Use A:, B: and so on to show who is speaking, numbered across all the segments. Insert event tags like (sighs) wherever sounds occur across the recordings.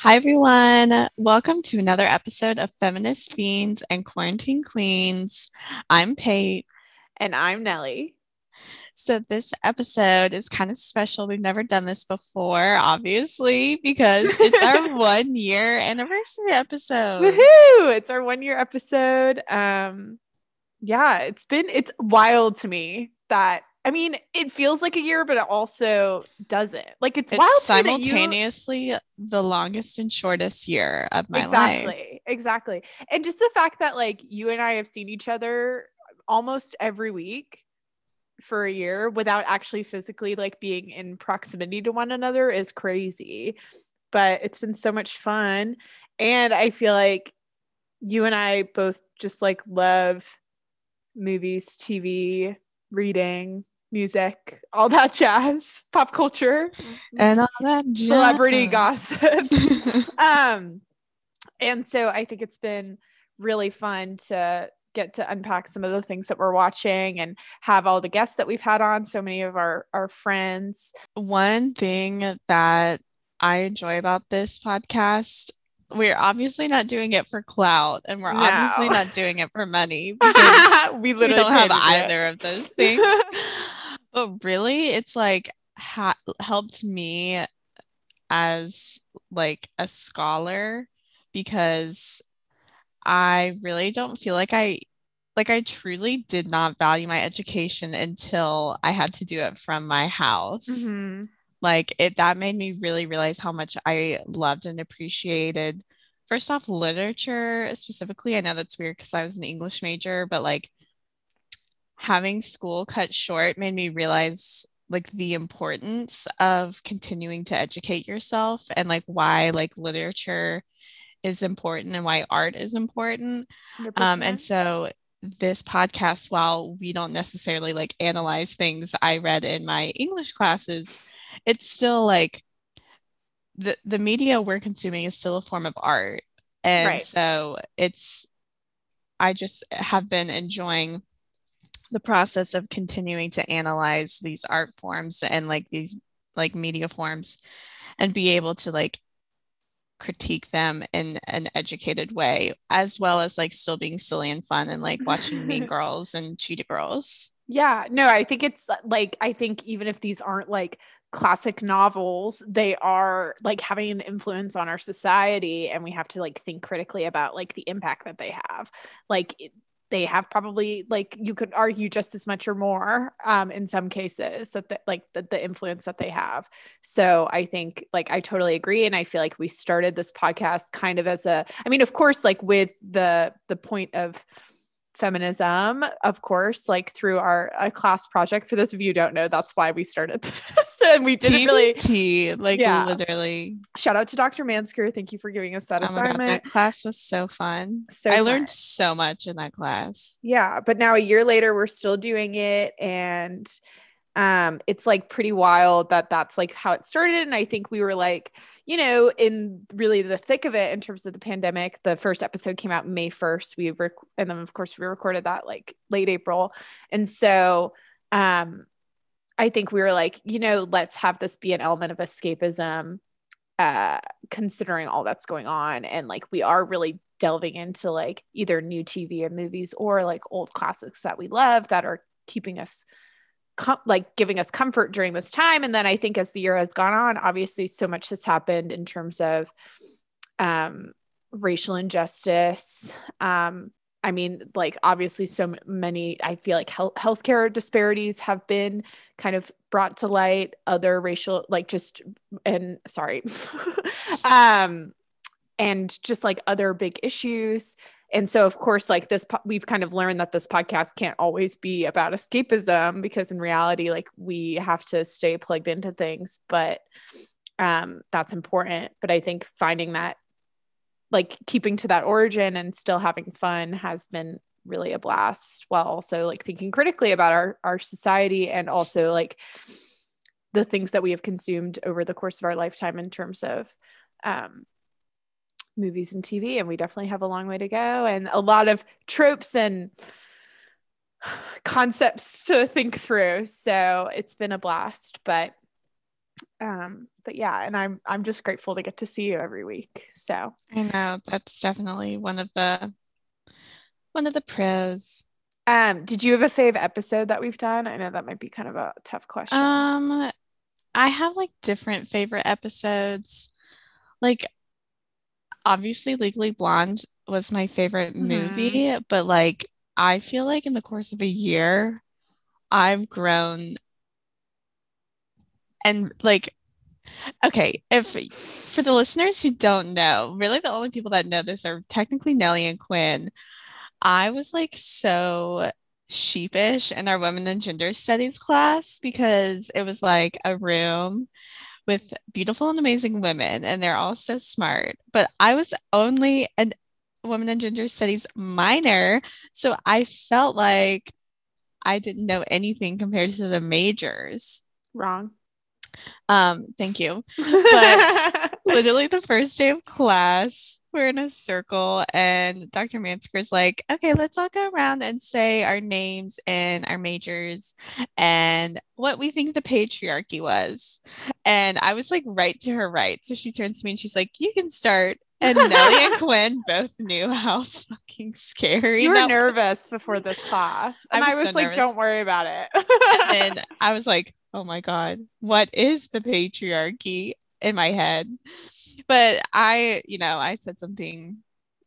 A: Hi, everyone. Welcome to another episode of Feminist Fiends and Quarantine Queens. I'm Pate.
B: And I'm Nellie.
A: So, this episode is kind of special. We've never done this before, obviously, because it's
B: (laughs)
A: our one year anniversary episode.
B: Woohoo! It's our one year episode. Um, yeah, it's been it's wild to me that I mean, it feels like a year, but it also doesn't. Like it's, wild
A: It's
B: to me that you-
A: simultaneously the longest and shortest year of my
B: exactly,
A: life.
B: exactly. And just the fact that like you and I have seen each other almost every week for a year without actually physically like being in proximity to one another is crazy. But it's been so much fun. And I feel like you and I both just like love movies, TV, reading, music, all that (laughs) jazz, pop culture,
A: And all that
B: celebrity
A: jazz.
B: gossip (laughs)
A: (laughs)
B: um and so i think it's been really fun to get to unpack some of the things that we're watching and have all the guests that we've had on so many of our
A: (laughs)
B: our friends
A: one thing that I enjoy about this podcast, we're obviously not doing it for clout and we're
B: No.
A: obviously not doing it for
B: (laughs)
A: money because
B: we
A: we
B: literally
A: don't have
B: created it.
A: either of
B: (laughs)
A: those things. but really, it's like ha- helped me as like a scholar because I really don't feel like I like I truly did not value my education until I had to do it from my house Mm-hmm.
B: Mhm.
A: like it that made me really realize how much I loved and appreciated first off literature specifically I know that's weird because I was an English major but like having school cut short made me realize like the importance of continuing to educate yourself and like why like literature is important and why art is important um,
B: 100%.
A: and so this podcast, while we don't necessarily like analyze things I read in my English classes, it's still like the the media we're consuming is still a form of art. And
B: Right.
A: so it's I just have been enjoying the process of continuing to analyze these art forms and like these like media forms and be able to like critique them in an educated way as well as like still being silly and fun and like watching
B: (laughs)
A: mean girls and cheetah girls
B: Yeah, no, I think it's uh, like I think even if these aren't like classic novels, they are like having an influence on our society and we have to like think critically about like the impact that they have. Like it- they have probably like you could argue just as much or more um in some cases that the, like the, the influence that they have. So I think like I totally agree and I feel like we started this podcast kind of as a I mean of course like with the the point of feminism, of course, like through our a class project. For those of you who don't know, that's why we started (laughs) this. and we didn't really
A: TBT, like
B: Yeah.
A: literally
B: shout out to Dr. Mansker. Thank you for giving us that
A: oh my god
B: assignment.
A: that class was so fun
B: So
A: i
B: fun.
A: learned so much in that class
B: Yeah. But now a year later, we're still doing it. And um, it's like pretty wild that that's like how it started. And I think we were like, you know, in really the thick of it in terms of the pandemic. The first episode came out May 1st. We rec- and then, of course, we recorded that like late April. And so, um, I think we were like, you know, let's have this be an element of escapism, uh, considering all that's going on. And like, we are really delving into like either new TV and movies or like old classics that we love that are keeping us com- like giving us comfort during this time. And then I think as the year has gone on, obviously, so much has happened in terms of, um, racial injustice, um, I mean, like obviously, so m- many. I feel like health healthcare disparities have been kind of brought to light. Other racial, like just and sorry, (laughs) um, and just like other big issues. And so, of course, like this, po- we've kind of learned that this podcast can't always be about escapism because in reality, like we have to stay plugged into things, but um, that's important. But I think finding that like keeping to that origin and still having fun has been really a blast while also like thinking critically about our our society and also like the things that we have consumed over the course of our lifetime in terms of um movies and TV and we definitely have a long way to go and a lot of tropes and concepts to think through so it's been a blast but um but yeah and i'm i'm just grateful to get to see you every week so
A: I know that's definitely one of the one of the pros.
B: um did you have a fave episode that we've done i know that might be kind of a tough question
A: Um I have like different favorite episodes. Like obviously Legally Blonde was my favorite movie, but like I feel like in the course of a year I've grown and like okay, if for the listeners who don't know, really the only people that know this are technically Nellie and Quinn. I was like so sheepish in our women and gender studies class because it was like a room with beautiful and amazing women and they're all so smart but i was only an women and gender studies minor so i felt like i didn't know anything compared to the majors
B: wrong
A: um thank you
B: (laughs) but
A: literally the first day of class we're in a circle and dr mansker's like okay let's all go around and say our names and our majors and what we think the patriarchy was and i was like right to her right so she turns to me and she's like you can start and nellie
B: (laughs)
A: and quinn both knew how fucking scary
B: you were
A: that
B: nervous before this class
A: I
B: and i was,
A: was so
B: like
A: nervous.
B: don't worry about it
A: and then I was like, oh my God, what is the patriarchy in my head? But I, you know, I said something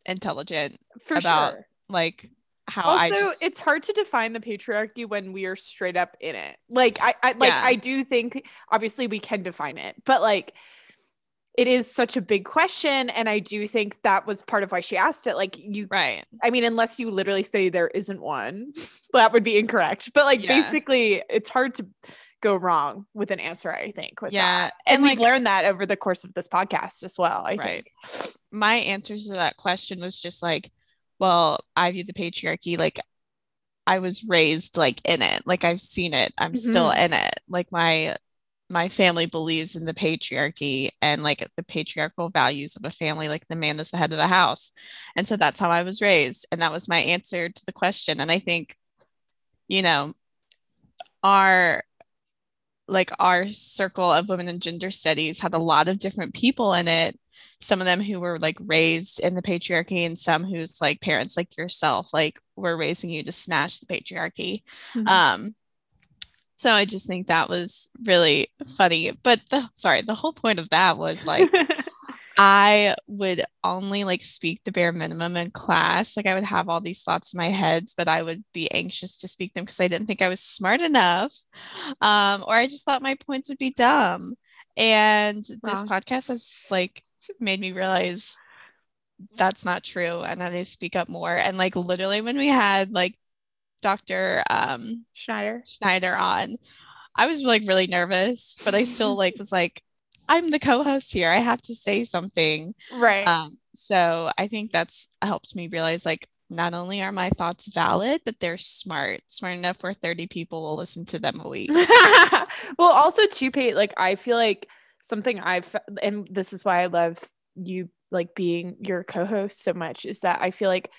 A: intelligent,
B: (laughs) for
A: about
B: sure
A: like how I
B: also
A: just,
B: it's hard to define the patriarchy when we are straight up in it like i, I like
A: Yeah.
B: i do think obviously we can define it but like it is such a big question and i do think that was part of why she asked it like you
A: right.
B: i mean unless you literally say there isn't one (laughs) that would be incorrect but like
A: Yeah.
B: basically it's hard to go wrong with an answer i think with
A: Yeah.
B: that. and,
A: And,
B: we've
A: like-
B: learned that over the course of this podcast as well i
A: Right.
B: think
A: My answers to that question was just like, well, I view the patriarchy like I was raised like in it, like I've seen it, I'm
B: Mm-hmm.
A: still in it. Like my my family believes in the patriarchy and like the patriarchal values of a family like the man is the head of the house and so that's how i was raised and that was my answer to the question and i think you know our like our circle of women and gender studies had a lot of different people in it some of them who were like raised in the patriarchy and some whose like parents like yourself like were raising you to smash the patriarchy
B: Mhm.
A: um so i just think that was really funny but the sorry the whole point of that was like
B: (laughs)
A: i would only like speak the bare minimum in class like i would have all these thoughts in my heads but i would be anxious to speak them because i didn't think i was smart enough um or i just thought my points would be dumb and this
B: Wrong.
A: podcast has like made me realize that's not true and i need to speak up more and like literally when we had like dr um
B: schneider
A: Schneider on. I was like really nervous, but I still like was like, I'm the co-host here. I have to say something.
B: right
A: Um, so I think that's helped me realize like not only are my thoughts valid, but they're smart, smart enough where 30 people will listen to them a
B: (laughs)
A: week.
B: well, also too, Pate, like I feel like something I've and this is why I love you like being your co-host so much is that I feel like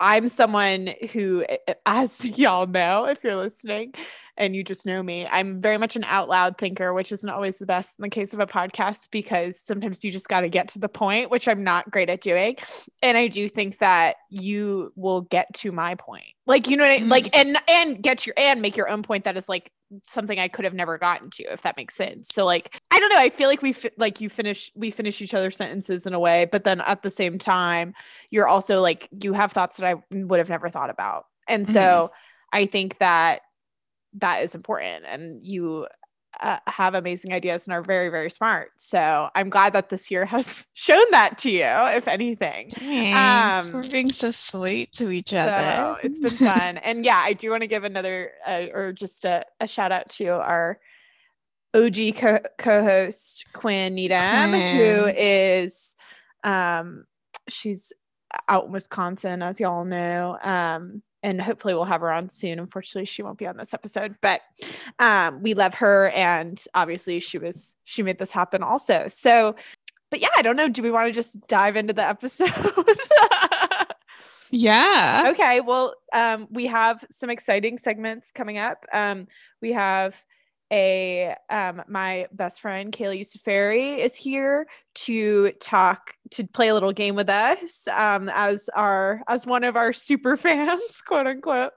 B: I'm someone who as (laughs) y'all know if you're listening and you just know me, I'm very much an out loud thinker, which isn't always the best in the case of a podcast because sometimes you just got to get to the point, which I'm not great at doing. And I do think that you will get to my point. Like you know what I
A: Mhm.
B: like and and get your and make your own point that is like something I could have never gotten to, if that makes sense. So like, I don't know. I feel like we fi- like you finish we finish each other's sentences in a way, but then at the same time, you're also like you have thoughts that I would have never thought about, and so I think that that is important, and you. Uh, have amazing ideas and are very very smart so i'm glad that this year has (laughs) shown that to you if anything
A: Thanks.
B: Um,
A: We're being so sweet to each
B: so
A: other. (laughs)
B: it's been fun. and yeah, I do want to give another uh, or just a, a shout out to our OG co- co-host Quinn Needham, who
A: Quinn.
B: is um she's out in Wisconsin, as y'all know. Um and hopefully we'll have her on soon. Unfortunately, she won't be on this episode, but um, we love her, and obviously she was she made this happen also. So, but yeah, I don't know. Do we want to just dive into the episode? (laughs)
A: yeah.
B: okay well um, we have some exciting segments coming up um, we have a um, my best friend Kayla Yusufari is here to talk to play a little game with us um, as our as one of our (laughs) super fans, quote unquote.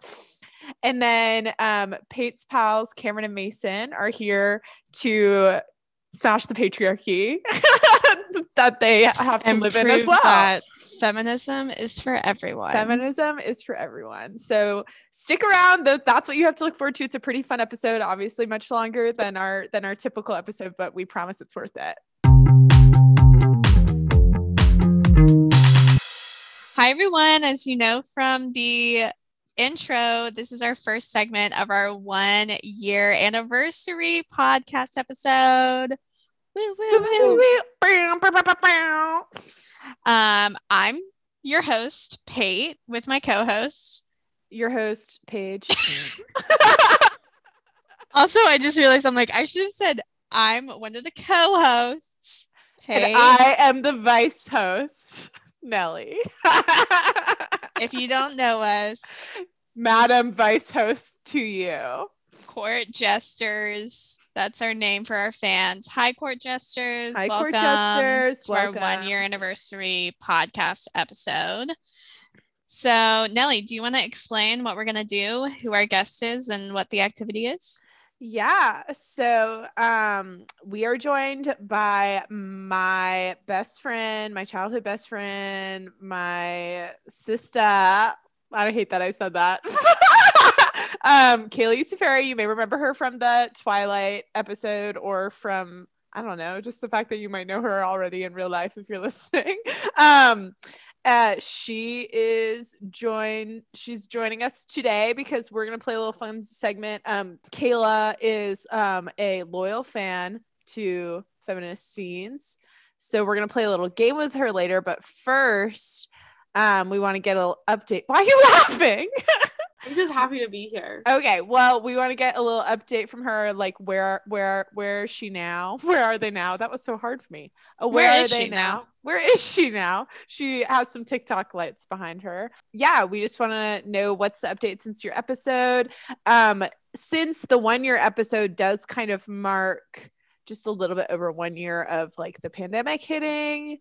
B: And then um, Pate's pals Cameron and Mason are here to smash the patriarchy (laughs) that they have to
A: and
B: live in as
A: prove
B: well.
A: that feminism is for everyone.
B: Feminism is for everyone. So stick around. Tho- That's what you have to look forward to. It's a pretty fun episode, obviously much longer than our than our typical episode, but we promise it's worth it.
A: Hi, everyone. As you know from the intro, this is our first segment of our one year anniversary podcast episode. Woo, woo, woo. Um, I'm your host, Pate, with my co host.
B: Your host, Paige.
A: Also, I just realized I'm like, I should have said, I'm one of the co hosts.
B: and
A: Hey,
B: I am the vice host, (laughs) Nellie.
A: if you don't know us,
B: Madam Vice Host to you.
A: Court Jesters. That's our name for our fans. Hi, Court Jesters.
B: Hi,
A: Welcome
B: Court Jesters.
A: to
B: Welcome.
A: our one year anniversary podcast episode. So, Nellie, do you want to explain what we're going to do, who our guest is, and what the activity is?
B: Yeah. So um, we are joined by my best friend, my childhood best friend, my sister. I hate that I said that. (laughs) um, Kaylee Safari, you may remember her from the Twilight episode or from, I don't know, just the fact that you might know her already in real life if you're (laughs) listening. Um, uh, she is join. She's joining us today because we're gonna play a little fun segment. Um, Kayla is um a loyal fan to Feminist Fiends, so we're gonna play a little game with her later. But first, um, we want to get a little update. Why are you laughing?
C: I'm just happy to be here.
B: okay, well, we want to get a little update from her, like where, where, where is she now? (laughs) Where are they now? That was so hard for me. Uh,
A: Where
B: where
A: is
B: are they
A: she now?
B: Where is she now? She has some TikTok lights behind her. Yeah, we just want to know what's the update since your episode. Um, since the one year episode does kind of mark just a little bit over one year of like the pandemic hitting,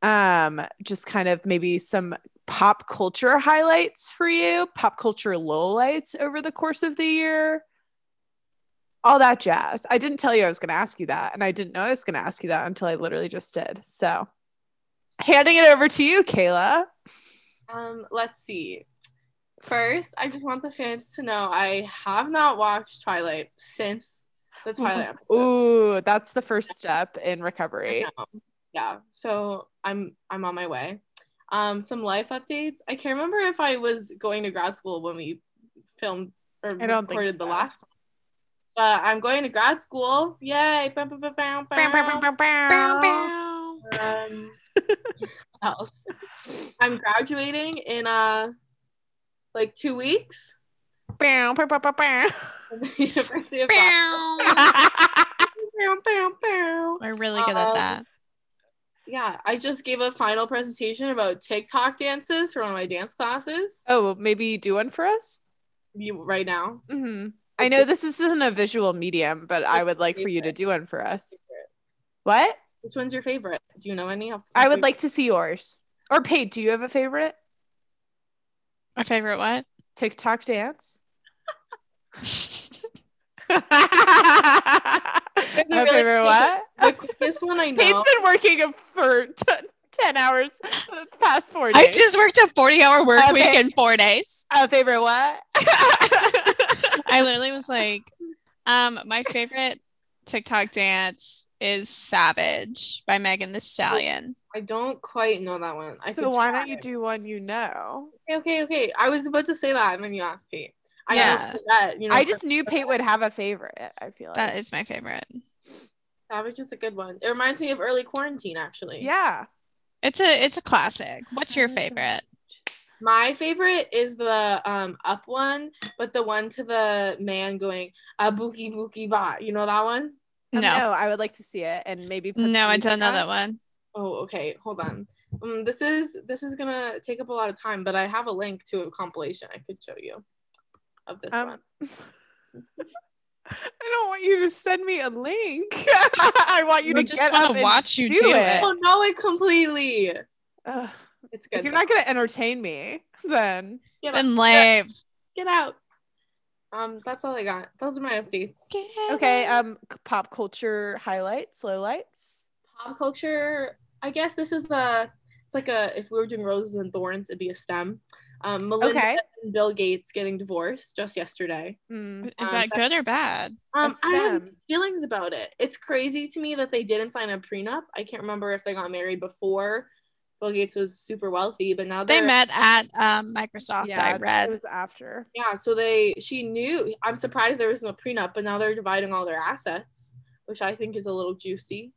B: um, just kind of maybe some pop culture highlights for you, pop culture lowlights over the course of the year. All that jazz. I didn't tell you I was going to ask you that, and I didn't know I was going to ask you that until I literally just did. So, handing it over to you, Kayla.
C: Um, let's see. First, I just want the fans to know I have not watched Twilight since the Twilight episode.
B: Ooh, that's the first step in
C: (laughs)
B: recovery. (laughs)
C: I know. Yeah, so I'm I'm on my way. Um, some life updates. I can't remember if I was going to grad school when we filmed or
B: I don't think
C: recorded the
B: so.
C: last one. But I'm going to grad school. Yay! Bow, bow, bow, bow,
B: Bow, bow,
C: bow.
B: bow, bow, bow. (laughs)
C: Um, what else? I'm graduating in uh like two weeks
B: Bow, bow, bow, bow, bow.
C: from the (laughs) University of Bow, bow, bow.
A: We're really good at
C: Um,
A: that.
C: Yeah, I just gave a final presentation about TikTok dances for one of my dance classes.
B: Oh, maybe you do one for us?
C: You right now.
B: hmm I know this isn't a visual medium, but I would like for you to do one for us. What?
C: Which one's your favorite? Do you know any? off the top
B: I
C: of
B: would
C: your-
B: like to see yours. Or Paige, do you have a favorite
A: Our favorite what?
B: TikTok dance? (laughs)
C: a
B: My
C: really
B: favorite
C: good- (laughs)
B: what?
C: the quickest one
B: (laughs)
C: I
B: Pate's
C: know.
B: been working for t- 10 hours the past four days.
A: I just worked a 40 hour work
B: Okay.
A: week in four days.
B: A favorite what?
A: I literally was like, um, my favorite TikTok dance is Savage by Megan the Stallion.
C: I don't quite know that one. I
B: so
C: could
B: why
C: try.
B: don't you do one you know?
C: Okay, okay, okay. I was about to say that, and then you asked Pete. I
A: Yeah.
C: yeah. That, you know,
B: I
C: for-
B: just knew Pate would have a favorite, I feel like.
A: That is my favorite.
C: Savage is a good one. It reminds me of early quarantine, actually.
B: yeah.
A: It's a it's a classic. What's your
B: That is a-
A: favorite?
C: My favorite is the um up one, but the one to the man going a bookie bookie ba. You know that one?
B: Um,
A: No.
B: I would like to see it and maybe put
A: No,
B: some
A: I don't know
B: music
A: that
B: on.
A: one.
C: Oh, okay. Hold on. Um, this is this is gonna take up a lot of time, but I have a link to a compilation I could show you of this
B: Um,
C: one.
B: I don't want you to send me a link. (laughs) I want you
A: We
B: to
A: just
B: get
A: want
B: up
A: to
B: and
A: watch you
B: do
A: do,
B: it.
A: it.
C: Oh no, it completely.
B: Ugh.
C: It's good.
B: if you're
C: though.
B: not going to entertain me, then
C: get, out,
A: Then leave.
C: get out. Um, that's all I got. Those are my updates.
B: okay. Um, c- pop culture highlights, lowlights.
C: Pop culture. I guess this is a. It's like a. If we were doing roses and thorns, it'd be a stem. Um, Melinda
B: Okay.
C: and Bill Gates getting divorced just yesterday.
B: Mm,
A: Is
C: Um,
A: that good or bad?
C: Um, I have
B: stem.
C: feelings about it. It's crazy to me that they didn't sign a prenup. I can't remember if they got married before. Bill Gates was super wealthy, but
B: uh,
C: now
A: They
C: they're-
A: met at um, Microsoft. I
B: It
A: read.
B: was after.
C: Yeah, so they she knew. I'm surprised there was no prenup, but now they're dividing all their assets, which I think is a little juicy.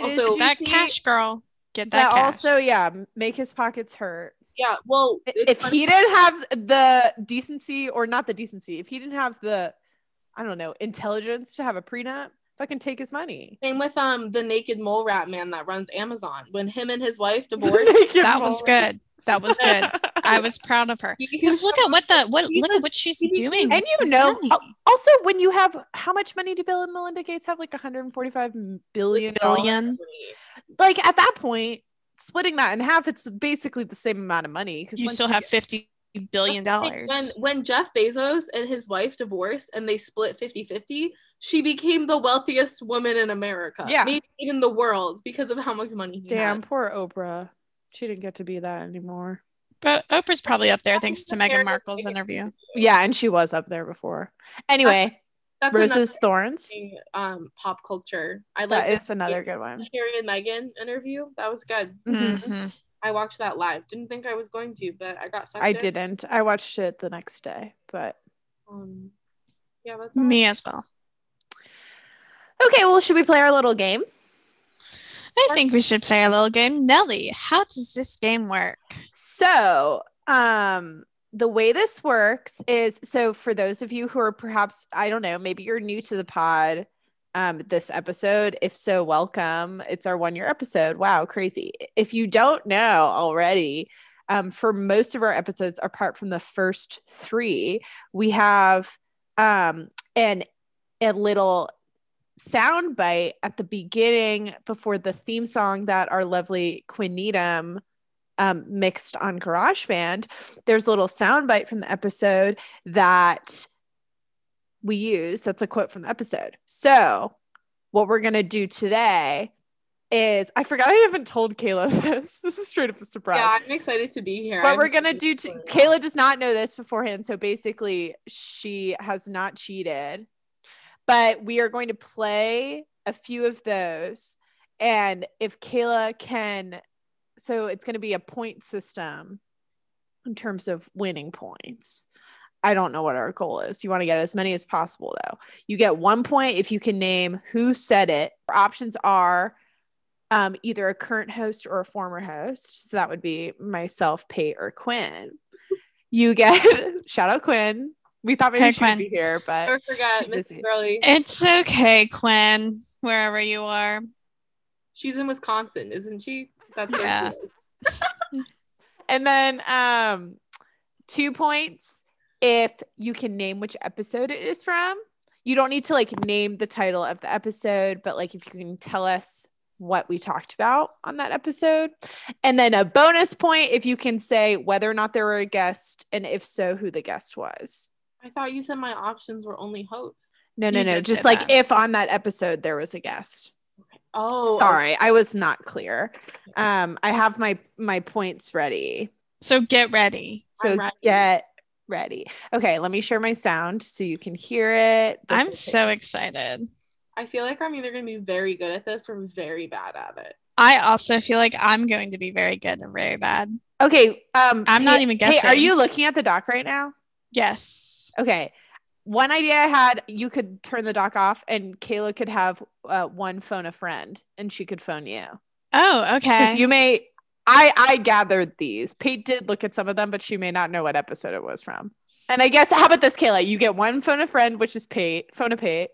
B: It is
C: Also-
B: juicy.
C: Did
A: That cash girl. Get that,
B: That
A: cash.
B: also, yeah, m- make his pockets hurt.
C: Yeah, well,
B: I-
C: it's
B: if
C: funny-
B: he didn't have the decency or not the decency if he didn't have the i don't know intelligence to have a prenup fucking take his money
C: same with um the naked mole rat man that runs Amazon. When him and
B: (laughs)
C: his wife divorced,
A: that
B: that
A: was good. That was
B: (laughs)
A: good. I was proud of her.
C: (laughs) he-
A: Because look at what the what
C: He
A: look
C: was-
A: at what she's
C: he was
A: doing.
B: and you
A: with
B: know
A: money.
B: al- also when you have how much money do bill and melinda gates have like 145 billion dollars
A: billion.
B: (laughs) like at that point splitting that in half it's basically the same amount of money because
A: You still have fifty billion
C: Like,
A: dollars.
C: When when Jeff Bezos and his wife divorced and they split 50-50, she became the wealthiest woman in America.
B: Yeah.
C: Maybe even the world because of how much money he
B: damn
C: had.
B: poor oprah she didn't get to be that anymore
A: But Oprah's probably up there
C: That
A: thanks
C: was
A: to
C: the fair
A: Meghan Markle's
C: thing.
A: interview.
B: yeah and she was up there before anyway
C: That's another
B: roses thorns
C: thing, um pop culture. I like
B: that
C: the
B: is another good one
C: Harry and Meghan interview. That was good.
B: Mhm.
A: Mhm.
C: I watched that live. Didn't think I was going to, but I got sucked
B: I
C: in.
B: didn't. I watched it the next day, but
C: Um, yeah, that's all.
A: Me as well.
B: okay. Well, should we play our little game?
A: I think we should play a little game. Nelly, how does this game work?
B: So, um, the way this works is so for those of you who are perhaps I don't know, maybe you're new to the pod. Um, this episode, if so, welcome. It's our one year episode. Wow, crazy. If you don't know already, um, for most of our episodes, apart from the first three, we have um, an a little sound bite at the beginning before the theme song that our lovely Quinidum um, mixed on GarageBand. There's a little sound bite from the episode that we use. That's a quote from the episode. So, what we're going to do today is I forgot I haven't told Kayla (laughs) this. This is straight up a surprise
C: Yeah, I'm excited to be here.
B: what
C: I've
B: we're
C: been
B: gonna
C: waiting
B: do
C: for
B: to
C: (laughs) a while.
B: kayla does not know this beforehand so basically she has not cheated but we are going to play a few of those and if kayla can so it's going to be a point system in terms of winning points i don't know what our goal is you want to get as many as possible though you get one point if you can name who said it our options are um, either a current host or a former host. So that would be myself, Pate, or Quinn. You get (laughs) shout out Quinn. We thought maybe
A: Hey,
B: she would
A: Quinn.
B: be here, but
C: Never
B: (laughs)
C: forget
B: She
C: Miss
B: busy.
C: Gurley.
A: It's okay, Quinn, wherever you are.
C: She's in Wisconsin, isn't she? That's where she
A: Yeah.
C: is.
B: and then um, two points if you can name which episode it is from. You don't need to like name the title of the episode, but like if you can tell us what we talked about on that episode. And then a bonus point if you can say whether or not there were a guest and if so, who the guest was.
C: I thought you said my options were only hosts.
B: No, no,
A: You
B: no.
A: did
B: Just
A: say
B: like
A: that.
B: if on that episode there was a guest.
C: Oh,
B: Sorry, I was not clear. Um, I have my my points ready.
A: So get ready.
B: So
C: ready.
B: get ready. Okay, let me share my sound so you can hear it. This
A: I'm
B: is-
A: so excited.
C: I feel like I'm either gonna be very good at this or very bad at it.
A: I also feel like I'm going to be very good and very bad.
B: okay. Um,
A: I'm not even
B: Hey, are
A: guessing.
B: you looking at the doc right now?
A: Yes.
B: Okay. One idea I had, you could turn the doc off, and Kayla could have uh, one phone a friend, and she could phone you.
A: Oh,
B: because
A: okay.
B: you may i i gathered these pate did look at some of them but she may not know what episode it was from and i guess how about this kayla you get one phone a friend which is pate phone a pate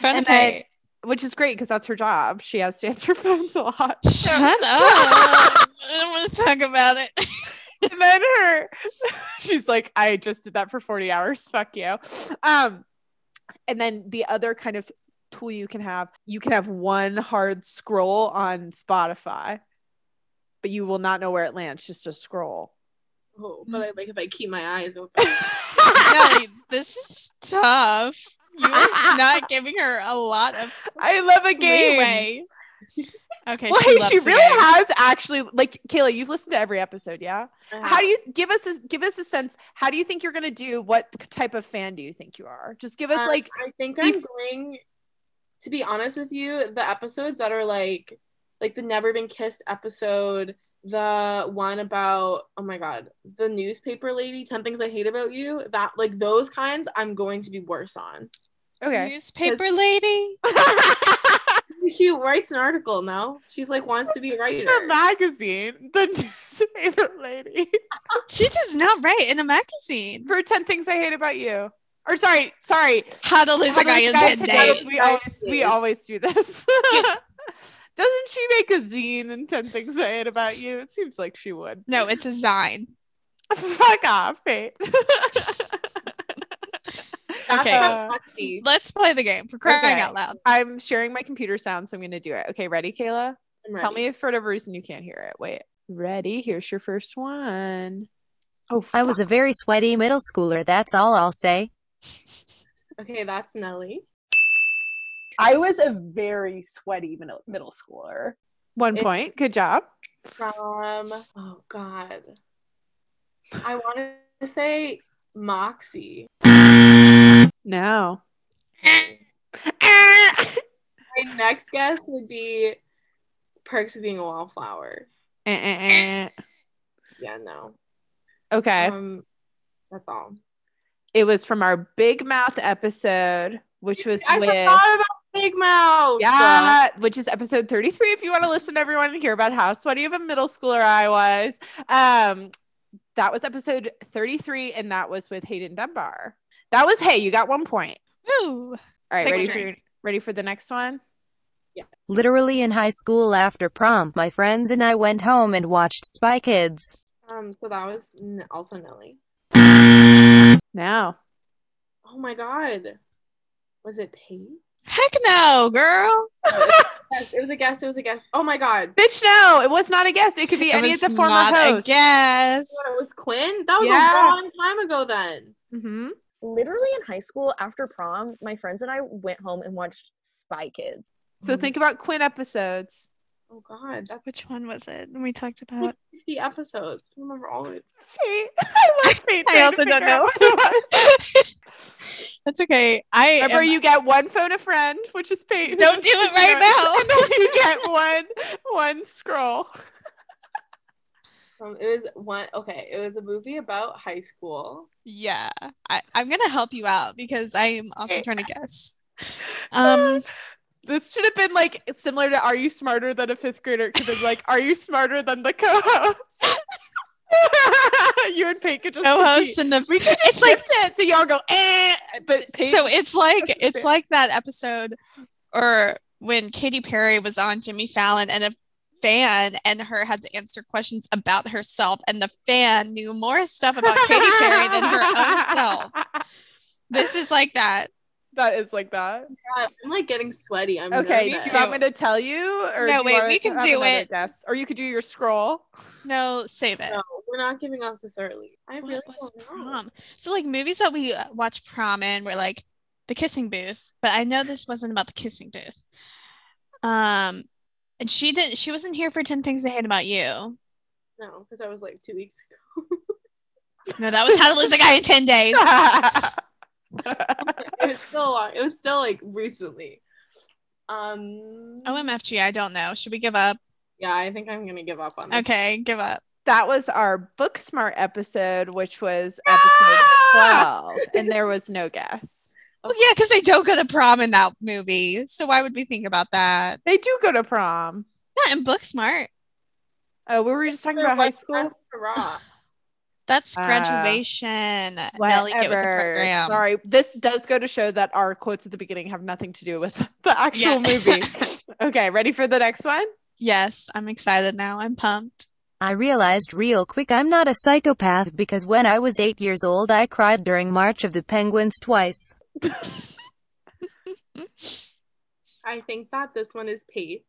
A: Phone
B: and
A: to pay.
B: which is great because that's her job she has to (laughs) answer phones a lot
A: Shut up. (laughs) I don't want to talk about it.
B: (laughs) and then her she's like i just did that for 40 hours fuck you um And then the other kind of tool you can have, you can have one hard scroll on Spotify, but you will not know where it lands, just a scroll.
C: Oh,
B: Mm.
C: but I like if I keep my eyes open.
A: (laughs) Nelly, this is tough. You're not giving her a lot (laughs) of
B: (laughs) I love a game.
A: leeway. Okay.
B: Well,
A: she,
B: hey,
A: loves
B: she
A: a
B: really
A: game.
B: has actually like Kayla, you've listened to every episode, yeah? (laughs) How do you give us a, give us a sense? How do you think you're gonna do? What type of fan do you think you are? Just give us
A: Uh,
C: Um,
B: like
C: I think
B: bef-
C: I'm going to be honest with you, the episodes that are like like the never been kissed episode, the one about oh my god, the newspaper lady, 10 things I hate about you, that like those kinds I'm going to be worse on.
B: okay.
A: Newspaper (laughs) lady.
B: (laughs)
C: She writes an article now. She's like wants to be a writer.
B: Her magazine, the (laughs) newspaper lady.
A: She does not write in a magazine.
B: For 10 things I hate about you. Or sorry, sorry.
A: How to lose
B: How
A: a guy
B: Those
A: in 10
B: Guys Took
A: days.
B: Notes, We always we always do this. (laughs) Doesn't she make a zine and 10 things I hate about you? It seems like she would. (laughs)
A: No, it's a sign.
B: Fuck off, Fate.
C: That's
A: Okay.
C: how sexy.
A: Let's play the game for crying
B: Okay.
A: out loud.
B: I'm sharing my computer sound, so I'm gonna do it. Okay, ready, Kayla?
C: I'm
B: Tell
C: ready.
B: me if for whatever reason you can't hear it. Wait. Ready? Here's your first one. Oh,
D: I was a very sweaty middle schooler, that's all I'll say.
C: Okay, that's Nelly.
E: I was a very sweaty middle, middle schooler.
B: one
C: it-
B: point. Good job.
C: From oh god. I wanna say
B: (laughs)
C: Moxie.
A: (laughs)
B: No. Eh,
C: My next guess would be Perks of Being a Wallflower.
B: Eh, eh, eh.
C: Yeah, no.
B: Okay.
C: Um, that's all.
B: it was from our Big Mouth episode, which was
C: I
B: with
C: forgot about Big Mouth.
B: yeah, which is episode 33. If you want to listen to everyone and hear about how sweaty of a middle schooler I was, um, that was episode 33, and that was with Hayden Dunbar. That was hey, you got one point.
A: Woo.
B: All right,
A: Take
B: ready
A: a
B: for
A: drink.
B: ready for the next one?
D: Literally in high school after prom, my friends and I went home and watched Spy Kids.
C: Um, so that was n- also Nelly.
B: No,
C: Oh my god. Was it Paige?
A: Heck no, girl.
C: Yes, it was a guess. It was a guess. Oh my god.
B: bitch, no, it was not a guess. It could be any
A: was
B: of the former
A: not a
B: hosts.
A: guess.
C: It was Quinn? That was
B: Yeah.
C: a long time ago then.
B: Mhm.
F: literally in high school after prom, my friends and I went home and watched Spy Kids.
A: Mm-hmm.
B: So think about Quinn episodes.
C: Oh god, that's
A: Which one was it we (laughs) talked about?
C: about? 50 episodes. I remember all of it.
B: Fate. (laughs) I love Fate.
A: (laughs) I
B: trying to
A: also don't
B: figure out
A: know.
B: what it
A: (laughs)
B: was.
A: That's okay. I
B: Remember,
A: am-
B: you get one phone a friend, which is Peyton.
A: (laughs) Don't do it
B: (laughs)
A: right now.
B: And then
A: (laughs)
B: you get one one scroll.
C: Um, it was one okay, it was a movie about high school.
A: yeah. I, I'm gonna help you out because I am also
B: Okay.
A: trying to guess. Um
B: This should have been like similar to "Are you smarter than a fifth grader?" It could have been like "Are you smarter than the co-host?" (laughs) you and Peyton could just
A: co
B: compete.
A: host and the
B: We could just
A: It's like-
B: shift it so y'all go eh, but Peyton,
A: so it's like
B: That's
A: it's
B: fair.
A: like that episode or when Katy Perry was on Jimmy Fallon and a fan and her had to answer questions about herself and the fan knew more stuff about Katy Perry than her
B: (laughs)
A: own self. This is like that.
B: That is like that.
C: God, I'm like getting sweaty. I'm
B: Okay, do
C: nervous.
B: you want me to tell you? Or
A: No,
B: do you
A: wait,
B: wanna
A: we can
B: have
A: do
B: another
A: it.
B: Guess? Or you could do
A: (laughs)
B: your scroll. (laughs)
A: No, save it.
C: No, we're not giving up this early. I
A: What
C: really
A: was
C: don't know.
A: prom? So like movies that we uh, watch prom in were like the kissing booth, but I know this wasn't about the kissing booth. Um, and she didn't. She wasn't here for Ten Things I Hate About You.
C: No, because I was like two weeks
B: (laughs)
A: No, that was How to Lose a Guy in Ten
C: (laughs)
A: Days.
C: ago. it was still long. It was still like recently. Um.
B: Oh,
A: OMFG, I don't know. Should we give up?
C: Yeah, I think I'm gonna give up on this.
A: Okay, give up.
B: that was our book smart episode, which was episode 12. And there was no guess.
C: Oh.
A: Well, yeah, because they don't go to prom in that movie. So why would we think about that?
B: They do go to prom.
A: Not in Booksmart.
B: Oh, we were just talking about high school.
C: Hurrah.
A: That's
B: Uh,
A: graduation. Nelly, get with the
B: Whatever.
A: program.
B: Sorry. This does go to show that our quotes at the beginning have nothing to do with (laughs) the actual movie.
A: (laughs)
B: Okay, ready for the next one?
A: yes, I'm excited now. I'm pumped. (laughs)
D: I realized real quick I'm not a psychopath because when I was 8 years old I cried during March of the Penguins twice.
C: I think that this one is
B: (laughs)
C: P.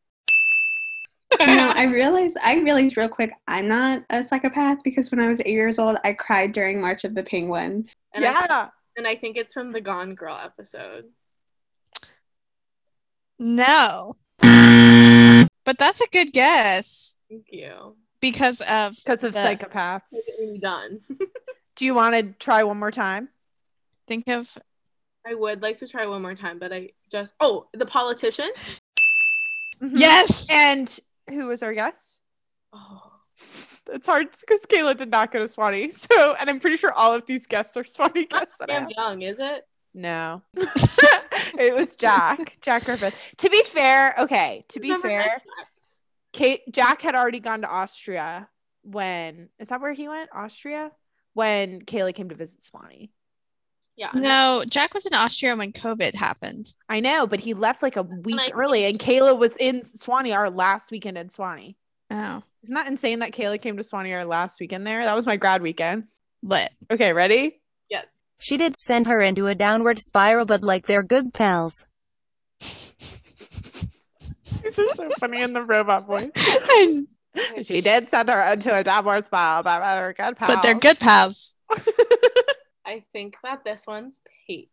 A: (laughs)
G: no, I realized I realized real quick I'm not a psychopath because when I was eight years old, I cried during March of the Penguins.
C: And I,
B: yeah.
C: and I think it's from the Gone Girl episode.
A: No. But that's a good guess
C: Thank you.
A: because of
B: Because of
A: The-
B: psychopaths.
C: We're done. (laughs)
B: Do you want to try one more time?
A: think of
C: I would like to try one more time, but I just oh the politician.
G: Mm-hmm.
A: yes.
B: And who was our guest?
C: Oh,
B: It's hard because Kayla did not go to Swanee. (laughs) So, and I'm pretty sure all of these guests are Swanee
C: not
B: guests. That I
C: Sam
B: have.
C: Young, is it?
B: No, (laughs) it was Jack. Jack Griffith. To be fair, okay. To be
C: Remember
B: fair, Kate Jack had already gone to Austria when is that where he went? Austria when Kayla came to visit Swanee.
C: Yeah.
A: No, Jack was in Austria when COVID happened.
B: I know, but he left like a week
C: I-
B: early, and Kayla was in Swanee our last weekend in Swanee.
A: Oh,
B: Isn't that insane that Kayla came to Swanee our last weekend there? That was my grad weekend.
A: lit.
B: Okay, ready?
C: Yes.
D: She did send her into a downward spiral, but like they're good pals.
B: These are so
A: (laughs)
B: funny in the robot voice.
A: And-
B: (laughs) She did send her into a downward spiral, but they're good pals.
A: but they're good pals.
C: I think that this one's Pete.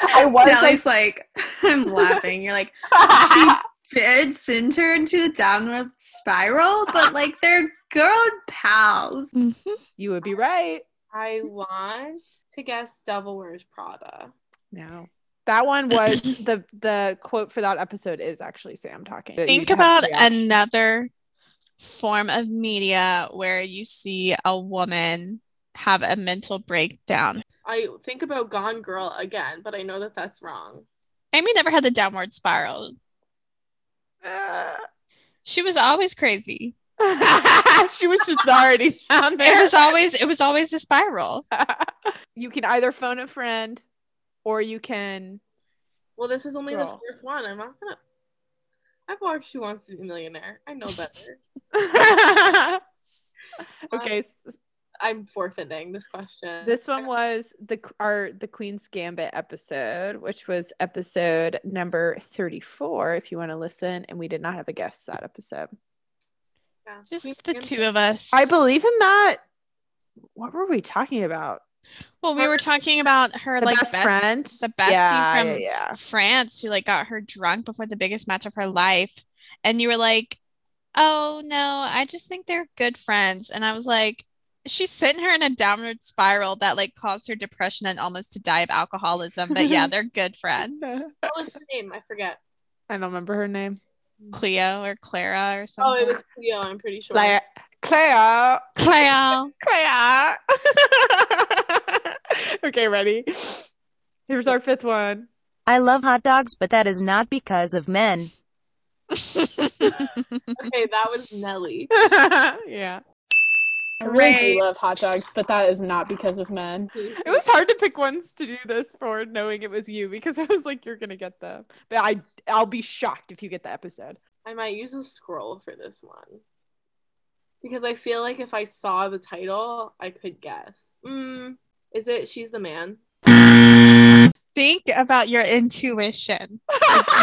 E: I was
G: Sally's like, (laughs) I'm laughing. You're like, she
B: (laughs)
E: like,
G: did send her into a downward spiral, but like they're good pals.
A: Mhm.
B: You would be right.
C: I want to guess Devil Wears Prada.
B: No. That
A: (laughs)
B: one was the the quote for that episode is actually Sam talking. But
A: Think
B: you'd have
A: about
B: to-
A: another form of media where you see a woman have a mental breakdown.
C: I think about Gone Girl again, but I know that that's wrong.
A: Amy never had the downward spiral. She was always crazy.
B: (laughs) she was just already down
A: It
B: there.
A: was always it was always a spiral.
B: (laughs) you can either phone a friend or you can
A: (laughs)
B: (laughs)
C: Well, this is only the
B: Girl.
C: fourth one. I'm not gonna. I've watched Who Wants to Be a Millionaire. I know
B: (laughs)
C: better.
B: okay, s-
C: I'm forfeiting this question.
B: this one was the q- our the Queen's Gambit episode, which was episode number thirty four. If you want to listen, and we did not have a guest that episode.
C: Yeah.
A: Just the two of us.
B: I believe in that. What were we talking about?
A: Well, we were talking about her
B: The
A: like
B: best, friend,
A: the bestie
B: yeah,
A: from
B: yeah,
A: France who like got her drunk before the biggest match of her life. And you were like, Oh no, I just think they're good friends. And I was like, she sent her in a downward spiral that like caused her depression and almost to die of alcoholism. But
C: (laughs)
A: yeah, they're good friends.
B: yeah.
C: What was her name? I forget.
B: I don't remember her name.
A: Cleo or Clara or
C: Oh,
A: something.
C: it was Cleo. I'm pretty sure.
B: Claire, Claire,
A: Cleo.
B: Claire. (laughs) okay, ready. Here's our fifth one.
D: I love hot dogs, but that is not because of men.
C: Okay, that was Nelly.
B: yeah.
E: I really
G: Right.
E: do love hot dogs, but that is not because of men.
B: (laughs) It was hard to pick ones to do this for, knowing it was you, because (laughs) I was like, "You're gonna get them," but I, I'll be shocked if you get the episode. (laughs)
C: I might use a scroll for this one. Because I feel like if I saw the title, I could guess. Mm, is it She's the Man?
A: (laughs)
C: (laughs)
A: Think about your intuition.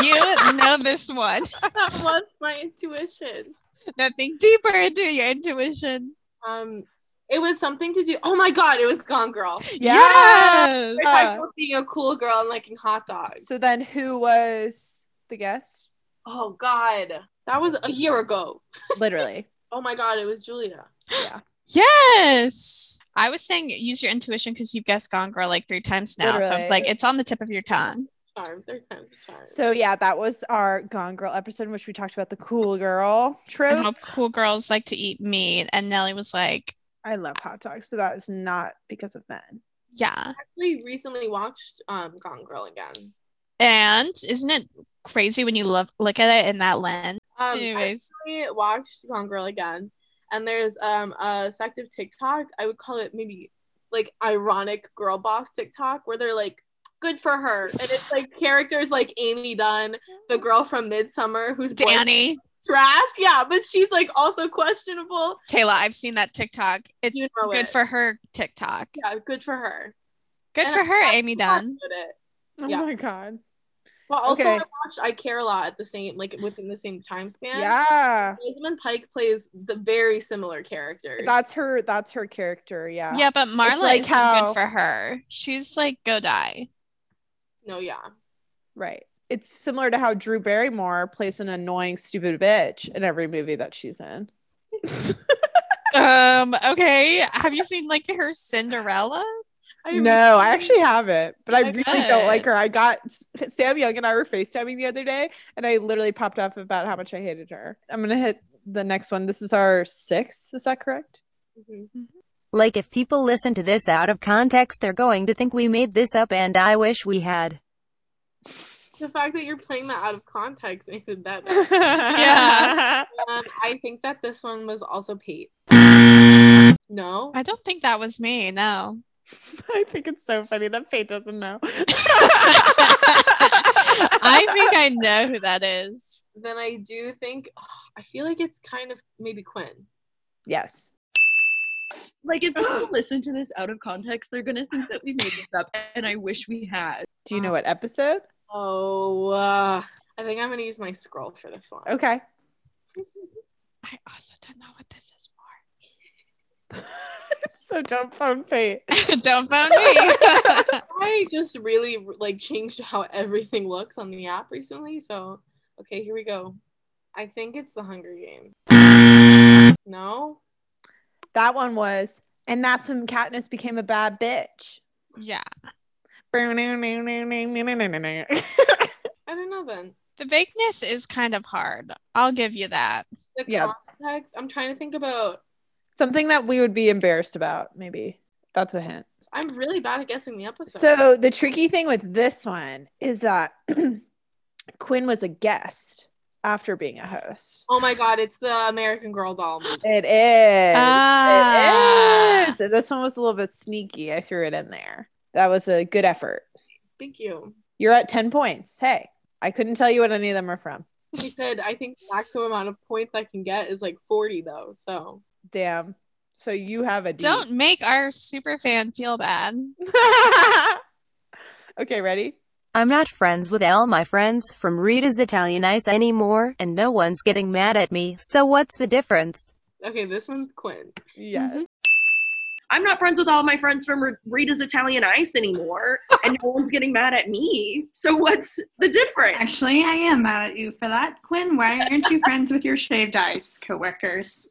A: You know this
C: (laughs)
A: one.
C: that was my intuition.
A: Nothing deeper into your intuition.
C: Um, it was something to do. Oh my god, it was Gone Girl.
B: Yeah.
A: Yes.
C: If I was being a cool girl and liking hot dogs.
B: So then, who was the guest?
C: oh god, that was a year ago.
B: Literally.
C: Oh my god, it was Julia.
B: Yeah.
A: Yes. I was saying use your intuition because you've guessed Gone Girl like three times now. So I
B: Literally.
A: was like, it's on the tip of your tongue.
C: Charm, third time's a charm.
B: So yeah, that was our Gone Girl episode, in which we talked about the cool girl
A: And how
B: trope.
A: cool girls like to eat meat. And Nelly was like,
B: I love hot dogs, but that is not because of men.
A: yeah.
C: actually recently watched um Gone Girl again.
A: And isn't it crazy when you look look at it in that lens?
C: Um, I
A: Anyways,
C: recently watched Gone Girl again, and there's um a sect of TikTok. I would call it maybe like ironic girl boss TikTok, where they're like, "Good for her," and it's like characters like Amy Dunn, the girl from Midsummer, who's boy-
A: Danny,
C: trash. Yeah, but she's like also questionable.
A: Kayla, I've seen that TikTok. It's
C: You know
A: good
C: it.
A: for her TikTok.
C: Yeah, good for her.
A: Good
C: And
A: for
C: I'm
A: her,
C: glad
A: Amy
C: she got
A: Dunn.
C: good at it.
B: Oh
C: Yeah.
B: my god.
C: But also,
B: Okay.
C: I watched I Care a Lot at the same, like within the same time span.
B: yeah.
C: Rosamund Pike plays the very similar characters.
B: That's her that's her character, yeah.
A: Yeah, but Marla
B: like
A: is
B: how-
A: good for her. She's like go die.
C: no, yeah.
B: Right. It's similar to how Drew Barrymore plays an annoying stupid bitch in every movie that
A: (laughs)
B: she's in.
A: Um. Okay. Have you seen like her Cinderella?
C: I
B: no, I
C: really-
B: actually haven't, but I
C: I
B: really
A: bet.
B: don't like her. I got Sam Young and I were FaceTiming the other day, and I literally popped off about how much I hated her. I'm gonna hit the next one. This is our sixth. Is that correct?
C: Mhm.
D: Like if people listen to this out of context, they're going to think we made this up and I wish we had.
C: The fact that you're playing that out of context makes it better.
B: (laughs)
A: (laughs)
B: yeah.
C: um, I think that this one was also Pete. No,
A: I don't think that was me. No.
B: I think it's so funny that Faye doesn't know.
A: (laughs) I think I know who that is.
C: then I do think (sighs) I feel like it's kind of maybe Quinn.
B: yes.
F: Like if people listen to this out of context, they're gonna think that we made this up, and I wish we had.
B: Do you know what episode?
C: Oh, uh, I think I'm gonna use my scroll for this one.
B: Okay.
A: I also don't know what this is for.
B: (laughs) so don't phone Faye.
A: (laughs) don't phone me.
C: (laughs) I just really like changed how (laughs) everything looks on the app recently. So, okay, here we go. I think it's the Hunger Game. No,
B: That one was, and that's when Katniss became a bad (laughs) bitch.
A: yeah.
C: I don't know. Then
A: The vagueness is kind of hard. I'll give you that.
C: the
B: Yeah.
C: context. I'm trying to think about.
B: Something that we would be embarrassed about, maybe. That's a hint.
C: I'm really bad at guessing the episode.
B: So the tricky thing with this one is that (clears throat) Quinn was a guest after being a host.
C: oh my god, it's the American Girl doll. movie.
B: It is.
A: Ah.
B: It is. This one was a little bit sneaky. I threw it in there. That was a good effort.
C: Thank you.
B: You're at 10 points. Hey, I couldn't tell you what any of them are from.
C: He said, I think the maximum amount of points I can get is like 40 though. So
B: Damn. So you have a D.
A: Don't make our super fan feel bad.
B: (laughs) okay, ready?
D: I'm not friends with all my friends from Rita's Italian Ice anymore, and no one's getting mad at me, so what's the difference?
C: okay, this one's Quinn.
B: Yes.
C: Mm-hmm.
F: I'm not friends with all my friends from R- Rita's Italian Ice anymore, and no one's getting mad at me. So what's the difference?
G: Actually, I am mad at you for that, Quinn. Why aren't you friends with your shaved ice coworkers?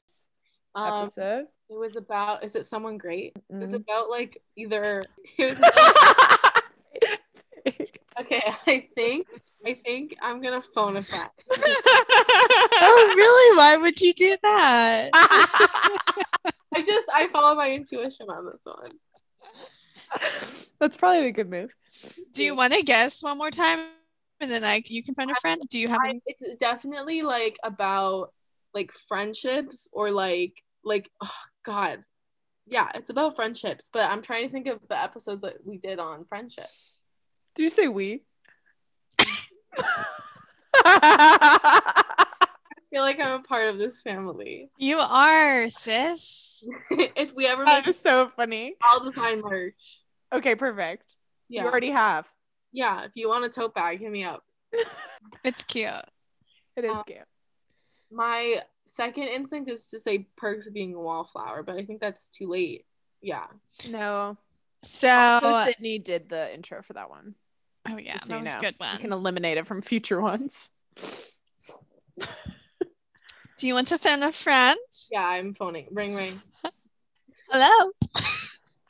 C: Um,
B: Episode.
C: it was about is it someone great? It was
B: Mm.
C: about like either (laughs) it was okay, I think I think I'm gonna phone a friend.
A: (laughs)
B: Mm.
C: (laughs)
A: Oh, really? Why would you do that?
C: I just I follow my intuition on this one.
B: That's probably a good move.
A: Do you want to guess one more time, and then like you can find a friend? Do you have?
B: Mm-hmm.
C: I, it's definitely like about like friendships or like like oh god. Yeah, it's about friendships, but I'm trying to think of the episodes that we did on friendship.
B: Do you say we? (laughs)
C: I feel like I'm a part of this family. (laughs)
A: You are, sis.
C: if we ever
B: that
C: make
B: is so funny.
C: all the fine merch.
B: Okay, perfect.
C: Yeah.
B: You already have.
C: yeah. If you want a tote bag, hit me up.
A: It's cute.
B: It is
C: Um,
B: cute.
C: My second instinct is to say perks of being a wallflower, but I think that's too late. Yeah.
B: No.
A: So,
B: Also, Sydney did the intro for that one.
A: oh yeah,
B: just so
A: that
B: you
A: was a
B: know,
A: good
B: You
A: one.
B: can eliminate it from
A: (laughs)
B: future ones.
A: Do you want to find a friend?
C: Yeah, I'm phoning. Ring ring. (laughs)
A: Hello.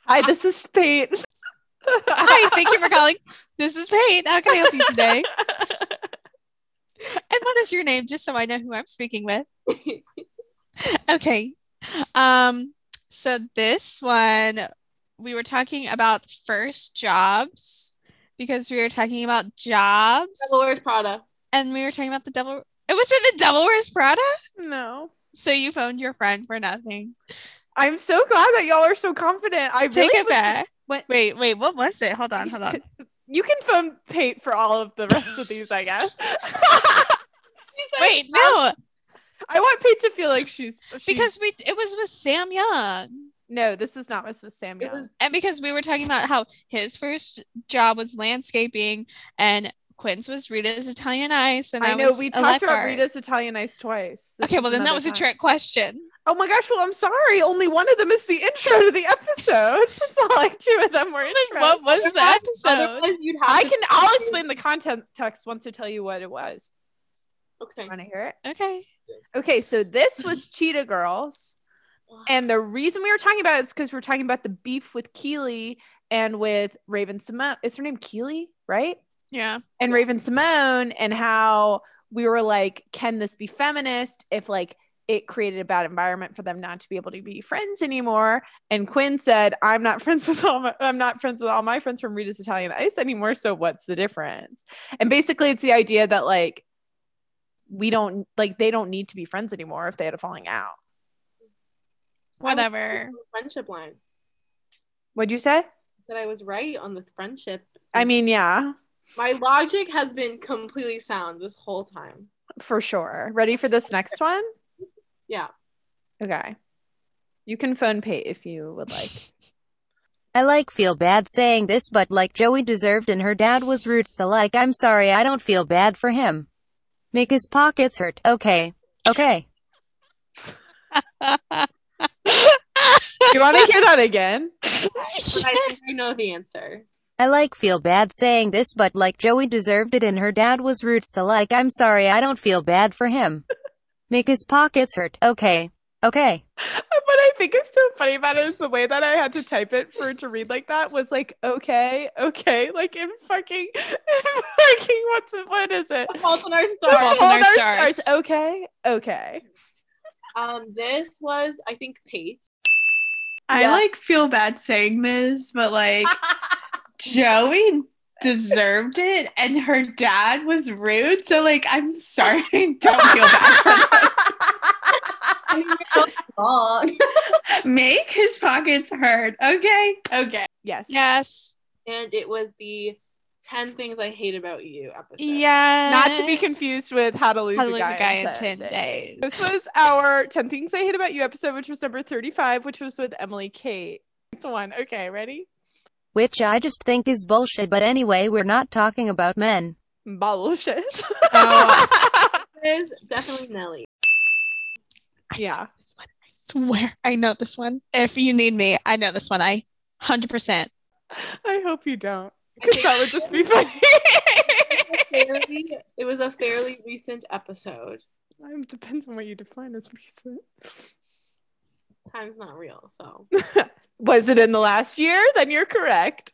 B: Hi, this is Pete. (laughs)
A: Hi, thank you for (laughs) calling. This is Paige. How can I help you today? (laughs) And what is your name, just so I know who I'm speaking with? Okay. Um, so this one we were talking about first jobs because we were talking about jobs
C: Devil Wears Prada.
A: and we were talking about the devil. It was in the Devil Wears Prada.
B: no.
A: So you phoned your friend for nothing.
B: I'm so glad that y'all are so confident. I
A: Take
B: really
A: it
B: was-
A: back.
B: what-
A: Wait, wait, what was it? Hold on, hold (laughs) on.
B: You can phone Pate for all of the rest of these, I guess. (laughs)
A: Wait, no,
B: I want Pate to feel like she's, she's-
A: because we it was with Sam Young.
B: no, this was not Miss Sam.
C: It was
A: And because we were talking about how his first job was landscaping and Quinn's was Rita's Italian Ice, and
B: I
A: that
B: know
A: was
B: we
A: a
B: talked
A: lifeguard.
B: about Rita's Italian Ice twice. This
A: okay,
B: is
A: well then that
B: another
A: was a
B: time.
A: trick question.
B: Oh my gosh! Well, I'm sorry. Only one of them is the intro to the episode. (laughs) That's all like two of them were
A: (laughs)
B: intro.
A: What was the episode?
C: Otherwise, you'd have
B: I
C: to-
B: can. I'll explain the content text once I tell you what it was.
C: Okay.
B: Want to hear it?
A: Okay.
B: Okay, so this was Cheetah Girls. And the reason we were talking about it is because we're talking about the beef with Keely and with Raven Simone. Is her name Keely, right?
A: Yeah.
B: And Raven Simone, and how we were like, can this be feminist if like it created a bad environment for them not to be able to be friends anymore? And Quinn said, I'm not friends with all my I'm not friends with all my friends from Rita's Italian Ice anymore. So what's the difference? And basically it's the idea that like we don't like they don't need to be friends anymore if they had a falling out.
C: I was
A: Whatever.
C: on the Friendship line.
B: What'd you say?
C: I said I was right on the friendship.
B: I mean, yeah,
C: my logic has been completely sound this whole time.
B: for sure. Ready for this next one?
C: Yeah.
B: Okay. You can phone Pate if you would like.
D: I like feel bad saying this but like Joey deserved and her dad was rude so like I'm sorry I don't feel bad for him. Make his pockets hurt. Okay. Okay.
B: you
A: (laughs)
B: want to hear that again?
C: But I think I know the
A: (laughs)
C: answer.
D: I like feel bad saying this but like Joey deserved it and her dad was rude so like I'm sorry I don't feel bad for him. Make his pockets hurt. Okay. Okay.
B: What I think is so funny about it is the way that I had to type it for it to read like that was like, okay, okay, like in fucking, (laughs) in fucking, what's it, what is it?
C: The fault in our
A: The
C: stars.
A: Fault in Our
B: Fault in
A: Stars.
B: Okay, okay.
C: Um, this was I think Pace.
G: I
B: Yeah.
G: like feel bad saying this, but
B: (laughs)
G: like Joey deserved it and her dad was rude. So like I'm sorry, (laughs) I don't
B: (laughs)
G: feel bad for
F: (laughs) I mean, you're both wrong.
G: Make his pockets hurt. Okay. Okay.
B: Yes.
A: yes.
C: and it was the 10 things I hate about you episode.
A: Yeah.
B: Not to be confused with how to lose,
A: How to
B: a,
A: lose
B: guy
A: a guy in 10 days.
B: This was our 10 Things I Hate About You episode, which was number 35, which was with Emily Kate. The one. Okay, ready?
D: Which I just think is bullshit but anyway we're not talking about men.
B: Bullshit.
A: Oh.
C: It is definitely Nelly.
B: (laughs) yeah.
A: I swear I know this one. If you need me, I know this one. I 100%.
B: I hope you don't.
C: I
B: Because
C: think
B: that would just be (laughs) funny.
C: fairly, it was a fairly recent episode.
B: Um, depends on what you define as recent.
C: Time's not
A: (laughs)
C: real, so
B: Was it in the last year? Then
E: (laughs)
B: you're correct.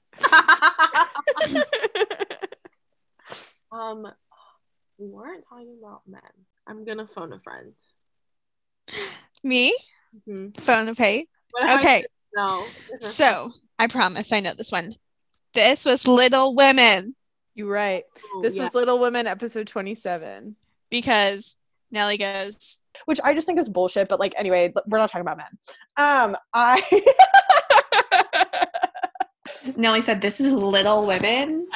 C: um we weren't talking about men. I'm gonna phone a friend.
A: Me?
C: Mhm.
A: Phone to pay.
C: What am I
A: Okay.
C: No.
A: So I promise I know this one. This was Little Women
B: you right.
C: Oh,
E: Oh,
B: This was Little Women episode 27.
A: because Nelly goes,
E: which I just think is bullshit. But like, anyway, l- we're not talking about men. Um, I (laughs)
G: Nelly said this is Little Women.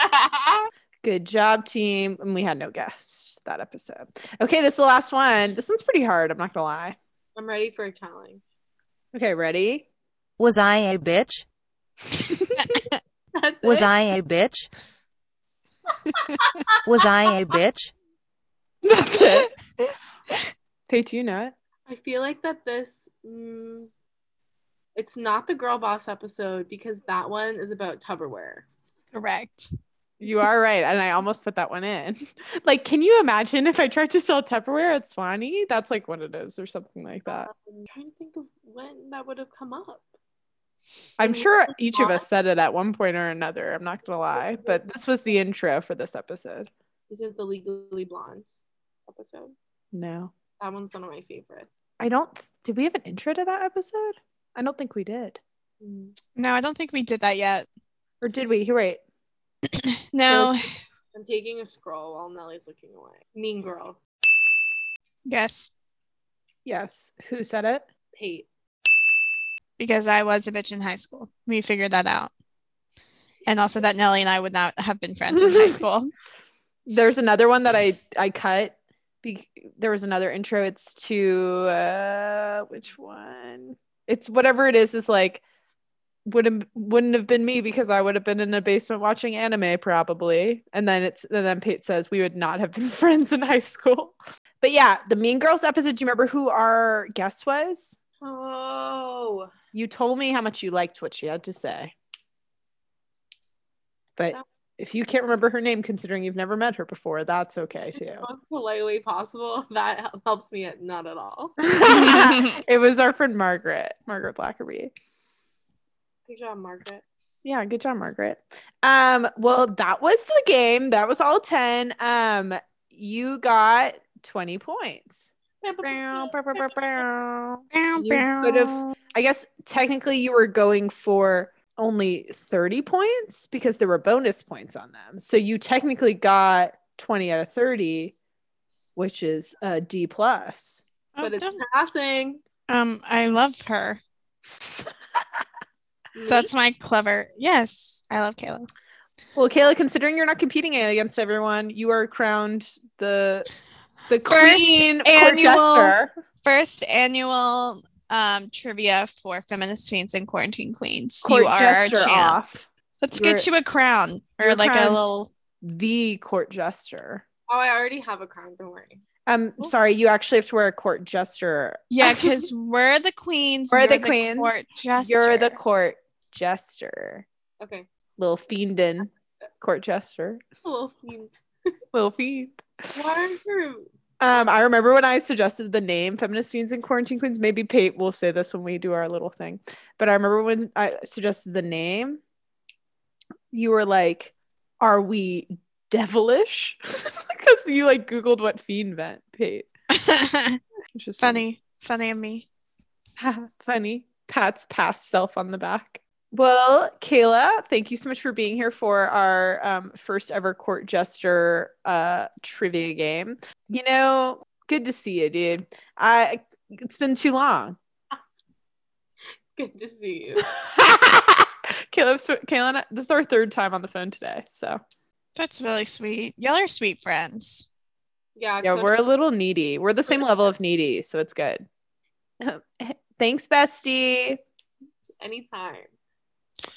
B: Good job, team. And we had no guests that episode. Okay, this is the last one. This one's pretty hard. I'm not going to lie.
C: I'm ready for a challenge.
B: Okay, ready?
D: Was I a bitch?
C: That's
D: Was
C: it?
D: I a bitch? Was I a bitch?
B: (laughs) That's it. Paige, do you know it?
C: I feel like that this mm, it's not the girl boss episode because that one is about Tupperware.
A: (laughs) correct.
B: You are right. And I almost put that one in. (laughs) Like, can you imagine if I tried to sell Tupperware at Swanee? That's like what it is or something like that.
C: Um, I'm trying to think of when that would have come up.
B: I'm sure each of us said it at one point or another. I'm not going to lie. But this was the intro for this episode.
C: Is it the Legally Blonde episode?
B: No.
C: That one's one of my favorites.
B: I don't. th- did we have an intro to that episode? I don't think we did.
A: No, I don't think we did that yet.
B: Or did we? You're right.
A: No.
C: I'm taking a scroll while Nellie's looking away. Mean Girls.
A: Yes.
B: Yes. Who said it?
C: Pate.
A: Because I was a bitch in high school. We figured that out. And also that Nelly and I would not have been friends in high (laughs) school.
B: There's another one that I I cut. Be- there was another intro. It's to uh, which one? It's whatever it is. Is like would have wouldn't have been me because I would have been in a basement watching anime probably. And then it's and then Pete says we would not have been (laughs) friends in high school. But yeah, the Mean Girls episode. Do you remember who our guest was?
C: Oh,
B: You told me how much you liked what she had to say. But if you can't remember her name, considering you've never met her before, that's okay too.
C: most polite way possible. (laughs) That hel- helps me at, not at all. (laughs)
B: it was our friend Margaret, Margaret Blackerby.
C: Good job, Margaret.
B: Yeah, good job, Margaret. Um, well, that was the game. That was all 10. Um, you got 20 points. Bow, bow, bow, bow, bow. You could have, I guess, technically, you were going for only 30 points because there were bonus points on them. So you technically got 20 out of 30, which is a D plus.
A: Oh,
C: But it's
A: don't-
C: passing.
A: um, I love
B: (laughs)
A: her. That's my clever. Yes, I love Kayla.
B: Well, Kayla, considering you're not competing against everyone, you are crowned the the
A: First
B: queen court
A: annual-
B: jester.
A: First annual um trivia for feminist fiends and quarantine queens.
B: Court
A: you are our
B: jester
A: champ.
B: off.
A: Let's
B: You're-
A: get you a crown or
B: you're
A: like a
B: crowned.
A: little.
B: The court jester.
C: Oh, I already have a crown. Don't worry.
B: Um,
C: Cool.
B: sorry, you actually have to wear a court jester. (laughs)
A: Yeah, because we're the queens.
B: We're
A: you're
B: the queens.
A: court
B: You're the
A: jester.
B: court jester.
C: Okay. (laughs)
B: Little fiendin. Court jester.
C: Well, you-
B: Little (laughs) fiend.
C: why aren't you-
B: Um, I remember when I suggested the name Feminist Fiends and Quarantine Queens. Maybe Pate will say this when we do our little thing. But I remember when I suggested the name, you were like, Are we devilish? (laughs) Because you like Googled what fiend meant, Pate.
A: (laughs)
B: Which is
A: funny, funny of me.
B: (laughs) funny. Pat's past self on the back. Well, Kayla, thank you so much for being here for our um, first ever court jester uh, trivia game. You know, good to see you, dude. I it's been too long. (laughs)
C: Good to see you.
B: Caleb, Kayla, and I- this is our third time on the phone today, so
A: That's really sweet. Y'all are sweet friends.
C: Yeah.
B: yeah,
C: Coda-
B: we're a little needy. We're the same level of needy, so it's good. (laughs) Thanks, bestie.
C: anytime.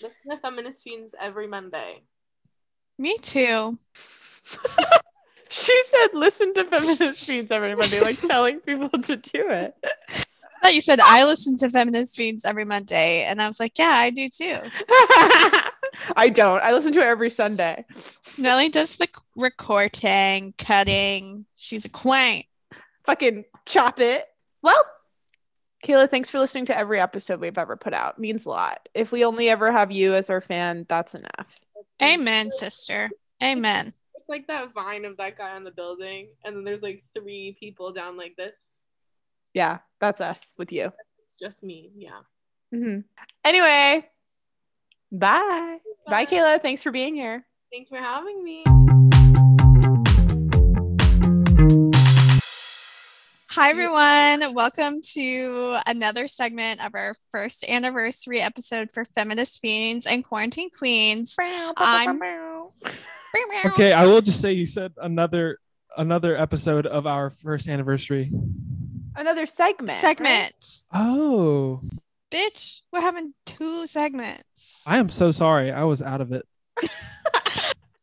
C: Listen to Feminist Fiends every Monday.
A: Me too.
B: she said, "Listen to feminist fiends every Monday," like telling people to do it.
A: I thought you said I listen to feminist fiends every Monday, and I was like, yeah, I do too.
B: (laughs) I don't. I listen to it every Sunday.
A: Nelly does the c- recording, cutting. She's a quaint.
B: Fucking chop it. Well, Kayla, thanks for listening to every episode we've ever put out. means a lot. If we only ever have you as our fan, that's enough.
C: That's-
A: Amen, sister. Amen.
C: It's like that vine of that guy on the building, and then there's like three people down like this.
B: Yeah, that's us with you.
C: It's just me. Yeah.
B: Mhm. Anyway, bye. Bye, Kayla. Thanks for being here.
C: Thanks for having me.
A: Hi, everyone. Welcome to another segment of our first anniversary episode for Feminist Fiends and Quarantine Queens. I'm-
H: Okay, I will just say you said another another episode of our first anniversary.
B: Another segment.
A: Segment.
H: Oh,
A: Bitch, we're having two segments.
H: I am so sorry. I was out of it.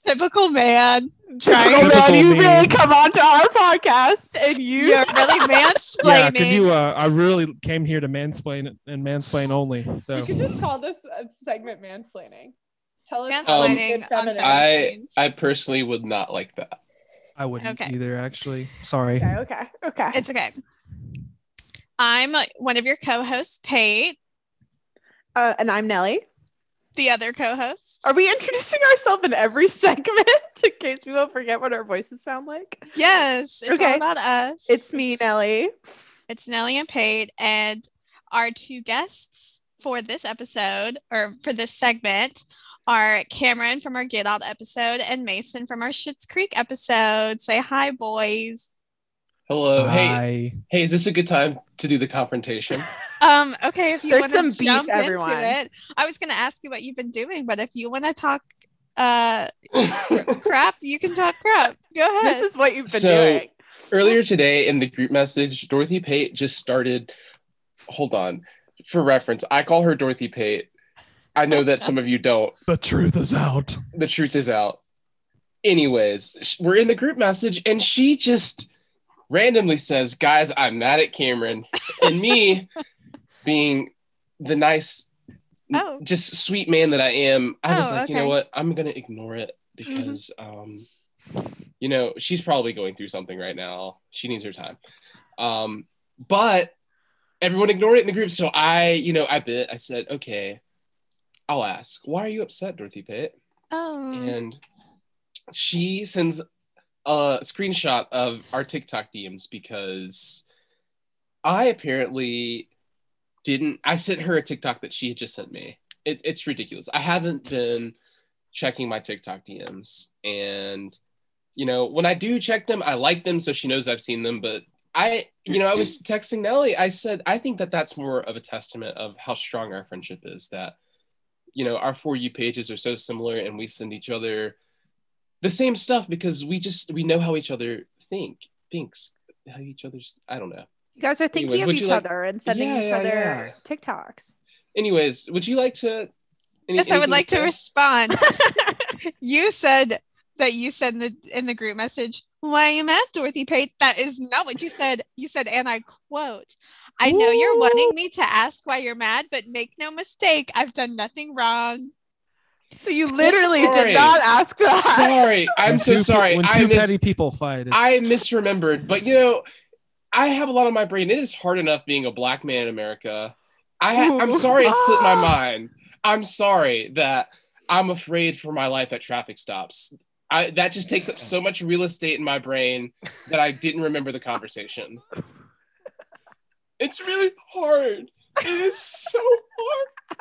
A: Typical man.
B: Typical man,
H: Typical
B: you
H: me.
B: really come onto our podcast and (laughs) you
A: You're really
H: Yeah,
A: mansplaining.
H: 'cause you uh, I really came here to mansplain it and mansplain only.
B: (laughs)
H: So
B: could just call this a segment mansplaining. Tell us
A: Mansplaining
B: good
A: on
B: feminist.
A: feminist.
I: Um, I
A: Nice.
I: I personally would not like that.
H: I wouldn't
A: Okay.
H: either. Actually, sorry.
I: (laughs)
B: Okay, okay, okay.
A: It's okay. I'm one of your co-hosts, Pate,
B: uh, and I'm Nellie.
A: the other co-host.
B: Are we introducing ourselves in every (laughs) segment in case people forget what our voices sound like?
A: Yes, it's
B: Okay.
A: all about us.
B: It's me, Nellie.
A: It's Nellie and Pate, and our two guests for this episode or for this segment are Cameron from our Get Out episode and Mason from our Schitt's Creek episode. Say hi, boys.
I: Hello. Hey,
H: Hi.
I: hey, is this a good time to do the confrontation? (laughs)
A: Um, okay, if you
B: There's
A: want
B: some
A: to
B: beef,
A: jump
B: everyone.
A: into it, I was going to ask you what you've been doing, but if you want to talk uh,
B: (laughs)
A: crap, you can talk crap. Go ahead.
B: This is what you've been
I: So-
B: doing.
I: Earlier today in the group message, Dorothy Pate just started. Hold on. For reference, I call her Dorothy Pate. I know that some of you don't.
H: The truth is out.
I: The truth is out. Anyways, sh- we're in the group message, and she just randomly says, "Guys, I'm mad at Cameron," and me, being the nice,
A: Oh.
I: just sweet man that I am, I was
A: Oh,
I: like, you know
A: okay. Mm-hmm.
I: what? I'm gonna ignore it because, um, you know, she's probably going through something right now. She needs her time. Um, but everyone ignored it in the group, so I, you know, I bit. I said, okay, I'll ask. Why are you upset, Dorothy Pitt?
A: Oh.
I: and she sends a screenshot of our TikTok DMs because I apparently didn't. I sent her a TikTok that she had just sent me. It, it's ridiculous. I haven't been checking my TikTok DMs, and you know when I do check them, I like them, so she knows I've seen them. But I, you know, I was texting Nelly. I said I think that that's more of a testament of how strong our friendship is. That you know our for you pages are so similar and we send each other the same stuff because we just we know how each other think thinks how each other's i don't know
B: You guys are thinking
I: Anyways,
B: of
I: would
B: each
I: you like-
B: other and sending
I: Yeah,
B: each
I: yeah,
B: other TikToks.
I: anyways would you like to any-
A: yes, I would
I: anything
A: like to
I: say?
A: respond. you said that you said in the in the group message, why you mad, Dorothy Pate? That is not what you said. You said, and I quote, I know you're wanting me to ask why you're mad, but make no mistake, I've done nothing wrong.
B: So you literally
I: Sorry.
B: did not ask (laughs) that.
I: sorry i'm
H: When
I: so
H: two pe-
I: sorry
H: When two
I: I, mis-
H: petty people fight, it's-
I: I misremembered but you know i have a lot on my brain it is hard enough being a black man in america i ha- i'm
B: Ooh.
I: sorry it slipped my mind i'm sorry that i'm afraid for my life at traffic stops I, that just takes up so much real estate in my brain that I didn't remember the conversation. It's really hard. It is so hard.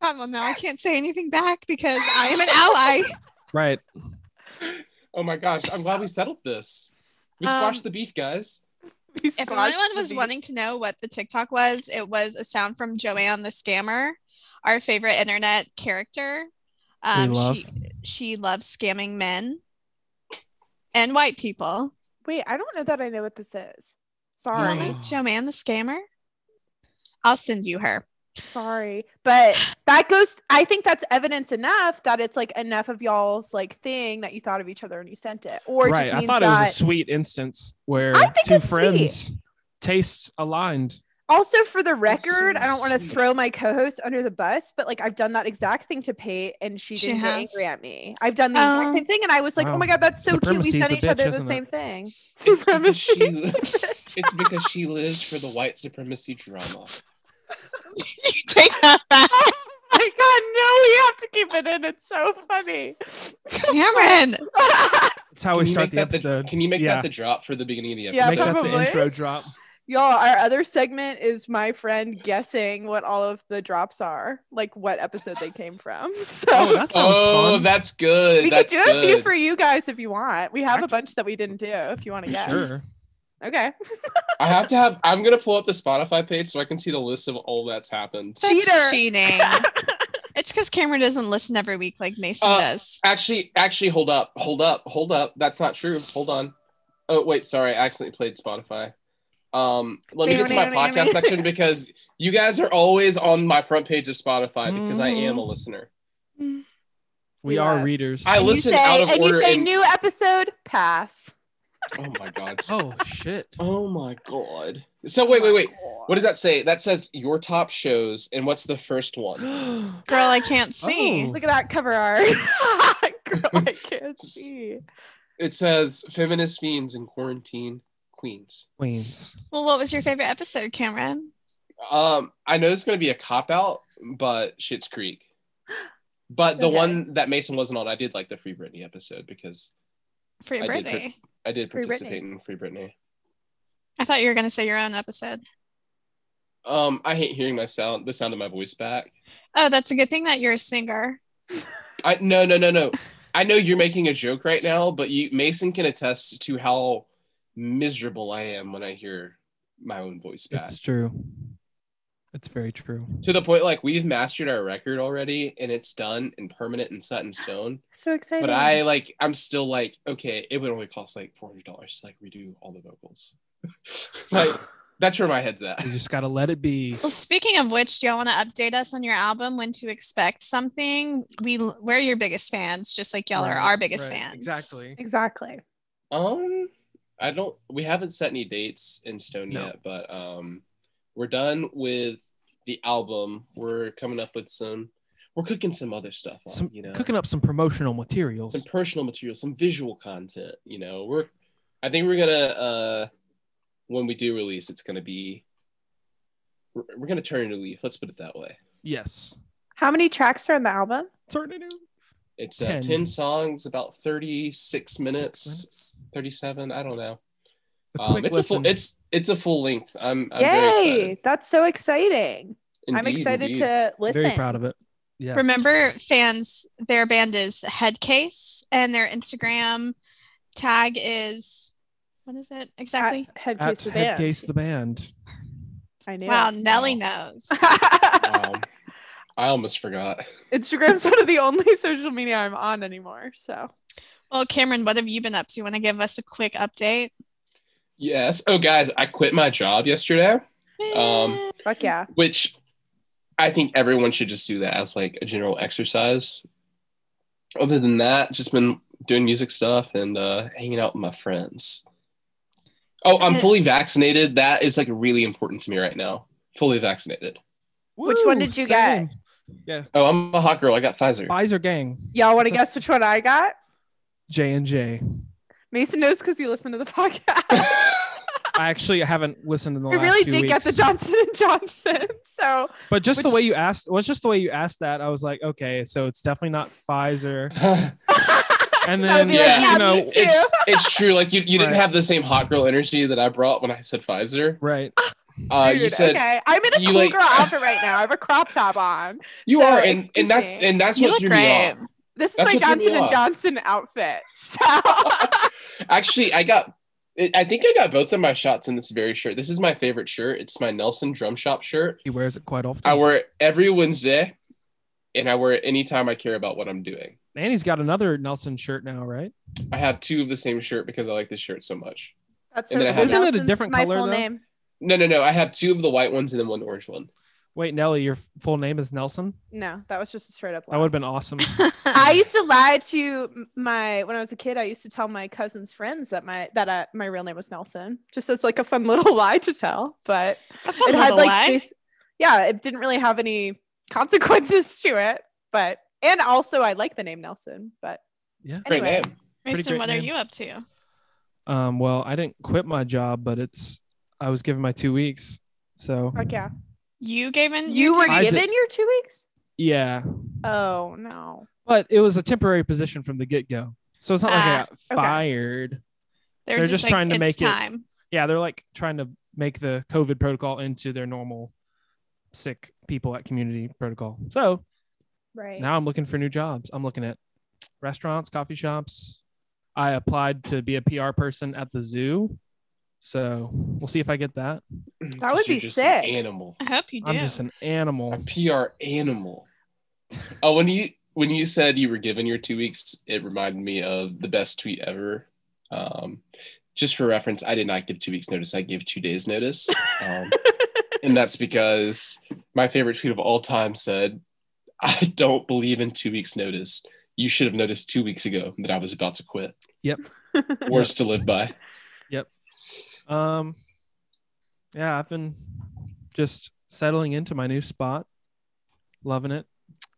A: Ah, well, now I can't say anything back because I am an ally.
H: right?
I: Oh my gosh, I'm glad we settled this. We
A: Um,
I: squashed the beef, guys.
A: If anyone was wanting to know what the TikTok was, it was a sound from Joanne the scammer, our favorite internet character.
B: Uh,
A: Um,
H: we love.
A: She she loves scamming men and white people.
B: Wait, I don't know that I know what this is.
A: You
B: Sorry.
A: don't know Joanne the scammer. I'll send you her.
B: Sorry. But that goes I think that's evidence enough that it's like enough of y'all's like thing that you thought of each other and you sent it. Or it
H: right.
B: just
H: I
B: means
H: thought it
B: that
H: was a sweet instance where
B: I think
H: two
B: it's sweet.
H: friends tastes aligned.
B: also for the
I: That's so
B: record, I don't want to
I: sweet.
B: throw my co-host under the bus, but like I've done that exact thing to Pate and she,
A: She
B: didn't get
A: has.
B: angry at me. I've done the exact
A: Oh.
B: same thing and I was like, Oh
H: Wow.
B: my god, that's so cute. We
H: Supremacy's
B: sent
H: a
B: each other
H: bitch,
B: the
H: isn't it?
B: same thing.
I: It's because
B: Supremacy.
I: She, (laughs) it's because she lives for the white supremacy drama.
A: You take that back,
B: oh (laughs) my god, no, we have to keep it in. It's so funny.
A: (laughs)
B: (laughs)
A: Cameron.
H: That's how
I: Can
H: we
I: you
H: start
I: make
H: the
I: that
H: episode.
I: can you make
H: Yeah.
I: that the drop for the beginning of the
B: Yeah,
I: episode?
H: Make that the
B: probably.
H: intro drop.
B: Y'all, our other segment is my friend guessing what all of the drops are, like what episode they came from. (laughs) So
H: Oh, that sounds
I: oh,
H: fun.
I: that's good.
B: we could
I: that's
B: do a
I: good.
B: few for you guys if you want. We have a bunch that we didn't do if you want to guess.
H: Sure.
B: Okay.
I: I have to have. I'm gonna pull up the Spotify page so I can see the list of all that's happened.
A: That's
B: Cheater.
A: cheating. (laughs) it's because Cameron doesn't listen every week like Mason
I: Uh,
A: does.
I: Actually, actually, hold up, hold up, hold up. That's not true. Hold on. Oh wait, sorry, I accidentally played Spotify. Um, let me get to my podcast section because you guys are always on my front page of Spotify because I am
B: (laughs)
I: a listener.
H: We
B: We
H: are
B: love.
H: readers.
I: I
B: And you
I: listen
B: say,
I: out of
B: and
I: order.
B: you say
I: and-
B: new episode pass.
I: oh my god. Oh.
H: oh shit.
I: my god. So wait, wait, wait. What does that say? That says your top shows, and what's the
B: (gasps)
I: first one?
A: Girl, I can't see.
H: Oh.
B: Look at that cover art. (laughs) Girl, I can't see.
I: It says feminist fiends in quarantine queens.
H: Queens.
A: Well, what was your favorite episode, Cameron?
I: Um, I know it's gonna be a cop out, but Shit's Creek. But the
B: Okay.
I: one that Mason wasn't on, I did like the Free Britney episode because
A: Free
I: I did
A: Britney.
I: pre- I did
B: Free Britney.
I: participate in Free Britney.
A: I thought you were gonna say your own episode.
I: Um, I hate hearing my sound, the sound of my voice back.
A: Oh, that's a good thing that you're a singer.
I: I no no no no. I know you're making a joke right now, but you Mason can attest to how miserable I am when I hear my own voice back.
H: It's true. It's very true.
I: to the point like we've mastered our record already and it's done and permanent and set in stone.
B: So excited.
I: But I like I'm still (laughs) like, okay, it would only cost like four hundred dollars to like redo all the vocals. like That's where my head's at.
H: You just gotta let it be.
A: Well, speaking of which, do y'all want to update us on your album? When to expect something? We we're your biggest fans, just like y'all all are
H: Right,
A: our biggest
H: right,
A: fans.
H: Exactly.
B: Exactly.
I: Um, I don't. We haven't set any dates in stone
H: No.
I: yet, but um, we're done with the album. We're coming up with some. We're cooking some other stuff. Up,
H: Some
I: you know,
H: cooking up some promotional materials.
I: some personal material, some visual content. You know, we're. I think we're gonna. Uh, when we do release, it's gonna be. We're, we're gonna turn it a leaf. Let's put it that way.
H: yes.
B: How many tracks are on the album?
H: Turn it in.
I: It's Uh,
H: 10.
I: ten songs, about thirty-six minutes,
H: Six minutes.
I: thirty-seven. I don't know.
H: A
I: Um,
H: quick
I: it's a
H: listen.
I: full. It's it's a full length. I'm. I'm very excited.
B: Yay! That's so exciting. I'm
I: Indeed,
B: excited
I: indeed.
B: to listen.
H: Very proud of it. Yes.
A: Remember, fans, their band is Headcase, and their Instagram tag is what is it
B: At
A: exactly?
H: at
B: Headcase the band.
H: Headcase the band.
B: I knew.
A: wow,
B: it.
A: Nelly knows.
I: (laughs) Um, I almost forgot.
B: Instagram's one of the only social media I'm on anymore. So
A: well, Cameron, what have you been up to? Want to give us a quick update?
I: Yes. Oh, guys, I quit my job yesterday,
B: Uh,
A: Eh,
I: Um,
B: fuck yeah.
I: which I think everyone should just do that as like a general exercise. Other than that, just been doing music stuff and uh, hanging out with my friends. Oh, I'm fully vaccinated. That is like really important to me right now. Fully vaccinated.
B: Which one did you get?
H: same.
I: Oh, I'm a hot girl. I got (laughs) Pfizer.
H: Pfizer gang.
B: Y'all want to
H: It's a-
B: guess which one I got?
H: J and J.
B: Mason knows because he listened to the (laughs)
I: (laughs)
B: podcast.
H: I actually haven't listened in the
B: I
H: last
B: really
H: two
B: did get
H: weeks.
B: the Johnson and Johnson. So (laughs)
H: But just
B: Which-
H: the way you asked, was just the way you asked that, I was like, okay, so it's definitely not
B: (laughs)
H: Pfizer. And
B: I would
H: then
B: be
I: like,
B: yeah,
H: you
B: me
H: know,
B: too.
I: it's it's true. Like you, you didn't
H: Right.
I: have the same hot girl energy that I brought when I said Pfizer.
H: right?
I: Uh, you
B: Dude,
I: said
B: okay. I'm in a
I: you
B: cool
I: like- (laughs)
B: girl outfit right now. I have a crop top on.
I: You
B: So,
I: are, and,
B: excuse
I: and that's
B: me.
I: and that's
A: you
I: what
A: look
I: threw
A: great.
I: me
B: This is
I: That's
B: my
I: what threw me
B: Johnson and
I: off.
B: Johnson outfit. (laughs) So
I: (laughs) off. Actually, I got. I- I think I got both of my shots in this very shirt. This is my favorite shirt. It's my Nelson Drum Shop shirt.
H: He wears it quite often.
I: I wear it every Wednesday, and I wear it anytime I care about what I'm doing.
H: and he's got another Nelson shirt now, right?
I: I have two of the same shirt because I like this shirt so much.
B: that's
I: And then I
B: cool.
I: have-
H: Isn't it a
B: Nelson's
H: different
B: my
H: color,
B: full
H: though?
B: name.
I: No, no, no. I have two of the white ones and then one orange one.
H: Wait, Nelly, your f- full name is Nelson.
B: No, that was just a straight up
H: That
B: lie.
H: would have
B: (laughs)
H: been awesome.
B: I used to lie to m- my when I was a kid. I used to tell my cousins' friends that my that uh, my real name was Nelson, just as like a fun (laughs) little lie to tell. But
A: A fun
B: it had
A: little
B: like,
A: lie.
B: bas- yeah, it didn't really have any (laughs) consequences to it. But and also I like the name Nelson. But
H: Yeah.
I: Great
B: anyway,
I: name.
H: Pretty
A: Mason,
H: great
A: what are
H: name.
A: you up to?
H: Um, well, I didn't quit my job, but it's I was given my two weeks. So
B: fuck yeah,
A: You gave in.
B: you were
H: I did-
B: given your two weeks.
H: yeah,
B: Oh no,
H: but it was a temporary position from the get go. So it's not like I
A: Ah,
H: got fired.
A: They're
H: They're
A: just,
H: just
A: like,
H: trying to
A: it's
H: make it-
A: time.
H: Yeah, they're like trying to make the COVID protocol into their normal sick people at community protocol. So
B: right?
H: now I'm looking for new jobs. I'm looking at restaurants, coffee shops. I applied to be a PR person at the zoo. So we'll see if I get that.
B: That would
I: You're
B: be
I: just an
B: sick.
I: animal.
A: I hope you do.
H: I'm just an animal.
I: a PR animal. Oh, when you when you said you were given your two weeks, it reminded me of the best tweet ever. Um, just for reference, I did not give two weeks notice. I gave two days notice, um, and that's because my favorite tweet of all time said, "I don't believe in two weeks notice. You should have noticed two weeks ago that I was about to quit."
H: Yep.
I: (laughs) Words to live by.
H: Um, yeah, I've been just settling into my new spot, loving it.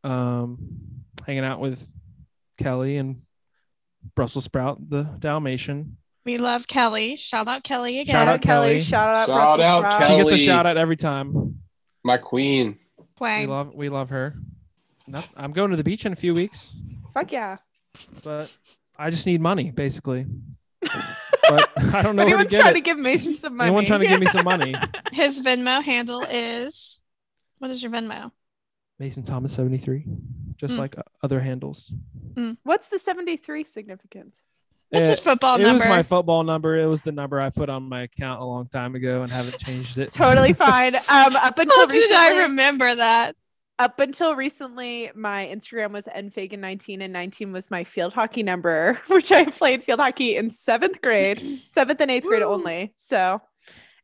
H: Um, hanging out with Kelly and Brussels sprout, the Dalmatian.
A: we love Kelly. Shout out Kelly again.
H: Shout out Kelly.
B: Shout out,
I: Shout
B: Brussels
I: out
B: sprouts.
H: She
I: Kelly.
H: gets a shout out every time.
I: My queen.
H: We
A: Wang.
H: love, we love her. No, I'm going to the beach in a few weeks,
B: Fuck yeah.
H: but I just need money, basically. But I don't know where to
B: Anyone's
H: get
B: trying
H: it.
B: to give Mason some money.
H: Anyone trying to give me some money?
A: His Venmo handle is what is your Venmo?
H: Mason Thomas 73, just
A: Mm.
H: like uh, other handles.
B: (laughs) What's the 73 significance?
A: That's
H: Uh,
A: his football
H: it was
A: number.
H: my football number. It was the number I put on my account a long time ago and haven't changed it.
B: Totally
H: (laughs)
B: fine. Um, up until
A: (laughs) How did I
B: recently-
A: remember that?
B: up until recently, my Instagram was nfagan19 and 19 was my field
A: (clears throat)
B: hockey (laughs) number, which I played field hockey in seventh grade, seventh and eighth grade only. So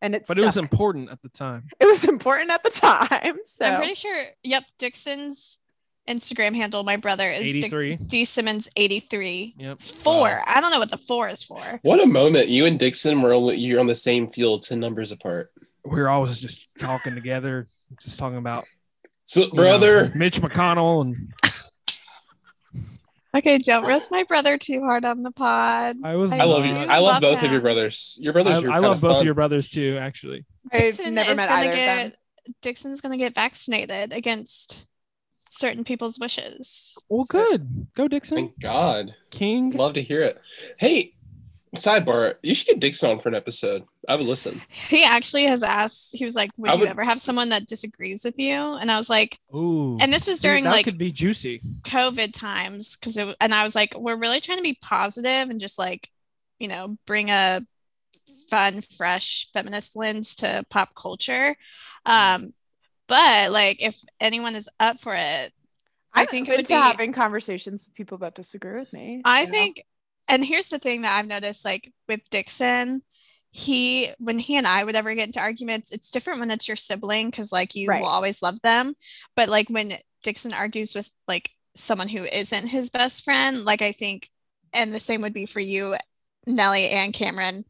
B: and it's
H: but it was
B: stuck.
H: important at the time.
B: it was (laughs) important at the time. So
A: I'm pretty sure. Yep, Dixon's Instagram handle. My brother is Dick-
H: 83.
A: D Simmons 83.
H: Yep. Uh,
A: Four.
I: Wow.
A: I don't know what the four is for.
I: What a moment! You and Dixon were only, you're on the same field, ten numbers apart.
H: We were always just talking together, just talking about
I: So,
H: you know,
I: brother,
H: Mitch McConnell, and
A: Okay, don't roast my brother too hard on the pod.
H: I was.
I: I love
A: I
I: you.
A: do
I: I love,
A: love
I: both of
A: them.
I: your brothers. Your
H: I,
I: brothers. are
H: I
I: kind
H: love both
I: fun.
H: of your brothers too. Actually,
B: I've
A: Dixon
B: never
A: is
B: met
A: gonna
B: either
A: get
B: of them.
A: Dixon's gonna get vaccinated against certain people's wishes.
H: well, good. Go Dixon,
I: Thank God.
H: King.
I: Love to hear it. Hey, sidebar. You should get Dixon on for an episode. I would (laughs) listen.
A: He actually has asked. He was like, "Would
I: I
A: you
I: would-
A: ever have someone that disagrees with you?" And I was like,
H: Ooh,
A: and this was
H: Dude,
A: during
H: that
A: like
H: could be juicy.
A: COVID times because it and I was like, we're really trying to be positive and just like, you know, bring a fun, fresh feminist lens to pop culture.
H: Mm.
A: Um, but like, if anyone is up for it, I
B: I'm
A: think it
B: open
A: would
B: to
A: be-
B: having conversations with people that disagree with me.
A: I
B: you know?
A: think, and here's the thing that I've noticed like with Dixon, he, when he and I would ever get into arguments, it's different when it's your sibling because like you
B: Right.
A: will always love them. But like when Dixon argues with like someone who isn't his best friend, like I think, and the same would be for you, Nellie and Cameron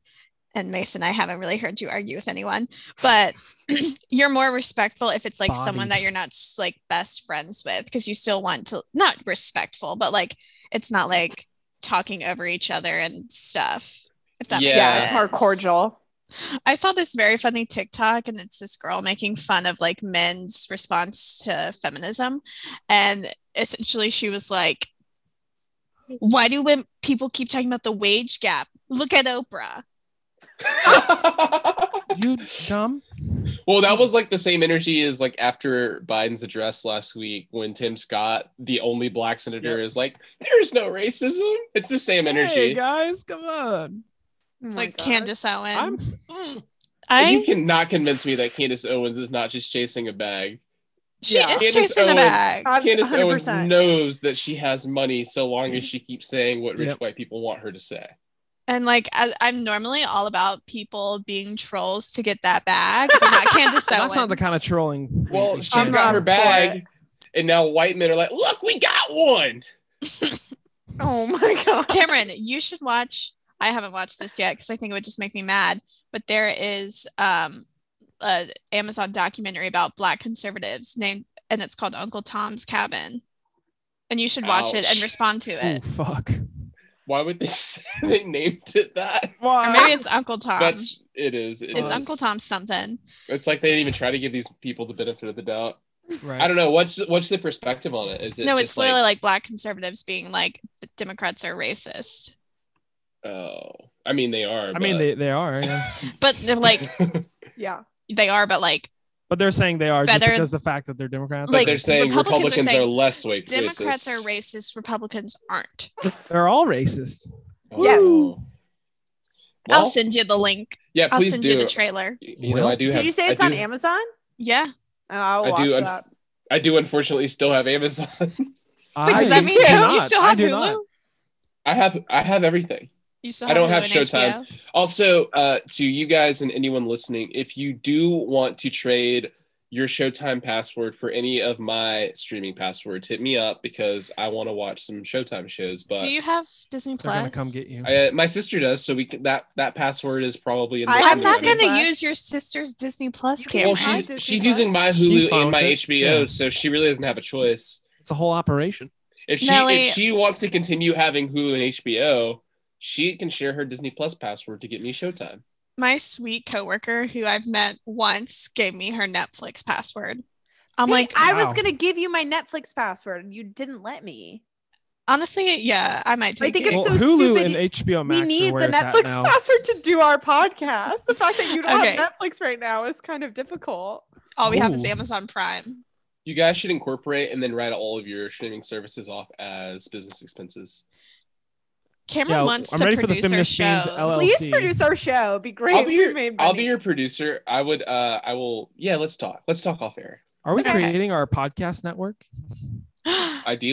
A: and Mason. I haven't really heard you argue with anyone, but (clears throat) you're more respectful if it's like someone
H: Bobby.
A: that you're not s- like best friends with because you still want to not respectful, but like it's not like talking over each other and stuff. If that
I: Yeah.
A: makes
B: yeah,
A: sense.
B: more cordial.
A: I saw this very funny TikTok, and it's this girl making fun of like men's response to feminism, and essentially she was like, "Why do women people keep talking about the wage gap? Look at Oprah."
H: You dumb.
I: well, that was like the same energy as like after Biden's address last week when Tim Scott, the only black senator, is like, "There's no racism." It's the same
H: Hey
I: (laughs) energy.
H: guys, come on.
B: Oh
A: like Candace
H: I'm
A: Owens.
I: And
A: I
I: you cannot convince me that Candace Owens is not just chasing a bag.
A: she
B: Yeah.
A: is
I: Candace
A: chasing the
I: Owens.
A: bag.
I: Candace Owens
B: 100%.
I: knows that she has money so long as she keeps saying what rich
H: Yep.
I: white people want her to say.
A: And like I, I'm normally all about people being trolls to get that bag, but not Candace Owens.
H: That's not the kind of trolling. we
I: Well,
H: exchange.
I: she's got her
B: for
I: bag, and now white men are like, "Look, we got one."
B: Oh my (laughs) god.
A: Cameron, you should watch. I haven't watched this yet because I think it would just make me mad. But there is um an Amazon documentary about Black conservatives named, and it's called Uncle Tom's Cabin. And you should watch it and
I: Ouch.
A: respond to
H: Ooh,
A: it. (laughs)
H: fuck.
I: Why would they (laughs) say they named it that?
A: Or maybe it's Uncle Tom.
I: That's it is. it
A: um, it's
I: is.
A: Uncle Tom something.
I: It's like they didn't even try to give these people the benefit of the doubt.
H: Right.
I: I don't know. What's what's the perspective on it? Is it
A: No,
I: just
A: it's literally like Black conservatives being like the Democrats are racist.
I: oh, I mean they are.
H: I mean, they, they are, yeah.
A: But they're like
I: (laughs) but
B: Yeah.
A: they are, but like
H: but they're saying they are just
A: Better-
H: because the fact that they're Democrats.
A: like,
I: they're saying
A: Republicans are
I: Republicans, are,
A: saying
I: less white
A: Democrats
I: racist.
A: are racist, Republicans aren't.
H: (laughs) they're all racist.
I: Oh.
B: Yes.
I: Well,
A: I'll send you the link.
I: yeah,
A: I'll
I: please
A: send
I: do.
A: you the trailer.
I: you know, I do
H: Well,
I: have,
B: Did you say it's
I: I
B: on
I: do-
B: Amazon?
A: Yeah.
B: Oh, I'll
I: I do,
B: watch
I: un-
B: that.
I: I do unfortunately still have Amazon. (laughs)
H: I
A: does that
H: do
A: mean you-
H: not.
A: you still
H: I
A: have
H: do
A: Hulu?
H: not.
I: I have I have everything.
A: You still
I: I don't have
A: Hulu and
I: Showtime.
A: HBO?
I: Also, uh, to you guys and anyone listening, if you do want to trade your Showtime password for any of my streaming passwords, hit me up because I want to watch some Showtime shows. But
A: Do you have Disney
H: They're
A: Plus?
H: gonna come get you.
I: I, uh, my sister does, so we can, that that password is probably in. The
B: I
A: I'm
B: have
A: not
B: Disney
A: going
I: community.
A: to
B: Plus.
A: use your sister's Disney Plus
B: You can-
A: camera.
I: Well,
B: Cameron. I
I: she's
B: Disney
I: she's
B: Plus.
I: using my
H: She's
I: Hulu
H: fine
I: and my
H: with it.
I: HBO,
H: Yeah.
I: so she really doesn't have a choice.
H: It's a whole operation.
I: If she
A: Nelly-
I: if she wants to continue having Hulu and HBO, she can share her Disney Plus password to get me Showtime.
A: My sweet coworker who I've met once gave me her Netflix password. I'm
B: Hey,
A: like,
B: I
H: wow.
B: was gonna give you my Netflix password and you didn't let me.
A: honestly, yeah, I might
B: I
A: take
B: think
A: it.
B: it's
H: Well,
B: so
H: Hulu
B: stupid.
H: and HBO Max
B: we
H: are
B: need
H: where
B: the
H: it's at
B: Netflix
H: now.
B: password to do our podcast. The fact that you don't
A: Okay.
B: have Netflix right now is kind of difficult.
A: All we have is
H: Ooh.
A: Amazon Prime.
I: You guys should incorporate and then write all of your streaming services off as business expenses.
A: Cameron
H: Yeah,
A: wants
H: I'm
A: to
H: ready for the
A: produce her
H: Feminist Fiends E.
A: show.
H: LL.
B: Please
H: LLC.
B: produce our show. Be great.
I: I'll
B: We
I: be your
B: made
I: I'll
B: money.
I: be your producer. I would uh I will yeah, let's talk. Let's talk off air.
H: Are we
A: Okay.
H: creating our podcast network?
I: Ideally,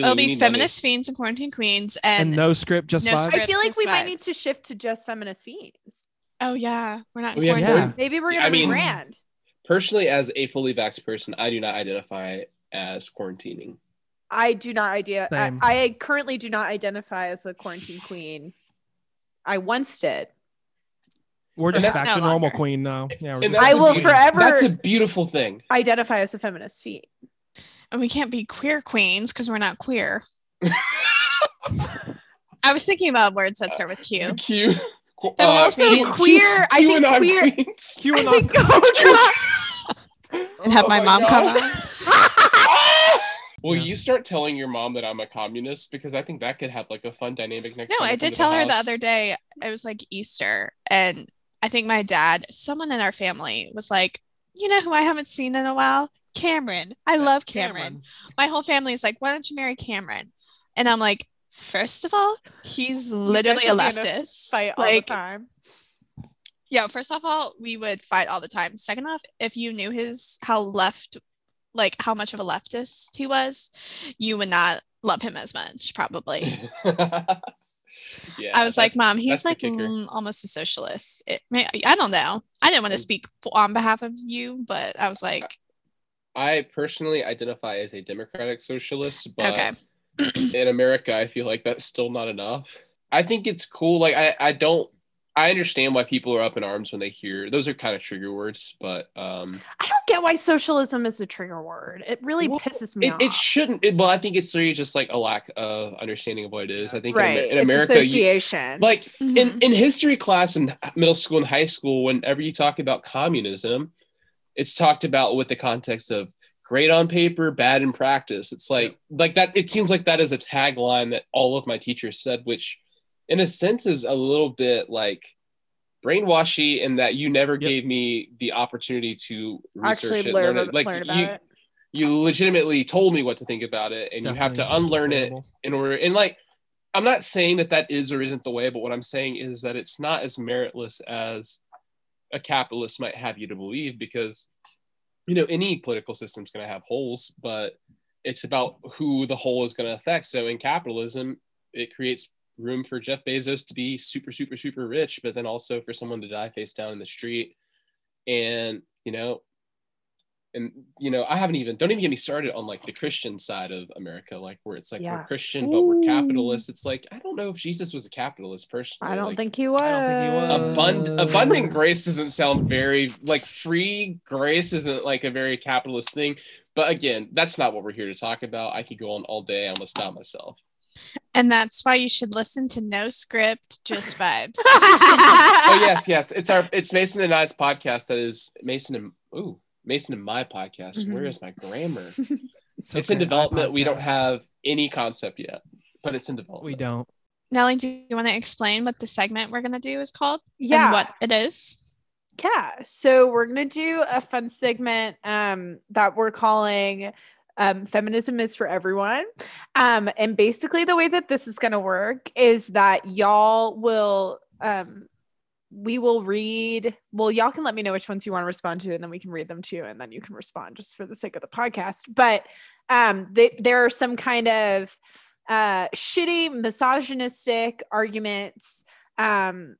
A: (gasps) It'll
I: we
A: be
I: need money.
A: Feminist Fiends and Quarantine Queens
H: And,
A: and
H: no script, just
A: no
H: vibes.
A: script.
B: I feel like
A: Christmas
B: we might need to
A: vibes.
B: shift to just feminist fiends.
A: Oh yeah, we're not. in
I: Oh, yeah,
A: quarantine.
H: yeah.
B: Maybe we're
I: Yeah,
B: gonna
I: I mean-
B: rebrand.
I: Personally, as a fully vaxxed person, I do not identify as quarantining.
B: I do not idea. I,
H: Same.
B: I currently do not identify as a
H: (sighs)
B: quarantine queen. I once did.
H: We're just
I: that's
H: back
A: no
H: to normal
A: longer.
H: queen now. Yeah, we're
I: And
H: just-
I: that's
B: I
I: a
B: will
I: beautiful-
B: forever-
I: That's a beautiful thing.
B: Identify as a feminist feat.
A: and we can't be queer queens because we're not queer. I was thinking about words that start with
I: (laughs)
A: Q.
I: Q. Qu-
A: That was
B: also
I: Q-
B: queer- I think
I: QAnon
B: queer-
I: queens.
B: (laughs) I think- oh,
A: And have
I: Oh
A: my
I: my (laughs)
A: mom
I: God.
A: come
B: (laughs)
A: on.
I: Ah! Will
H: Yeah.
I: you start telling your mom that I'm a communist? Because I think that could have like a fun dynamic next
A: No,
I: time.
A: I
I: come
A: did
I: to
A: tell her the
I: house.
A: other day. It was like Easter, and I think my dad, someone in our family, was like, "You know who I haven't seen in a while? Cameron. I love Cameron. my whole family is like, why don't you marry Cameron? And I'm like, first of all, he's literally a
B: would be in a
A: leftist.
I: (laughs)
B: Fight all
A: like,
B: the time.
A: yeah, first of all, we would fight all the time. Second off, if you knew his how left, like how much of a leftist he was, you would not love him as much,
I: (laughs)
A: probably.
I: yeah,
A: I was like,
I: that's-
A: Mom,
I: that's
A: he's
I: the
A: like
I: kicker.
A: mm, almost a socialist. It may, I don't know. I didn't want to
I: Mm.
A: speak f- on behalf of you, but I was
I: Uh,
A: like,
I: I personally identify as a democratic socialist, but
A: okay.
I: (clears throat) in America, I feel like that's still not enough. I think it's cool. Like I, I don't I understand why people are up in arms when they hear those are kind of trigger words, but um
B: I don't get why socialism is a trigger word. It really
I: Well,
B: pisses me
I: it,
B: off.
I: it shouldn't it, well, I think it's really just like a lack of understanding of what it is. I think in Amer-
B: right.
I: in,
B: it's
I: America you,
B: association.
I: like in,
B: Mm-hmm.
A: Mhm.
I: in history class in middle school and high school, whenever you talk about communism, it's talked about with the context of great on paper, bad in practice. It's like like that. It seems like that is a tagline that all of my teachers said, which in a sense is a little bit like brainwashy in that you never
H: Yep.
I: gave me the opportunity to research
B: actually
I: it,
B: learn,
I: learn it. Like
B: learn about
I: you,
B: it.
I: you legitimately told me what to think about it,
H: It's
I: and you have to
H: definitely
I: unlearn it
H: terrible.
I: in order and like i'm not saying that that is or isn't the way but what i'm saying is that it's not as meritless as a capitalist might have you to believe because you know any political system's going to have holes but it's about who the hole is going to affect so in capitalism it creates room for jeff bezos to be super super super rich but then also for someone to die face down in the street and you know and you know i haven't even don't even get me started on like the christian side of america like where it's like
B: Yeah.
I: we're christian but we're
B: Ooh.
I: capitalist it's like i don't know if jesus was a capitalist personally
B: I don't
I: like,
B: think he was.
H: I don't think he
I: abund-
B: Uh, (laughs)
H: was.
I: abundant grace doesn't sound very like free grace isn't like a very capitalist thing but again that's not what we're here to talk about i could go on all day i'm gonna stop myself
A: And that's why you should listen to no script,
I: (laughs)
A: just
B: (laughs)
A: vibes.
I: (laughs) oh yes yes it's our it's mason and i's podcast that is mason and ooh mason and my podcast Where is my grammar it's in
H: okay,
I: development. We don't
H: podcast.
I: have any concept yet, but it's in development.
H: We don't.
A: Nellie, do you want to explain what the segment we're going to do is called?
B: yeah.
A: And what it is?
B: Yeah. So we're going to do a fun segment um, that we're calling um, Feminism is for Everyone. Um, and basically, the way that this is going to work is that y'all will, um, we will read, well, y'all can let me know which ones you want to respond to, and then we can read them too. And then you can respond just for the sake of the podcast. But um, th- there are some kind of uh, shitty, misogynistic arguments. Um,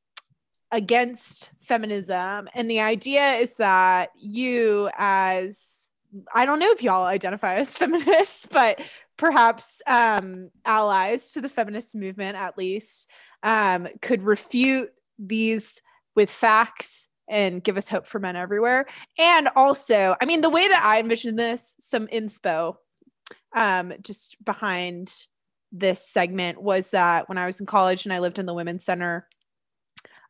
B: against feminism. And the idea is that you, as I don't know if y'all identify as (laughs) feminists, but perhaps um, allies to the feminist movement at least, um, could refute these with facts and give us hope for men everywhere. And also, I mean, the way that I envision this, some inspo um, just behind this segment was that when I was in college and I lived in the women's center,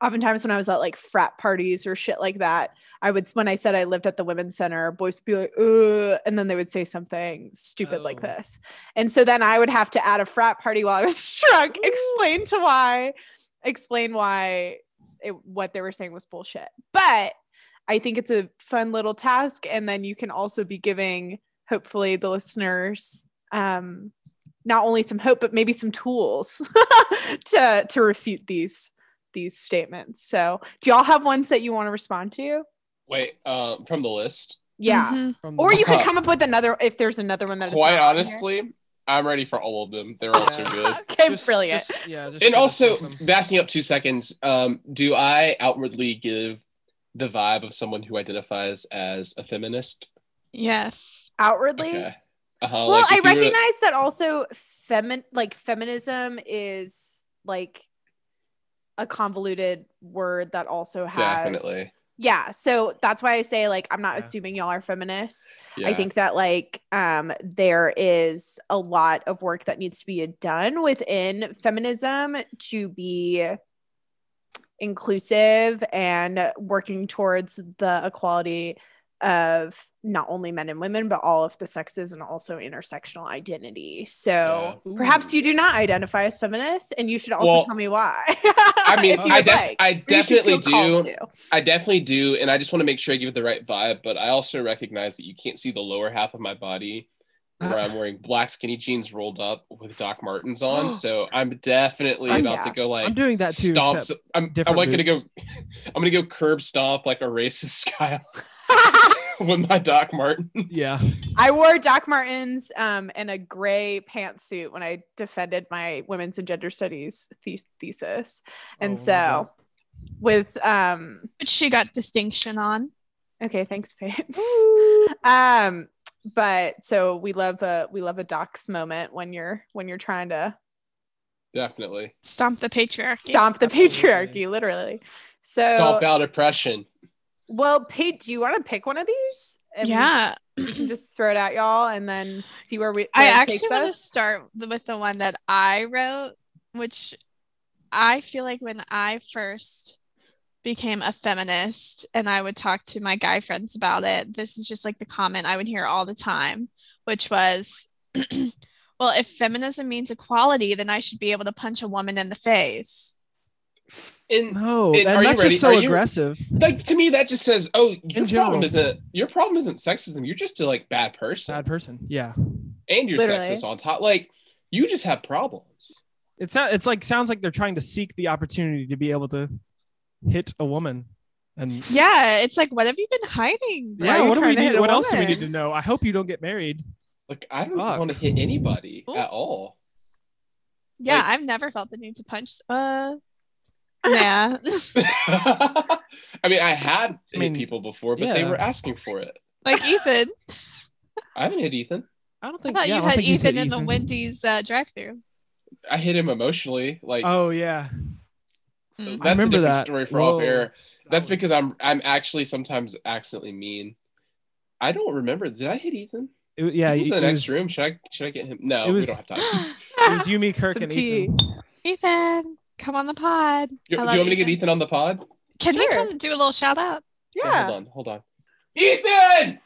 B: oftentimes when I was at like frat parties or shit like that, I would when I said I lived at the women's center, boys would be like, Ugh, and then they would say something stupid like
H: Oh.
B: this. And so then I would have to at a frat party while I was (laughs) drunk, explain to why, explain why it, what they were saying was bullshit. But I think it's a fun little task. And then you can also be giving, hopefully, the listeners um, not only some hope, but maybe some tools (laughs) to to refute these these statements. So, do y'all have ones that you want to respond to?
I: Wait, uh, from the list.
B: Yeah.
A: Mhm.
H: From the
B: Or you
H: book.
B: could come up with another if there's another one that is
I: Uh, Quite
B: not on here.
I: honestly, I'm ready for all of them. They're all so good.
B: Okay,
H: Just-
B: brilliant.
H: just- yeah. just
I: and
H: share
I: also
H: with them.
I: backing up two seconds um, do i outwardly give the vibe of someone who identifies as a feminist
A: Yes.
B: Outwardly.
I: okay uh-huh,
B: well,
I: like,
B: I
I: if you were-
B: recognize that also femin like feminism is like a convoluted word that also has
I: definitely
B: Yeah, so that's why I say like I'm not
H: Yeah.
B: assuming y'all are feminists.
I: yeah.
B: I think that like um there is a lot of work that needs to be done within feminism to be inclusive and working towards the equality of not only men and women but all of the sexes and also intersectional identity. So perhaps you do not identify as feminist and you should also
I: Well,
B: tell me why. (laughs)
I: I mean,
B: if you
I: I,
B: would
I: def-
B: like,
I: I
B: or you should
I: definitely
B: feel called
I: do.
B: to.
I: I definitely do, and I just want to make sure I give it the right vibe. But I also recognize that you can't see the lower half of my body,
B: Uh.
I: where I'm wearing black skinny jeans rolled up with
B: (gasps)
I: Doc Martens on. so I'm definitely
B: I'm-
I: about
B: Oh,
I: to
B: yeah.
I: go like
H: I'm doing that too.
I: stomp.
H: except-
I: s- I'm, I'm
H: different
I: like gonna go.
H: boots.
I: (laughs) I'm gonna go curb stomp like a racist (laughs)
H: (laughs)
I: guy with my Doc Martens.
H: yeah.
B: I wore Doc Martens um, and a gray pantsuit when I defended my women's and gender studies the- thesis, and
H: Oh, love
B: so with um,
A: Which she got distinction on.
B: okay, thanks, (laughs) Paige. um, but so we love a we love a docs moment when you're when you're trying to
I: Definitely.
A: Stomp the patriarchy.
B: stomp the
H: Absolutely.
B: patriarchy, literally. So,
I: Stomp out oppression.
B: well, Paige, do you want to pick one of these? And we-
A: Yeah.
B: we can just throw it at y'all and then see where we.
A: I
B: where it
A: actually
B: takes
A: want to
B: us.
A: start th- with the one that I wrote, which I feel like when I first became a feminist and I would talk to my guy friends about it, this is just like the comment I would hear all the time, which was, (clears throat) well, if feminism means equality, then I should be able to punch a woman in the face.
I: And
H: No,
I: And are
H: and
I: you
H: that's
I: ready-
H: just so
I: are you-
H: aggressive.
I: like to me, that just says, "Oh, your problem
H: general.
I: isn't your problem isn't sexism. You're just a like bad person,
H: Bad person. Yeah.
I: and you're
B: Literally.
I: sexist on top. Like you just have problems."
H: It's not, it's like sounds like they're trying to seek the opportunity to be able to hit a woman. And
A: Yeah, it's like, what have you been hiding?
B: Why are
H: yeah,
B: you
H: what do
B: trying
H: we
B: to hit
H: need?
B: a
H: What else do we
B: woman?
H: need to know? I hope you don't get married.
I: Like I don't
H: Fuck.
I: want to hit anybody
A: Ooh.
I: at all. (laughs)
A: Yeah,
I: Like-
A: I've never felt the need to punch. Uh, nah. (laughs)
I: I mean, I had
H: I mean,
I: hit people before, but they
H: yeah.
I: were asking for it.
A: like Ethan,
I: I haven't hit Ethan.
H: I don't
A: I
H: think.
A: thought
H: yeah, I
A: you
H: don't
A: had
H: think he's hit
A: Ethan in the
H: Ethan.
A: Wendy's uh, drive-through.
I: I hit him emotionally. Like
H: Oh yeah,
A: Mm.
I: that's
H: I remember
I: a different
H: that.
I: story for
H: Whoa.
I: off air.
H: That
I: That's
H: was-
I: because I'm I'm actually sometimes accidentally mean. I don't remember. Did I hit Ethan?
H: It- yeah,
I: He's
H: it,
I: in the
H: it
I: next
H: was,
I: room. Should I should I get him? No,
H: It was-
I: we don't have
H: (gasps)
I: time.
A: (gasps)
H: It was
B: (laughs)
H: Yumi, Kirk,
B: Some
H: and
B: tea.
H: Ethan.
A: Ethan, come on the pod.
I: You, do
A: I
I: you
A: love
I: want me to get Ethan on the pod?
A: Can we
B: Sure.
A: come do a little shout (gasps) out?
I: Okay,
B: yeah.
I: hold on. Hold on. Ethan!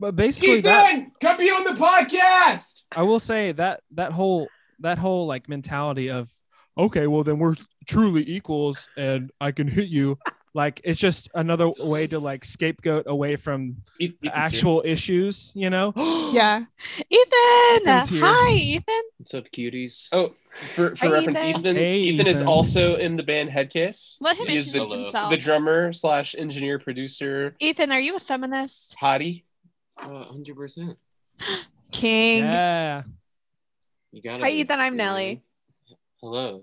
H: But basically, that
I: Come be on the podcast!
H: I will say that that whole that whole like mentality of okay, well then we're truly equals, and I can hit you. Like it's just another way to like scapegoat away from the actual issues, you know?
A: Yeah. Ethan.
H: Ethan's here.
A: Hi, Ethan.
I: What's up, cuties? Oh, for, for
B: Hi,
I: reference,
B: Ethan.
I: Ethan. Ethan,
H: Hey,
I: is
H: Ethan.
I: also in the band Headcase.
A: Let him
I: He is the-
A: introduce himself.
I: The drummer slash engineer producer,
A: Ethan, are you a feminist?
I: Hottie.
J: Uh,
A: King.
H: Yeah.
B: Hi, Ethan. I'm Nelly.
I: Ethan,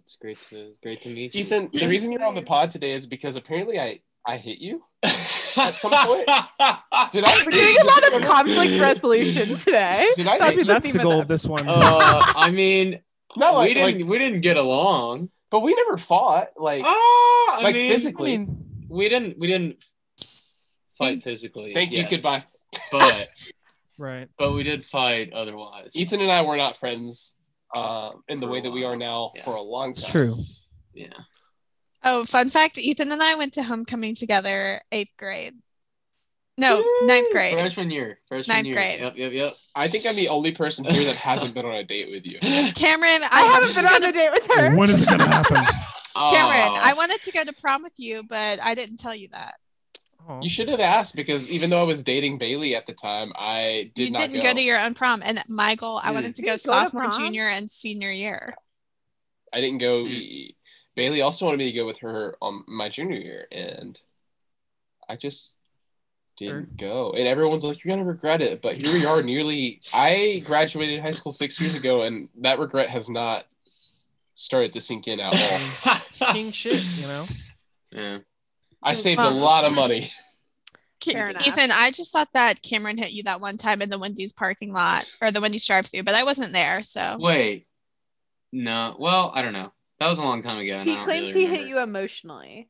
I: the reason you're on the pod today is because apparently I I hit
J: (laughs)
I: you at some point. Did I?
B: We're doing a lot of
H: (laughs)
B: conflict
J: (laughs)
B: resolution today.
I: Did I?
H: That'd
I: Hit
H: be-
I: you?
H: that's the
B: theme of
H: goal
B: that.
H: of this one.
J: uh, I mean,
I: No, like,
J: we didn't we didn't get along.
I: like- but we never fought. Like,
J: Oh, I
I: like
J: mean,
H: I
I: physically.
H: mean,
J: we didn't we didn't fight physically.
I: Thank you.
J: yes,
I: Goodbye.
J: But
H: right.
J: but we did fight
I: (laughs)
J: otherwise.
I: Ethan and I were not friends um, in the way that we are now
J: Yeah.
I: for a long time.
H: It's true.
J: Yeah.
A: Oh, fun fact Ethan and I went to homecoming together eighth grade. No, ninth grade.
J: Freshman year. Freshman
A: Ninth
J: year.
A: grade.
J: Yep. Yep. Yep.
I: I think I'm the only person here that hasn't been on a date
J: (laughs)
I: with you.
A: Cameron, I,
B: I haven't
A: wanted
B: been
A: to go
B: on
A: to-
B: a date with her.
H: is it (laughs) gonna happen?
A: Cameron,
J: Oh.
A: I wanted to go to prom with you, but I didn't tell you that.
H: Aw.
I: You should have asked because even though I was dating Bailey at the time, I did
A: you
I: not
A: didn't
I: go.
A: go. to your own prom. And my goal, I
J: Mm.
A: wanted to
B: You
A: go
B: didn't go to
A: sophomore,
B: prom?
A: junior, and senior year.
I: I didn't
H: Hmm.
I: go. e-,
J: Mm.
I: Bailey also wanted me to go with her on my junior year, and I just didn't go. And everyone's like, you're going to regret it. But here we are nearly, I graduated high school six years ago, and that regret has not started to sink in at all.
J: (laughs)
H: King shit, you know.
I: yeah. I saved a lot of
B: (laughs)
I: money.
B: Fair enough.
A: Ethan, I just thought that Cameron hit you that one time in the Wendy's parking lot or the Wendy's drive-through, but I wasn't there, so
J: Wait. No. Well, I don't know. That was a long time ago. and I
B: he
J: don't
B: claims
J: really
B: he hit
J: remember.
B: you emotionally.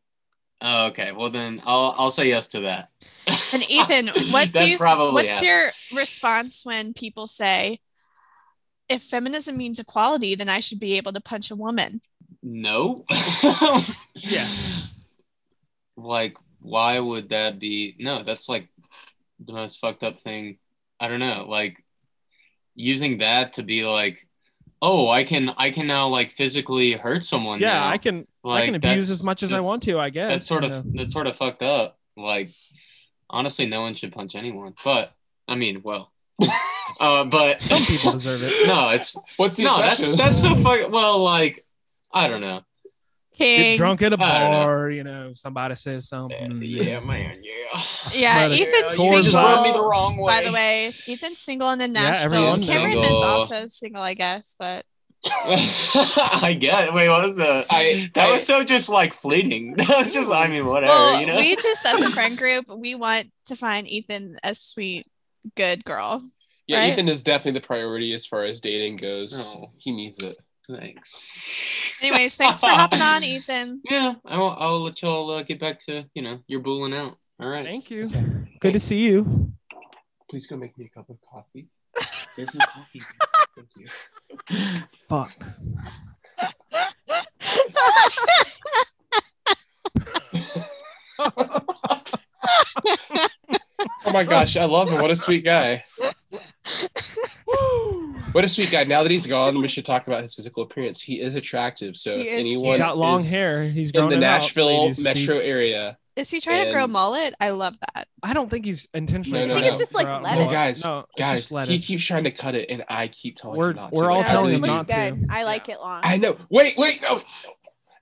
J: Oh, okay. Well, then I'll I'll say yes to that. (laughs)
A: And Ethan, what
J: That
A: do you
J: probably
A: what's
J: happened.
A: your response when people say if feminism means equality, then I should be able to punch a woman?
J: No. (laughs)
H: Yeah.
J: Like, why would that be? No, that's like the most fucked up thing. I don't know. Like, using that to be like, oh, I can I can now like physically hurt someone.
H: Yeah,
J: now.
H: I can I
J: Like,
H: can abuse
J: that's-
H: as much as I
J: that's-
H: want to, I guess.
J: that's sort
H: you
J: of
H: know.
J: that's sort of fucked up. Like honestly, no one should punch anyone. But I mean, well, (laughs) uh, but
H: some people
J: (laughs)
H: deserve it.
I: (laughs)
J: no, it's
I: What's the
J: no,
I: exception?
J: that's that's so fuck. Well, like I don't know.
H: Get
A: King.
H: drunk at a
J: I don't know. Uh,
H: bar, you know, somebody says
I: Mm.
H: something.
J: Yeah, man. Yeah.
A: Yeah,
H: Brother,
A: Ethan's
H: you
A: single.
H: just rubbed
I: me the wrong
A: By
I: way.
A: the way, Ethan's single and in
H: Yeah,
A: Nashville.
H: everyone's
A: Cameron is
J: single.
A: also single, I guess, but
J: (laughs) I get. Wait, what was the?
I: I-
J: I that
I: I-
J: was so just like fleeting. (laughs) That was just. I mean, whatever.
A: well,
J: you know.
A: we just as a friend group, we want to find Ethan a sweet, good girl.
I: Yeah,
A: Right?
I: Ethan is definitely the priority as far as dating goes.
J: Oh.
I: He needs it.
J: Thanks.
A: Anyways, thanks for hopping on, Ethan.
J: Yeah, I'll I'll let y'all uh, get back to you know you're booling out. All right.
H: Thank you. Good to see you.
I: Please go make me a cup of
A: (laughs)
I: coffee.
J: There's no coffee.
I: Thank you.
H: Fuck.
I: Oh my gosh, I love him. What a
A: (laughs)
I: sweet guy. What a sweet guy. Now that he's gone, we should talk about his physical appearance. He is attractive. So
A: He
I: if
A: is
I: anyone
H: He's
A: One
H: got long
I: is
H: hair. He's
I: in
H: grown
I: the
H: it out,
I: Nashville
H: ladies.
I: metro area,
A: Is he trying to grow
I: And-
A: mullet? I love that.
H: I don't think he's intentionally.
I: No, no,
H: trying
I: no. I think
H: to
I: it's
B: just like
H: grow out
B: lettuce.
H: mullets.
I: No, guys,
H: no, it's
I: guys,
H: just lettuce.
I: he keeps trying to cut it, and I keep telling
H: We're-
I: him not
H: we're
I: to.
H: all
I: Like, I
H: telling
I: really
H: him
I: do.
B: looks
H: not to.
B: good. I like it long.
I: I know. Wait, wait, no.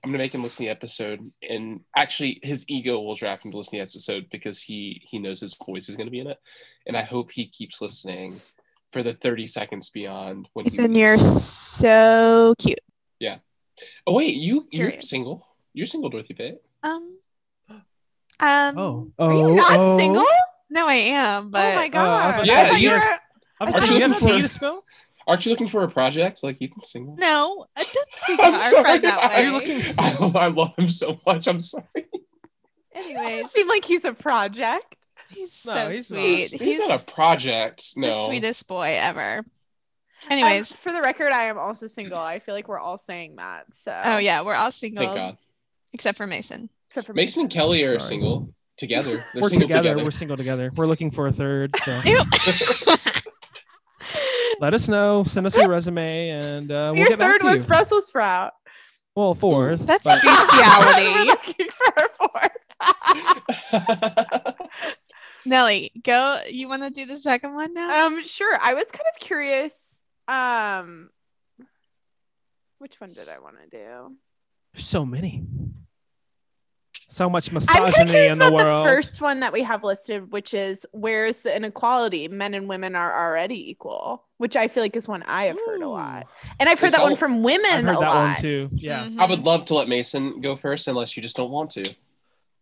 I: I'm gonna make him listen to the episode, and actually, his ego will draft him to listen to the episode because he he knows his voice is gonna be in it, and I hope he keeps listening for the 30 seconds beyond when he
A: Ethan,
I: leaves.
A: you're so cute.
I: Oh wait, you you're
A: Period.
I: single. You're single, Dorothy Pitt.
A: Um, um,
H: Oh,
B: Are
H: oh,
B: you not
H: oh.
B: single?
A: no, I am, but
B: oh my
H: Oh, I
B: god!
H: thought
I: you
B: I
I: said
B: thought you
I: you were-
B: were-
H: I'm
I: Aren't
H: sorry,
I: you
H: you have
I: looking for-
H: tea to spill?
I: Aren't you looking for a project? Like you can single.
A: no, uh, don't speak to
I: I'm
A: our
I: sorry.
A: friend that
I: I-
A: way.
H: Are you looking?
I: I, (laughs) I love him so much. I'm sorry.
B: (laughs) It
A: Anyways,
B: seemed like he's a project.
A: he's
H: No,
A: so
H: he's not.
A: sweet.
I: He's, not a project. No.
A: the sweetest boy ever.
B: Um,
A: Anyways,
B: for the record, I am also single. I feel like we're all saying that. So
A: oh yeah, we're all single
B: Um,
I: Thank God.
A: except for Mason.
B: except for
I: Mason and Kelly are
H: Sorry.
I: single together. They're
H: We're
I: single
H: together.
I: together.
H: We're single together. We're looking for a third.
B: (laughs)
H: So
A: Ew.
H: let us know. Send us your resume, and uh, we'll
B: Your
H: get back
B: third
H: to
B: was
H: you.
B: Brussels (laughs) sprout.
H: Well, fourth.
A: That's
H: but-
B: (laughs) we're
A: bestiality.
B: looking for a fourth.
A: (laughs) Nelly, go. You want to do the second one now?
B: um, sure. I was kind of curious. Um, which one did I want to do?
H: There's so many. So much
B: I'm kind of
H: misogyny
B: curious
H: in the
B: about
H: world.
B: the first one that we have listed, which is where's the inequality? Men and women are already equal, which I feel like is one I have heard a lot, and I've heard
I: It's
B: that one
I: all-
B: from women
H: I've
B: a
H: heard that
B: lot.
H: one too. Yeah.
A: Mhm.
I: I would love to let Mason go first, unless you just don't want to.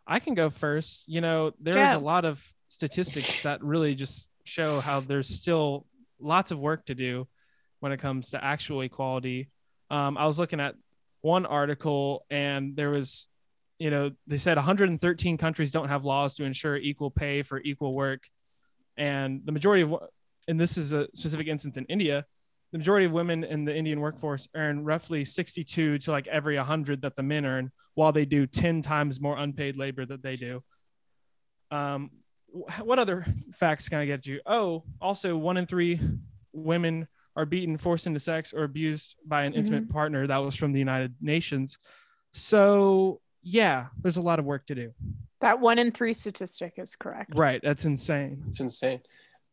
H: I can go first. You know, there is a
A: Go.
H: lot of statistics that really just show how there's still lots of work to do when it comes to actual equality. Um, I was looking at one article and there was, you know, they said 113 countries don't have laws to ensure equal pay for equal work. And the majority of, wo- and this is a specific instance in India, the majority of women in the Indian workforce earn roughly 62 to like every 100 that the men earn while they do 10 times more unpaid labor that they do. Um, wh- what other facts can I get you? Oh, also, one in three women are beaten, forced into sex, or abused by an intimate partner. That was from the United Nations. So, yeah, there's a lot of work to do.
B: That one in three statistic is correct.
H: Right. That's insane.
I: It's insane.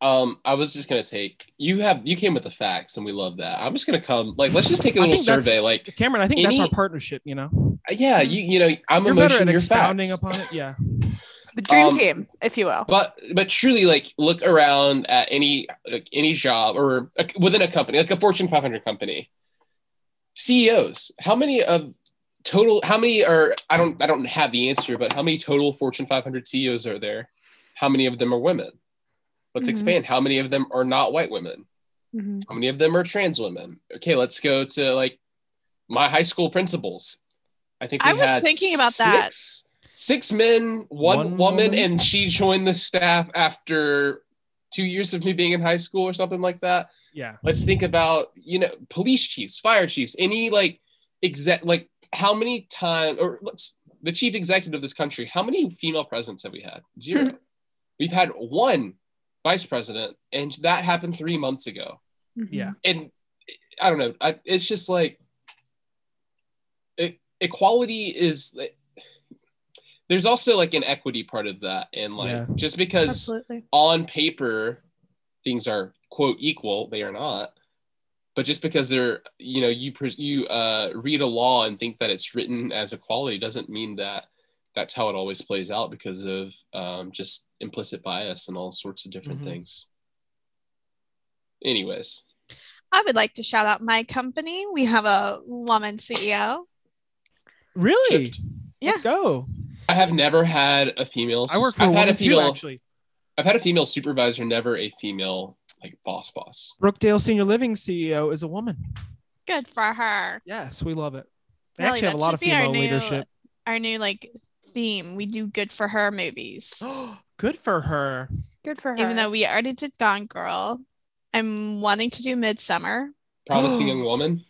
I: Um, I was just gonna take you have you came with the facts, and we love that. I'm just gonna come like let's just take a
H: I
I: little
H: think that's-
I: survey. Like
H: Cameron, I think that's
I: Any-
H: our partnership, you know?
I: yeah, you you know I'm
H: You're better
I: emotion,
H: at
I: you're
H: expounding
I: facts.
H: upon it. Yeah.
B: The dream
I: Um,
B: team, if you will.
I: But but truly, like look around at any like, any job or like, within a company, like a Fortune 500 company, CEOs. How many of total? How many are? I don't I don't have the answer, but how many total Fortune 500 CEOs E are there? How many of them are women?
B: Mhm.
H: Mm-hmm.
I: Let's expand. How many of them are not white women?
B: Mhm.
I: How many of them are trans women? Okay, let's go to like my high school principals. I think we
A: I was
I: had
A: thinking about that.
I: six- Six men,
H: One
I: one, woman,
H: woman?
I: and she joined the staff after two years of me being in high school or something like that.
H: Yeah.
I: Let's think about you know police chiefs, fire chiefs, any like exec like how many times or let's the chief executive of this country. How many female presidents have we had? Zero.
A: (laughs)
I: We've had one vice president, and that happened three months ago
B: mm-hmm.
H: Yeah.
I: and I don't know. I, it's just like e- equality is. There's also like an equity part of that, and like
H: Yeah.
I: just because
B: Absolutely.
I: on paper things are quote equal, they are not. But just because they're you know you pres- you uh, read a law and think that it's written as equality doesn't mean that that's how it always plays out because of um, just implicit bias and all sorts of different
H: Mhm.
I: things. Anyways.
A: I would like to shout out my company. We have a woman E CEO.
H: Really?
A: Yeah.
H: Let's go.
I: I have never had a female.
H: I work for
I: I've
H: one
I: had a
H: and two
I: female.
H: actually.
I: I've had a female supervisor, never a female like boss. Boss.
H: Brookdale Senior Living CEO is a woman.
A: Good for her.
H: Yes, we love it. They
A: Really,
H: actually have
A: that
H: a lot
A: should
H: of
A: be our
H: female
A: new- (gasps)
H: leadership.
A: Our new like theme. We do good for her movies.
H: Good (gasps) for her.
B: Good for her.
A: Even though we already did Gone Girl. I'm wanting to do Midsummer. (gasps)
I: Promising young woman.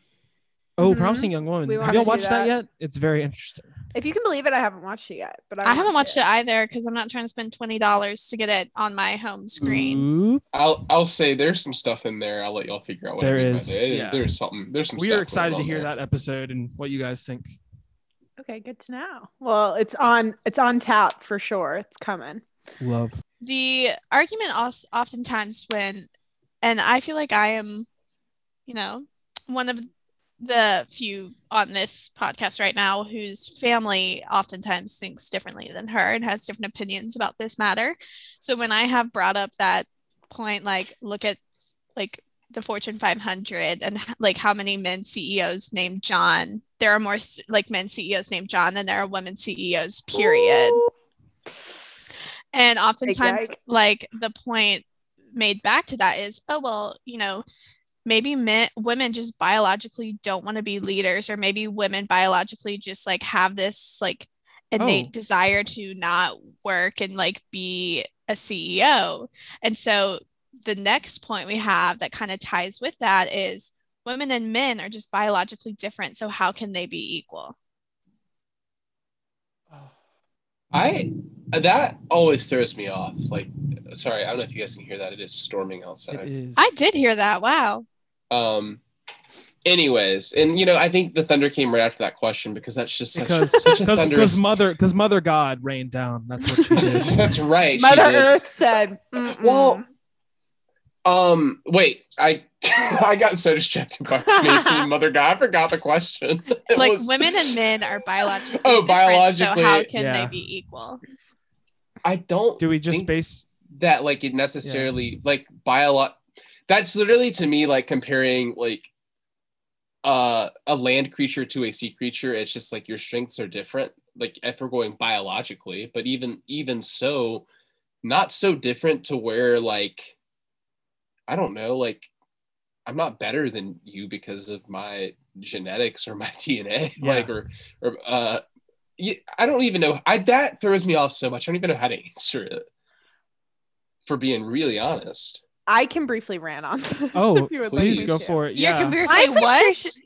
H: Oh,
A: Mm-hmm.
B: Mhm.
H: promising young woman.
B: We
H: Have
B: wanna
H: y'all
B: do
H: watched that.
B: that.
H: yet? It's very interesting.
B: if you can believe it, I haven't watched it yet. But I,
A: I
B: wanna
A: haven't
B: see
A: watched it either because I'm not trying to spend twenty dollars to get it on my home screen.
H: Ooh,
I: I'll I'll say there's some stuff in there. I'll let y'all figure out what
H: There
I: Oh, I mean
H: is,
I: By that. It-
H: yeah.
I: There's something. There's some.
H: we
I: stuff
H: are excited
I: going
H: to
I: on
H: hear
I: there.
H: that episode and what you guys think.
B: Okay, good to know. Well, it's on. It's on tap for sure. It's coming.
H: Love.
A: the argument also oftentimes when and i feel like i am you know one of the few on this podcast right now whose family oftentimes thinks differently than her and has different opinions about this matter so when i have brought up that point like look at like the fortune 500 and h- like how many men ceos named john there are more s- like men ceos named john than there are women ceos period and oftentimes,
B: yike.
A: like the point made back to that is, oh well, you know, maybe men, women just biologically don't want to be leaders, or maybe women biologically just like have this like innate
H: Oh.
A: desire to not work and like be a CEO. And so the next point we have that kind of ties with that is women and men are just biologically different. So how can they be equal?
I: I that always throws me off. Like, sorry, I don't know if you guys can hear that. It is storming outside.
H: It is.
A: I did hear that. Wow.
I: Um. Anyways, and you know, I think the thunder came right after that question because that's just such,
H: because
I: such a
H: (laughs) because
I: thunderous
H: because mother because mother God rained down. That's what she did.
I: (laughs) That's right. she
B: Mother
I: did.
B: Earth said, "Mm-mm."
I: Well, um, wait, I (laughs) I got so distracted
B: (laughs)
I: by Macy, Mother God, I forgot the question. (laughs) It
A: like
I: was-
A: women and men are biologically
I: Oh,
A: different, so how
I: biologically,
A: can
H: yeah.
A: they be equal
I: I don't
H: Do we just
I: think
H: base?
I: that like it necessarily like biolog. That's literally to me like comparing like uh a land creature to a sea creature. It's just like your strengths are different. Like if we're going biologically, but even even so, not so different to where like I don't know, like I'm not better than you because of my genetics or my (laughs) DNA,
H: Yeah.
I: like or or uh, y- I don't even know. I that throws me off so much. I don't even know how to answer it. For being really honest,
B: I can briefly rant on this.
H: Oh,
B: if you would
H: please
B: like
H: go for it.
A: you're
H: Yeah.
A: comparatively what
B: it.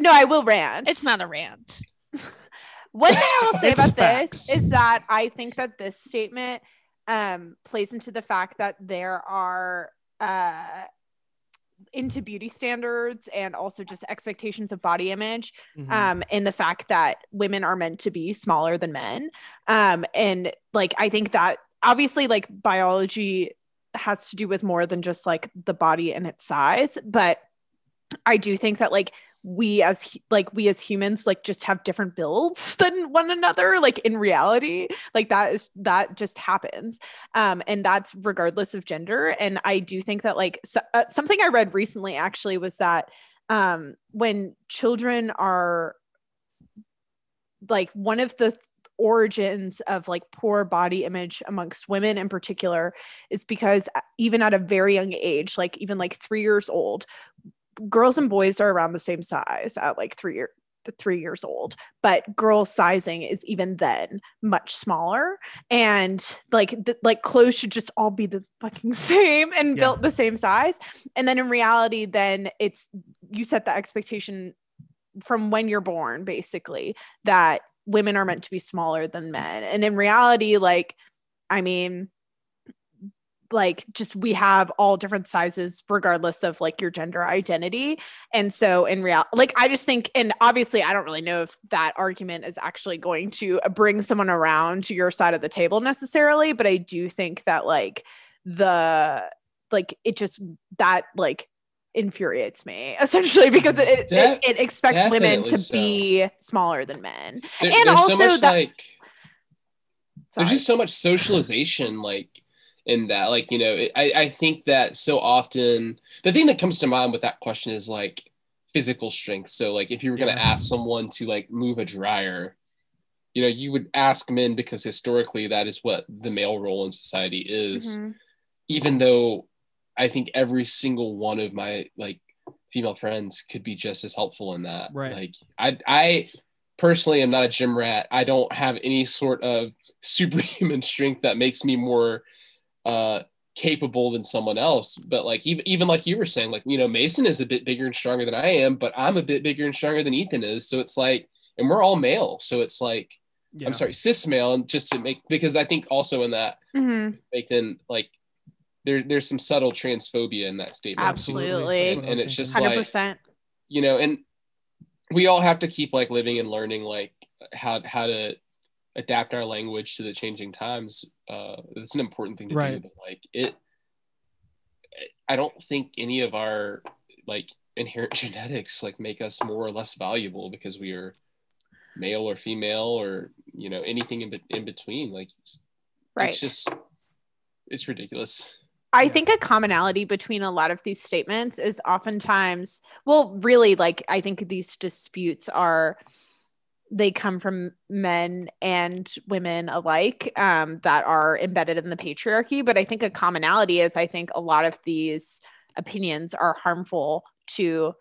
B: No, I will rant.
A: it's not a rant
B: One thing I
H: (laughs)
B: will say
H: It's
B: about
H: facts.
B: this is that I think that this statement um, plays into the fact that there are uh, into beauty standards and also just expectations of body image
I: Mm-hmm.
H: Mhm.
B: um, in the fact that women are meant to be smaller than men. Um, and like, I think that obviously, like, biology has to do with more than just like the body and its size, but I do think that like we as hu- like we as humans like just have different builds (laughs) than one another like in reality like that is that just happens um and that's regardless of gender and i do think that like so, uh, something i read recently actually was that um when children are like one of the th- origins of like poor body image amongst women in particular is because uh, even at a very young age like even like 3 years old girls and boys are around the same size at like 3 year the three years old, but girl sizing is even then much smaller, and like th- like clothes should just all be the fucking (laughs) same and
G: Yeah.
B: built the same size. And then in reality, then it's you set the expectation from when you're born, basically, that women are meant to be smaller than men. And in reality, like, I mean, like just we have all different sizes regardless of like your gender identity and so in real like i just think and obviously i don't really know if that argument is actually going to bring someone around to your side of the table necessarily but i do think that like the like it just that like infuriates me (laughs) essentially because it, it-
I: Def-
B: it, expects women
I: definitely
B: to
I: so.
B: be smaller than men
I: There-
B: and
I: there's
B: also
I: so much
B: that
I: like
B: Sorry.
I: there's just so much socialization like in that like you know it, I, I think that so often the thing that comes to mind with that question is like physical strength so like if you were going to ask someone to like move a dryer you know you would ask men because historically that is what the male role in society is
B: Mhm.
I: even though i think every single one of my like female friends could be just as helpful in that
H: Right.
I: like i i personally am not a gym rat i don't have any sort of (laughs) superhuman strength that makes me more uh capable than someone else but like even, even like you were saying like you know mason is a bit bigger and stronger than i am but i'm a bit bigger and stronger than ethan is so it's like and we're all male so it's like
H: Yeah.
I: i'm sorry cis male and just to make because i think also in that
B: Mhm.
I: baked in like there there's some subtle transphobia in that statement
B: absolutely
I: And- and it's just like
B: 100%
I: you know and we all have to keep like living and learning like how how to adapt our language to the changing times uh it's an important thing to do
H: Right.
I: but, like it i don't think any of our like inherent (laughs) genetics like make us more or less valuable because we are male or female or you know anything in, be- in between like
B: Right.
I: it's just it's ridiculous
B: I think a commonality between a lot of these statements is oftentimes, well, really, like I think these disputes are they come from men and women alike um, that are embedded in the patriarchy. But I think a commonality is I think a lot of these opinions are harmful to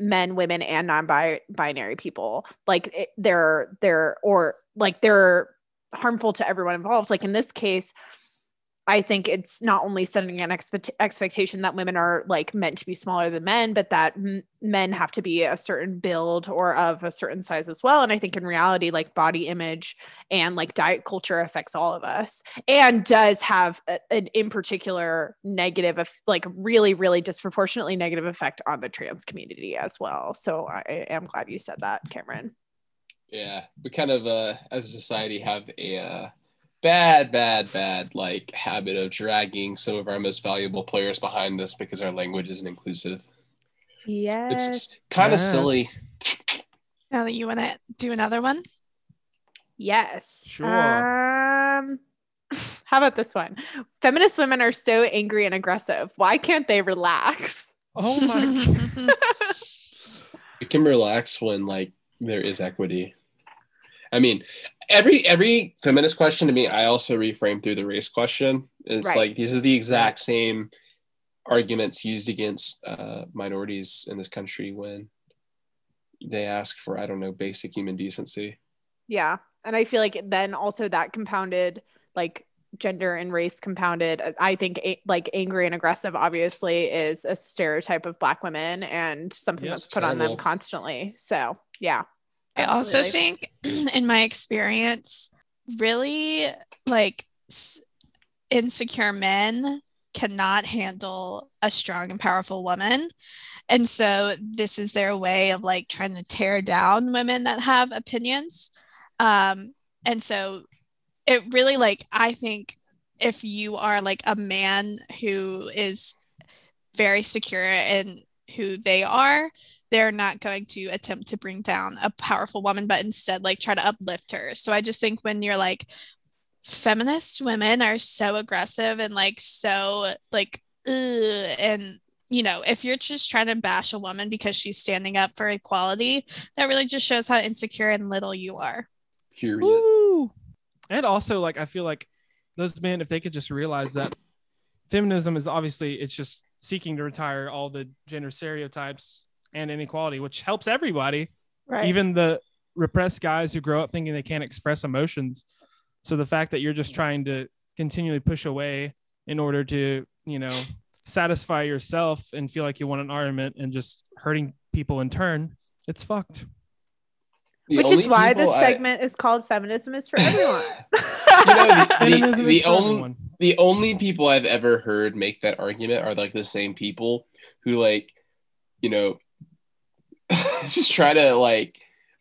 B: men, women, and non-binary people. Like it, they're they're or like they're harmful to everyone involved. Like in this case, I think it's not only setting an expect- expectation that women are like meant to be smaller than men, but that m- men have to be a certain build or of a certain size as well. And I think in reality, like body image and like diet culture affects all of us and does have a- an in particular negative, eff- like really, really disproportionately negative effect on the trans community as well. So I I am glad you said that, Cameron.
I: Yeah, we kind of uh, as a society have a uh, bad, bad, bad like habit of dragging some of our most valuable players behind us because our language isn't inclusive.
B: Yes.
I: It's kind of
H: Yes.
I: silly.
A: Now that you want to do another (laughs) one,
B: Yes.
A: Sure.
B: Um, (laughs) how about this one? Feminist women are so angry and aggressive. Why can't they relax?
H: Oh
A: (laughs)
H: my
I: We can relax when like there is equity. I mean, every every feminist question to me, I also reframe through the race question. It's
B: Right.
I: like these are the exact same arguments used against uh, minorities in this country when they ask for I don't know basic human decency.
B: Yeah. And I feel like then also that compounded, like gender and race compounded. uh, I think a- like angry and aggressive obviously is a stereotype of black women and something
A: Yes,
B: that's put on them
A: terrible.
B: constantly. So, yeah.
A: I also
B: absolutely.
A: think, (clears throat) in my experience, really like s- insecure men cannot handle a strong and powerful woman. And so this is their way of like trying to tear down women that have opinions. Um, and so it really like I think if you are like a man who is very secure and who they are. They're not going to attempt to bring down a powerful woman, but instead, like, try to uplift her. So I just think when you're like, feminist women are so aggressive and like so like ugh, and you know if you're just trying to bash a woman because she's standing up for equality that really just shows how insecure and little you are
I: Period.
H: Woo. And also, like, I feel like those men, if they could just realize that feminism is obviously it's just seeking to retire all the gender stereotypes and inequality, which helps everybody,
A: right
H: even the repressed guys who grow up thinking they can't express emotions. So the fact that you're just trying to continually push away in order to, you know, satisfy yourself and feel like you want an argument and just hurting people in turn, it's fucked.
I: The
B: Which is
I: only
B: why this
I: people I-
B: segment is called Feminism is for Everyone.
I: (laughs) You know, the- the,
H: Feminism is
I: the
H: for
I: only
H: everyone.
I: the only people I've ever heard make that argument are like the same people who like, you know, (laughs) just try to like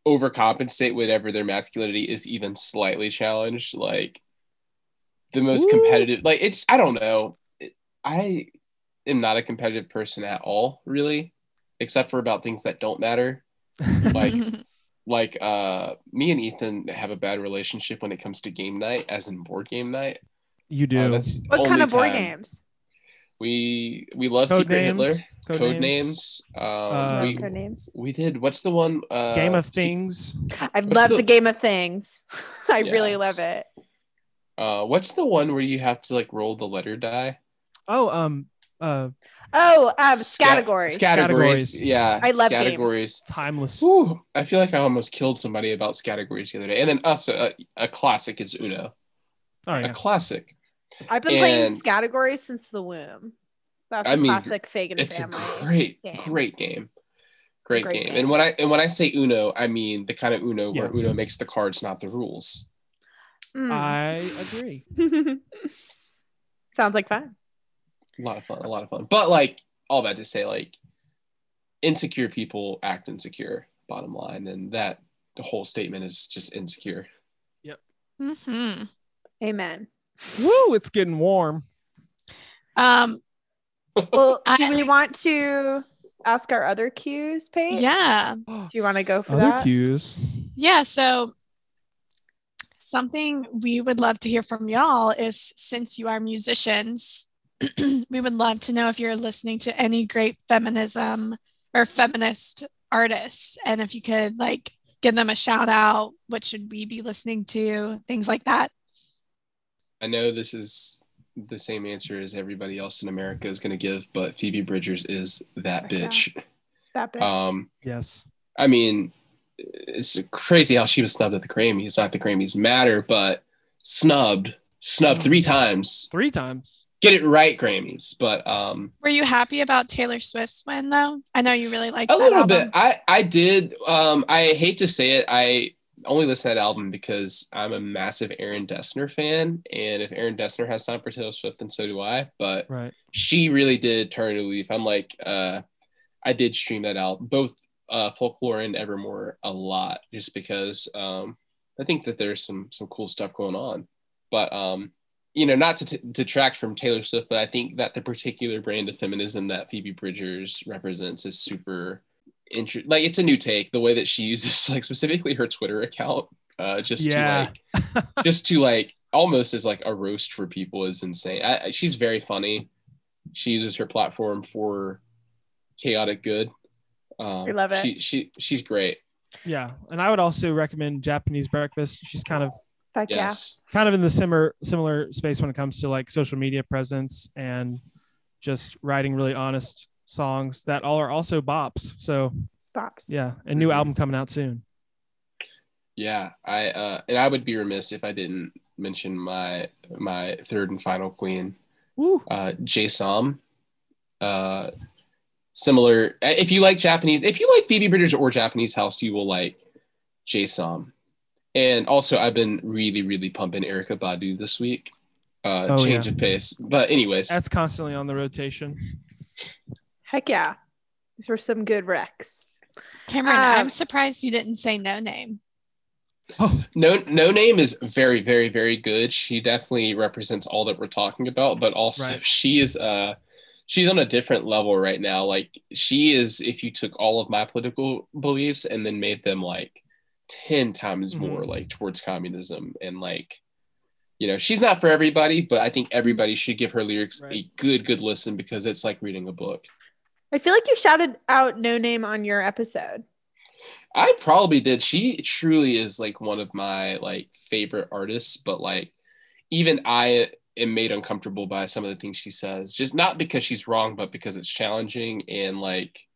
I: overcompensate whenever their masculinity is even slightly challenged. Like the most
H: Woo.
I: competitive, like it's I don't know. It- I am not a competitive person at all, really, except for about things that don't matter. Like like uh me and Ethan have a bad relationship when it comes to game night, as in board game night.
H: You do.
I: Uh, that's the
B: (laughs) what kind
I: only
B: of board
I: time.
B: games?
I: We we love
H: Code
I: Secret Hitler.
H: names,
I: Code,
H: code
I: names.
H: names.
I: Um,
H: Uh,
I: we
B: Code names.
I: we did. What's the one? Uh,
H: Game of
I: Se-
H: Things.
B: I
I: what's
B: love
I: the-
B: the Game of Things. (laughs) I
I: Yeah.
B: really love it.
I: uh, what's the one where you have to like roll the letter die?
H: Oh, um, uh,
B: Oh, um,
I: Scat-
B: categories.
I: Categories.
H: Scattergories.
I: Yeah.
B: I love games.
I: categories.
H: timeless.
I: Whew, I feel like I almost killed somebody about categories the other day. And then us, a, a classic is Uno.
H: Oh
I: A
H: yeah.
I: classic.
B: I've been playing
I: And-
B: categories since the womb. That's a
I: I mean,
B: classic Fagan
I: it's
B: family.
I: a great,
B: game.
I: great game. Great,
B: Great
I: game.
B: game.
I: And when I and when I say Uno, I mean the kind of Uno where
H: Yeah.
I: Uno makes the cards, not the rules.
B: Mm.
H: I agree.
I: uh,
B: (laughs) Sounds like fun.
I: a lot of fun, a lot of fun. But like all that to say, like insecure people act insecure. Bottom line, and that the whole statement is just insecure.
A: (laughs) mm-hmm.
I: (laughs)
B: Amen.
H: Woo! It's getting (gasps) warm.
A: um
B: Well,
A: I-
B: do we want to ask our other cues, Paige?
A: yeah
B: Do you want to go for
H: Other
B: that?
H: cues.
A: Yeah, so something we would love to hear from y'all is since you are musicians, (clears throat) we would love to know if you're listening to any great feminism or feminist artists and if you could like give them a shout out, what should we be listening to, things like that.
I: I know this is the same answer as everybody else in America is going to give, but Phoebe Bridgers is that
B: Yeah.
I: bitch.
B: That bit.
I: Um,
H: Yes.
I: I mean, it's crazy how she was snubbed at the Grammys. Not the Grammys matter, but snubbed, snubbed three times.
H: Three times.
I: Get it right, Grammys. But um,
A: Were you happy about Taylor Swift's win though? I know you really liked
I: a
A: that
I: little
A: album.
I: bit i i did um i hate to say it i only listen to that album because i'm a massive aaron dessner fan and if aaron dessner has time for taylor swift then so do i but
H: Right.
I: she really did turn a leaf i'm like uh i did stream that out both uh folklore and evermore a lot just because um i think that there's some some cool stuff going on but um you know not to t- detract from taylor swift but i think that the particular brand of feminism that phoebe bridgers represents is super inter- like it's a new take the way that she uses (laughs) like specifically her twitter account uh just
H: Yeah.
I: to like just to like almost as like a roast for people is insane I, I- she's very funny she uses her platform for chaotic good um
B: I love it.
I: she, she she's great
H: Yeah. And I would also recommend Japanese Breakfast. She's kind of
B: Fuck yeah.
I: yes
H: kind of in the similar similar space when it comes to like social media presence and just writing really honest songs that all are also bops. So
B: Bops.
H: yeah, a new
I: Mhm.
H: album coming out soon.
I: Yeah, I uh, and I would be remiss if I didn't mention my my third and final queen,
H: Woo.
I: uh, J-Som. Uh, similar. uh, If you like Japanese, if you like Phoebe Bridgers or Japanese house, you will like J-Som. And also, I've been really, really pumping Erica Badu this week. Uh,
H: Oh,
I: change
H: yeah.
I: of pace. But anyways,
H: That's constantly on the rotation.
B: Heck yeah. These were some good wrecks.
A: Cameron,
I: Uh,
B: Um,
A: I'm surprised you didn't say no name.
I: no no name is very, very, very good. She definitely represents all that we're talking about, but also
H: Right.
I: she is uh she's on a different level right now. Like she is, if you took all of my political beliefs and then made them like ten times
H: Mhm.
I: more like towards communism and like, you know, she's not for everybody, but I think
H: Mm-hmm.
I: everybody should give her lyrics a good, good listen because it's like reading a book.
B: I feel like you shouted out No Name on your episode.
I: I probably did. She truly is like one of my like favorite artists, but like even I am made uncomfortable by some of the things she says. Just not because she's wrong, but because it's challenging and like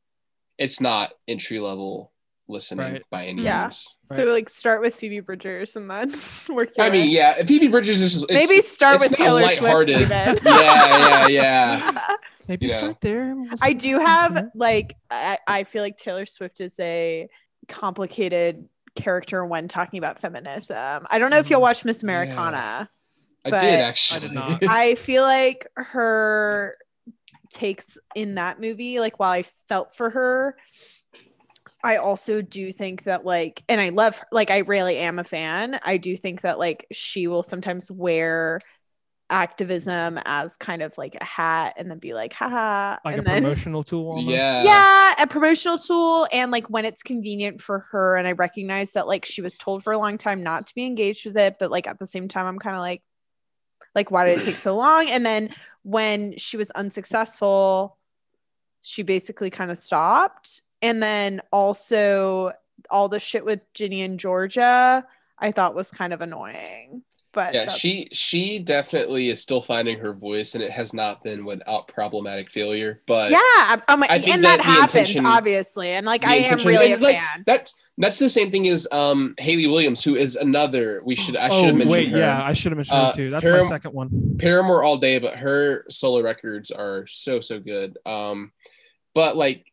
I: it's not entry level listening
H: Right.
I: by any
B: Yeah.
I: means.
B: So like start with Phoebe Bridgers and then (laughs) work your
I: I
B: way.
I: mean, yeah, Phoebe Bridgers is just it's,
B: Maybe start
I: it's
B: with
I: not
B: Taylor Swift,
I: lighthearted.
B: even.
I: yeah, yeah, yeah.
H: Maybe
I: You know.
H: start there. and we'll
B: (laughs) I
H: see
B: do
H: what happens,
B: have like I, I feel like Taylor Swift is a complicated character when talking about feminism. I don't know if
I: Mm-hmm.
B: you'll
H: Mhm.
B: watch Miss Americana.
I: I
B: But-
I: did actually.
H: I did (laughs)
I: (laughs)
H: not.
B: I feel like her takes in that movie, like while I felt for her, I also do think that like, and I love her, like I really am a fan. I do think that like she will sometimes wear activism as kind of like a hat and then be like, haha.
H: Like a
B: and then
H: promotional tool almost.
I: Yeah.
B: yeah, a promotional tool and like when it's convenient for her. And I recognize that like she was told for a long time not to be engaged with it, but like at the same time, I'm kind of like, like why did it take
I: (clears throat)
B: so long? And then when she was unsuccessful, she basically kind of stopped. And then also all the shit with Ginny and Georgia, I thought was kind of annoying. But
I: yeah
B: that's-
I: she she definitely is still finding her voice and it has not been without problematic failure but
B: yeah, I'm- I'm,
I: I think
B: and that,
I: that the
B: happens
I: intention-
B: obviously, and like
I: the
B: I am
I: intention-
B: really a
I: and, like,
B: fan.
I: that's that's the same thing as um haley williams who is another we should i should have
H: Oh
I: mentioned
H: wait,
I: her
H: yeah, I should have mentioned
I: Uh,
H: her too. That's my
I: Param-
H: second one.
I: paramore all day but her solo records are so so good um but like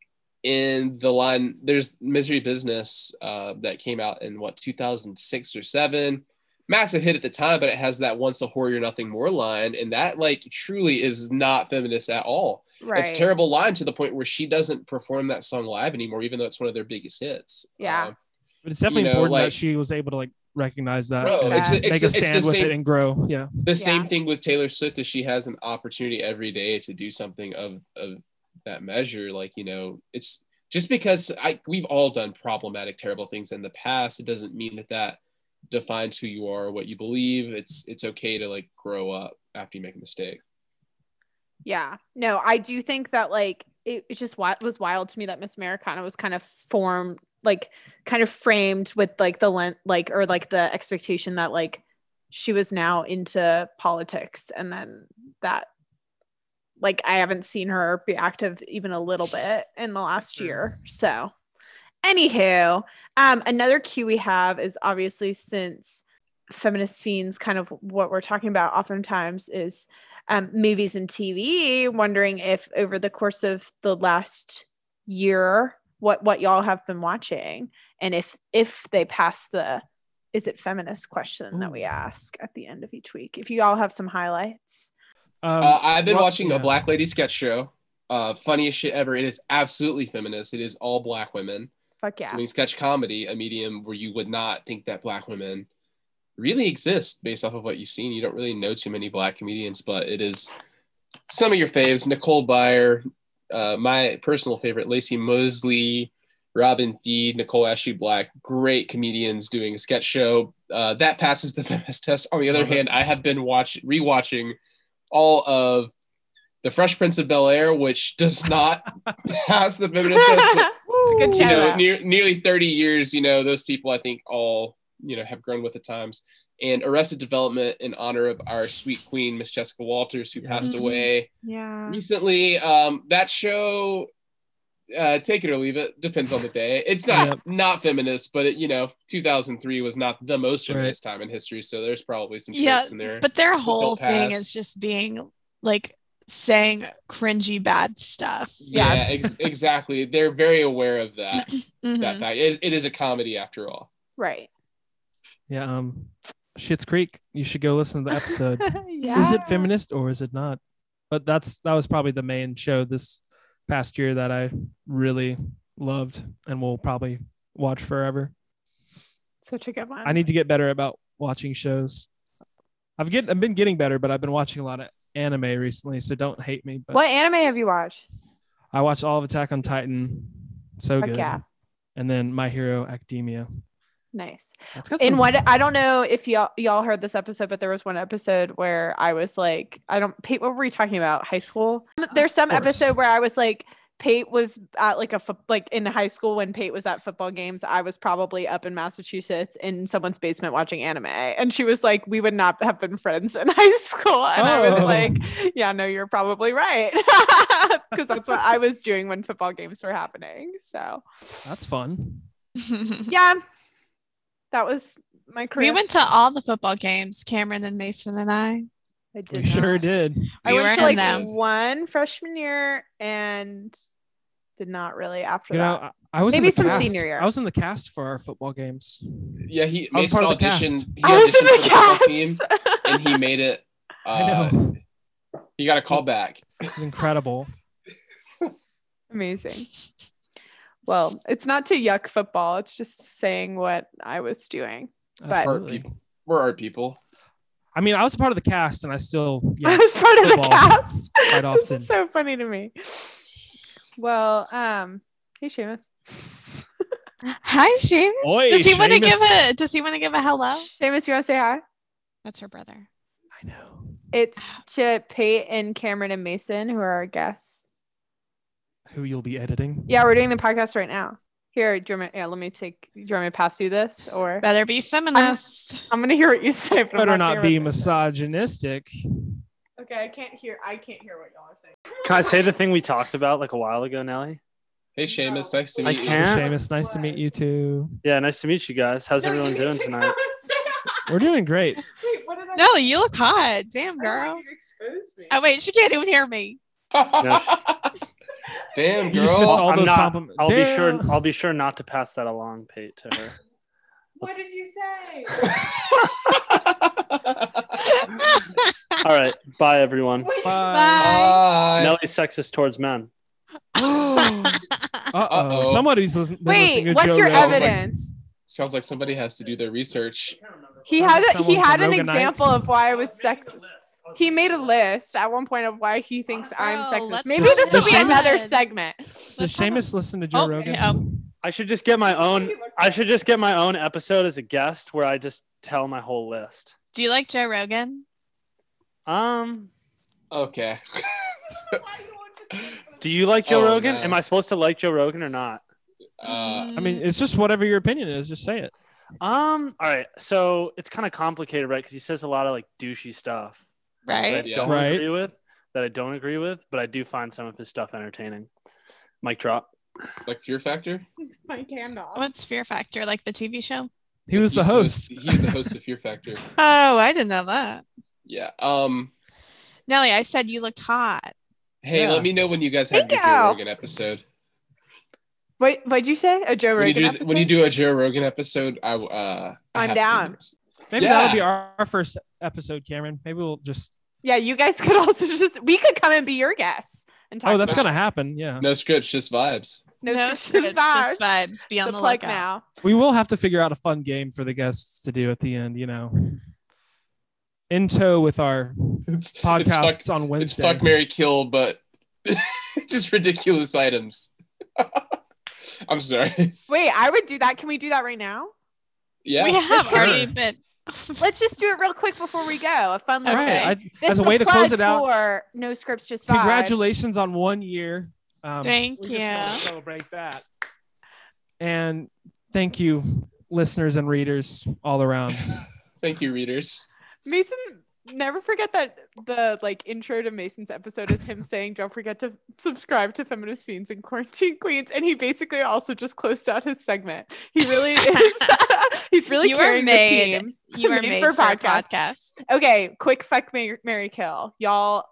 I: in the line there's misery business uh that came out in what 2006 or 7 massive hit at the time but it has that once a whore you're nothing more line and that like truly is not feminist at all
B: Right.
I: It's a terrible line to the point where she doesn't perform that song live anymore, even though it's one of their biggest hits.
B: Yeah.
I: Um,
H: But it's definitely
I: know,
H: important
I: like-
H: that she was able to like recognize that
I: Bro,
H: and
B: it's-
H: make
I: it's-
H: a
I: it's the
H: stand with
I: same-
H: it and grow. Yeah.
I: the same thing with Taylor Swift is she has an opportunity every day to do something of of that measure. Like you know, it's just because I we've all done problematic, terrible things in the past. It doesn't mean that that defines who you are, what you believe. It's it's okay to like grow up after you make a mistake.
B: Yeah. No, I do think that like it, it just wa- was wild to me that Miss Americana was kind of formed like kind of framed with like the lent like or like the expectation that like she was now into politics and then that like I haven't seen her be active even a little bit in the last year. So anywho, um another cue we have is obviously since feminist fiends kind of what we're talking about oftentimes is um, movies and TV, wondering if over the course of the last year, what what y'all have been watching, and if if they pass the is it feminist question that we ask at the end of each week. If you all have some highlights,
H: Um,
I: uh, I've been
H: well,
I: watching
H: yeah.
I: a black lady sketch show. Uh, funniest shit ever. It is absolutely feminist. It is all black women.
B: fuck yeah,
I: doing sketch comedy, a medium where you would not think that black women really exist based off of what you've seen. You don't really know too many black comedians, but it is some of your faves Nicole Byer, uh, my personal favorite, Lacey Mosley, Robin Feed, Nicole Ashley Black, great comedians doing a sketch show. Uh, that passes the (laughs) feminist test. On the other hand, I have been watching, rewatching all of The Fresh Prince of Bel Air, which does not (laughs) pass the feminist test, but
B: It's a good
I: you know,
B: shout-out.
I: near, nearly 30 years, you know, those people I think all, you know, have grown with the times. And Arrested Development in honor of our sweet queen, Miss Jessica Walters, who passed
B: Yes. Mm-hmm.
I: away
B: yeah,
I: recently. Um, that show, uh, take it or leave it, depends on the day. It's not
H: Yep.
I: not feminist, but it, you know, 2003 was not the most feminist time in history, so there's probably some tropes
A: Yeah,
I: in there.
A: but their
I: Don't
A: whole thing
I: pass.
A: is just being like saying cringy bad stuff.
I: yeah,
B: Yeah.
I: ex- exactly. They're very aware of that.
B: Mm-hmm.
A: (laughs)
I: that
A: Mhm.
I: fact. It- it is a comedy after all.
B: right,
H: Yeah. Um, Shit's Creek. You should go listen to
B: (laughs)
H: the episode.
B: yeah,
H: Is it feminist or is it not? But that's that was probably the main show this past year that I really loved and will probably watch forever.
B: such a good one.
H: I need to get better about watching shows. I've get I've been getting better, but I've been watching a lot of anime recently, so don't hate me. But
B: What anime have you watched?
H: I watched all of Attack on Titan. So
B: Heck
H: good.
B: yeah.
H: And then My Hero Academia.
B: Nice.
H: That's got
B: In
H: some-
B: what I don't know if y'all y'all heard this episode, but there was one episode where I was like, I don't Pate, what were we talking about? High school? There's some
H: course.
B: episode where I was like, Pate was at like a fo- like in high school when Pate was at football games. I was probably up in Massachusetts in someone's basement watching anime, and she was like, "We would not have been friends in (laughs) high school." And I was
H: Oh.
B: like, "Yeah, no, you're probably right," (laughs) because that's what I was doing when football games were happening. So
H: That's fun.
B: yeah, that was my
A: (laughs)
B: career.
A: We went to all the football games, Cameron and Mason and I.
B: I did
H: We
B: not.
H: sure did.
B: I
A: We were
B: went to
A: in
B: like
A: them.
B: one freshman year and did not really after
H: You know,
B: that.
H: I, I was in
B: Maybe
H: the
B: some
H: cast.
B: senior year.
H: I was in the cast for our football games.
J: Yeah, he
H: I was
J: Mason
H: part of the
J: auditioned.
H: cast.
J: He
B: I was in
J: auditioned for
B: the
J: football
B: cast.
J: team, and he made it.
H: (laughs) I
J: Uh,
H: know.
J: he got a call back.
H: It was incredible.
B: Amazing. Well, it's not to yuck football. It's just saying what I was doing. (laughs) But-
J: Art
H: Absolutely.
J: people. We're art people.
H: I mean, I was a part of the cast and I still
B: I (laughs)
H: yeah,
B: was part of the
H: football
B: cast.
H: (laughs) quite
B: This
H: often.
B: is so funny to me. Well, um, hey Seamus.
A: Hi, Seamus.
H: Oi,
A: does he want to
H: Seamus.
A: give a Does he want to give a hello?
B: Seamus, you want to say hi?
A: That's her brother.
H: I know.
B: It's to Pate and Cameron and Mason, who are our guests.
H: Who you'll be editing.
B: Yeah, we're doing the podcast right now. Here, do you want me, yeah, let me take. Do you want me to pass you this, or
A: Better be feminist.
B: I'm gonna hear what you say? But I'm
H: Better not
B: gonna
H: be
B: hear what-
H: misogynistic.
B: Okay, I can't hear. I can't hear what y'all are saying.
I: Can I say the thing we talked about like a while ago, Nelly?
J: Hey, Seamus, nice to
I: I
J: meet you.
I: can't-
H: Seamus, nice to meet you too.
I: Yeah, nice to meet you guys. How's everyone doing tonight?
H: We're doing great.
B: Wait, what did I?
A: No, you look hot. Damn,
B: Girl,
A: girl.
B: you exposed me.
A: Oh, wait, she can't even hear
B: (laughs)
A: me. (laughs)
J: Damn,
H: You just
J: girl.
H: missed all
I: I'm
H: those
I: not-
H: compliments.
I: I'll be sure. I'll be sure not to pass that along, Pate, to her.
B: What did you say?
I: All right, bye everyone.
B: Wait,
A: Bye.
J: Bye.
I: Nelly's sexist towards men.
H: Uh oh.
J: Uh-oh.
H: Somebody's listen- been
B: Wait,
H: listening to
B: what's
H: Joe
B: your
H: Rogan.
B: evidence?
J: Sounds like somebody has to do their research.
B: He
H: Sounds
B: had
H: like
B: a, he
H: someone
B: had
H: from
B: an
H: Roganite.
B: example of why I was sexist. He made a list at one point of why he thinks I'm
A: Also,
B: sexist.
A: let's
B: Maybe
H: not-
B: this will be
H: Seamus-
B: another segment.
H: Does
A: Let's have
H: Seamus listen to Joe
A: Oh,
H: Rogan?
A: oh.
I: I should just get my own. I should just get my own episode as a guest where I just tell my whole list.
A: Do you like Joe Rogan?
I: Um,
J: (laughs) Okay.
I: do you like Joe
J: Oh,
I: Rogan?
J: no.
I: Am I supposed to like Joe Rogan or not?
J: Uh,
A: Mm,
H: I mean, it's just whatever your opinion is. Just say it.
I: Um, all right. So it's kind of complicated, right? Because he says a lot of like douchey stuff that
A: right?
I: I
J: Yeah.
I: don't
H: Right.
I: agree with, that I don't agree with, but I do find some of his stuff entertaining. Mic drop.
J: like Fear Factor?
B: My candle.
A: What's Fear Factor like the TV show?
H: He was the
J: He's
H: host.
J: He was the host of Fear Factor.
A: Oh, I didn't know that.
J: Yeah. Um.
A: Nelly, I said you looked hot.
J: Hey,
H: Yeah.
J: let me know when you guys have your
B: Bingo.
J: Joe Rogan episode.
B: Wait, what'd you say? A Joe
J: When you
B: Rogan
J: do
B: episode?
J: when you do a Joe Rogan episode, I w- uh. I
B: I'm
J: have to-
B: down.
H: Maybe
J: Yeah.
H: that'll be our, our first episode, Cameron. Maybe we'll just.
B: yeah, you guys could (laughs) also just we could come and be your guests and talk.
H: Oh, that's
B: about
H: gonna happen. Yeah,
J: No scripts, just vibes. (laughs)
B: no,
A: no
B: scripted
A: scripts,
B: vibes.
A: just vibes. Be on
B: the
A: the,
B: plug
A: lookout.
B: now.
H: we will have to figure out a fun game for the guests to do at the end. You know, in tow with our
J: It's
H: podcasts
J: It's fuck,
H: on
J: it's
H: Wednesday.
J: fuck Mary Kill, but (laughs) just ridiculous items. (laughs) I'm sorry. (laughs)
B: Wait, I would do that. Can we do that right now?
J: Yeah.
A: we have
H: Sure.
A: already been.
B: Let's just do it real quick before we go. A fun
H: All
B: little
A: Okay.
B: thing.
H: right. I,
B: This
H: as a
B: is
H: way
B: the
H: to close
B: plug
H: it out,
B: for no scripts, just vibes.
H: congratulations on one year. Um,
A: Thank
H: we
A: you.
H: just want to celebrate that. And thank you, listeners and readers
B: (laughs)
H: all around.
J: Thank you, readers.
B: Mason, never forget that the like intro to Mason's episode is him saying, "Don't forget to subscribe to Feminist Fiends and Quarantine Queens," and he basically also just closed out his segment.
A: (laughs)
B: He really is. (laughs) he's really
A: You were
B: carrying
A: made-
B: the team.
A: You are
B: (laughs) Made
A: made
B: for
A: for,
B: a
A: a
B: podcast.
A: podcast.
B: Okay, quick fuck Mary, Mary kill, y'all.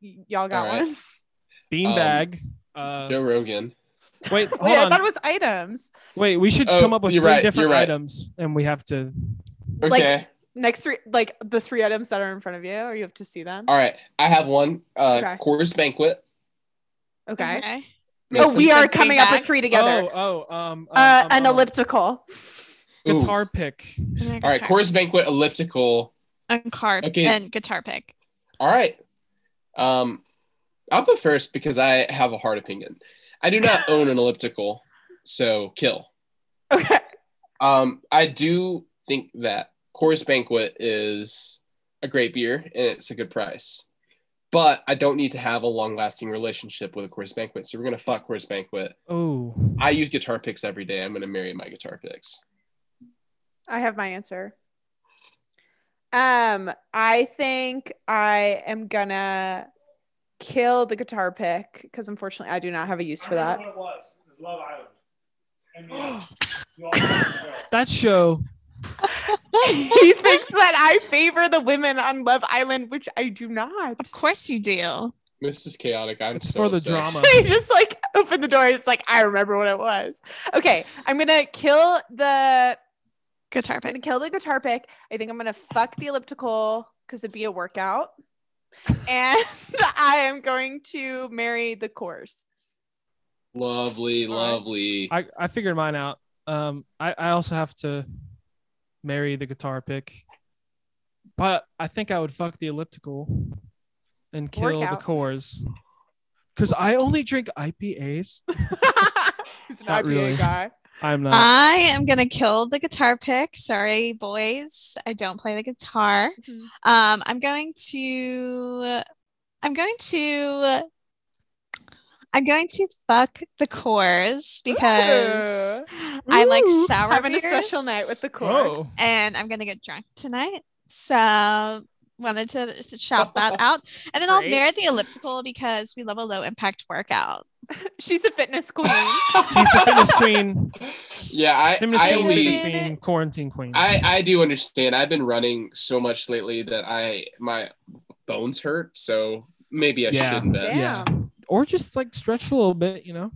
B: y- Y'all got
J: All right.
B: one. (laughs)
H: Beanbag.
J: Um,
H: uh,
J: Joe Rogan.
B: (laughs)
H: wait, hold
B: Wait, Oh, I
H: on.
B: thought it was items.
H: wait, we should
J: Oh,
H: come up with three
J: you're right,
H: different
J: you're right.
H: items, and we have to.
J: Okay.
B: Like- Next three, like the three items that are in front of you, or you have to see them.
J: All right. I have one. Uh
B: Okay.
J: Coors Banquet.
B: Okay.
A: okay.
B: Oh,
J: Mason.
B: we are
A: Something
B: coming up with
A: back.
B: three together.
H: Oh, oh, um, um,
B: uh,
H: um,
B: an
H: um,
B: elliptical. (laughs)
J: Ooh.
H: guitar pick.
A: And a
J: All right.
A: guitar-
J: Coors Banquet Elliptical.
A: and car
B: (laughs)
J: Okay.
A: and guitar pick.
J: All right.
I: Um, I'll go first because I have a hard opinion. I do not own an elliptical, so kill.
B: Okay.
I: Um, I do think that Chorus Banquet is a great beer and it's a good price, but I don't need to have a long-lasting relationship with a Chorus Banquet. So we're gonna fuck Chorus Banquet.
H: Oh,
I: I use guitar picks every day. I'm gonna marry my guitar picks.
B: I have my answer. Um, I think I am gonna kill the guitar pick because unfortunately I do not have a use for (laughs) that.
K: it was. It was Love Island.
H: That show.
B: he thinks that I favor the women on Love Island, which I do not. Of
A: course you do.
I: This is chaotic. I'm
H: It's
I: so
H: for
B: (laughs)
H: the
J: (laughs)
I: obsessed.
H: drama.
B: He just like opened the door. It's like I remember what it was. Okay, I'm gonna kill the.
A: Guitar
B: I'm gonna kill the guitar pick. I think I'm gonna fuck the elliptical because it'd be a workout, and (laughs) I am going to marry the course.
I: Lovely, lovely.
H: I, I figured mine out. Um, I, I also have to marry the guitar pick, but I think I would fuck the elliptical and kill the
B: Workout.
H: cores because I only drink IPAs.
B: (laughs) He's an
H: Not
B: IPA
H: really.
B: guy.
H: I'm not.
A: I am gonna kill the guitar pick. Sorry, boys. I don't play the guitar.
B: Mhm.
A: Um, I'm going to I'm going to I'm going to fuck the cores because I like
B: Ooh.
A: sour
B: Having
A: beers
B: a special night with the course.
H: Oh.
A: and I'm gonna get drunk tonight. So wanted to, to shout
B: (laughs)
A: that out. And then I'll
B: Great.
A: marry the elliptical because we love a low impact workout.
B: (laughs) She's a fitness
I: (laughs)
B: queen.
H: She's a fitness queen.
I: Yeah, I,
H: Fitness
I: I
H: queen,
I: only
H: fitness queen, quarantine queen.
I: I, I do understand. I've been running so much lately that I my bones hurt, so maybe I
H: Yeah.
I: should invest.
B: Yeah.
H: or just like stretch a little bit, you know?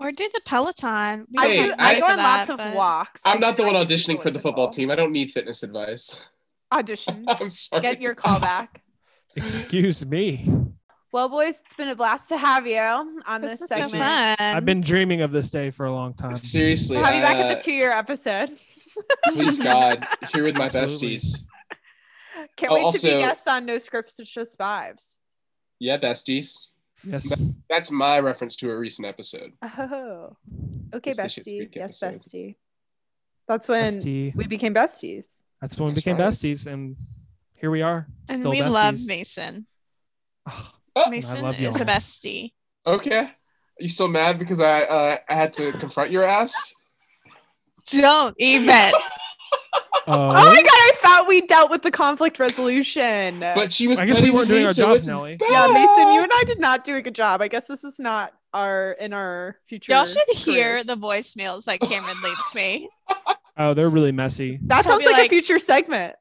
A: Or do the Peloton. We
B: (laughs) I
A: don't
I: Hey,
B: do.
A: have
B: I
A: money
B: go
A: for
B: on
A: that,
B: lots of
A: but-
B: walks. I
I: I'm
B: do
I: not the one
B: like to use
I: auditioning for the football team. I don't need fitness advice. (laughs)
B: Audition.
I: I'm sorry.
B: Get your call back.
H: Excuse me.
B: Well, boys, it's been a blast to have you on this,
A: This is so
B: segment.
A: fun.
H: I've been dreaming of this day for a long time.
I: Seriously,
B: We'll have you back
I: I,
B: at
I: uh,
B: the two-year episode. (laughs)
I: please God, here with
H: (laughs)
I: my
J: (laughs)
H: Absolutely.
I: besties.
B: Can't
I: Oh,
B: wait to
I: also-
B: be guests on No Scripts, It's Just Vibes.
I: Yeah, besties.
H: Yes.
I: That's my reference to a recent episode.
B: Oh, okay,
I: Yes, they should
B: bestie.
I: speak
B: Yes,
I: episode.
B: bestie. That's when
H: Bestie.
B: we became besties.
H: That's when we
I: That's
H: became
I: right.
H: besties, and here we are.
A: And
H: still
A: we love
H: besties.
A: Mason.
H: Oh,
I: Oh,
A: Mason
H: love
A: is
H: y'all.
A: a bestie.
I: Okay. You still mad because I uh, I had to confront your ass?
A: Don't even.
H: Uh,
B: Oh. my god, I thought we dealt with the conflict resolution.
I: But she was.
H: I guess we
I: petty
H: weren't
I: with
H: doing
I: me,
H: our
I: so
H: job,
I: it's
H: Nelly.
I: bad.
B: yeah, Mason, you and I did not do a good job. I guess this is not our in our
A: (laughs)
B: future.
A: Y'all should hear
B: careers.
A: the voicemails that Cameron leaves me.
H: Oh, they're really messy.
B: That
A: He'll
B: sounds
A: be
B: like, a
A: like-
B: future
I: (laughs)
B: segment.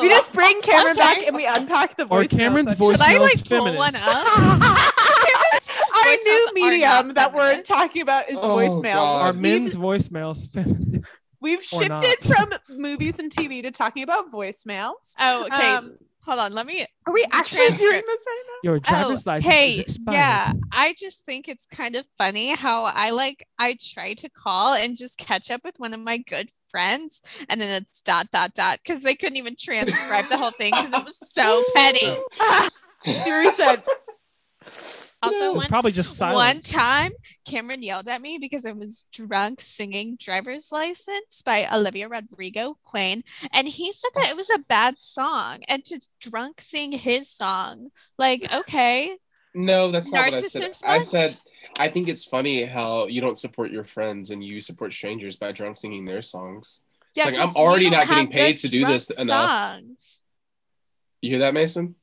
B: We just bring Cameron
A: Okay.
B: back and we unpack the
H: Or
B: voice.
H: Cameron's voice
A: Should I like
H: smells
A: pull one
H: feminist.
A: up?
B: Our new
A: voicemails are not
B: medium that we're
A: feminist.
B: talking about is
I: Oh,
B: voicemail.
I: God.
H: Are
A: (laughs)
I: We've-
H: men's voicemails (laughs) feminist?
B: We've
H: Or not.
B: shifted from movies and TV to talking about voicemails.
A: Oh, okay.
B: Um,
A: Hold on. Let me.
B: Are we actually doing
A: transcript.
B: this right now?
H: Your driver's
A: oh,
H: license is
A: hey,
H: expired.
A: yeah. I just think it's kind of funny how I like I try to call and just catch up with one of my good friends, and then it's dot dot dot because they couldn't even transcribe the whole thing because it was
H: (laughs)
A: so petty.
B: (laughs) Siri said,
A: Also,
H: It's
A: once
H: probably just
A: One
H: silence.
A: time, Cameron yelled at me because I was drunk singing Driver's License by Olivia Rodrigo Quain. And he said that it was a bad song and to drunk sing his song.
I: (laughs)
A: Like, okay.
I: No, that's not what I said.
A: Narcissism?
I: I said I think it's funny how you don't support your friends and you support strangers by drunk singing their songs.
A: Yeah,
I: like, I'm
A: 'cause you
I: already
A: don't
I: not getting
A: have
I: paid
A: good
I: to do
A: drunk
I: this enough.
A: Songs.
I: You hear that, Mason?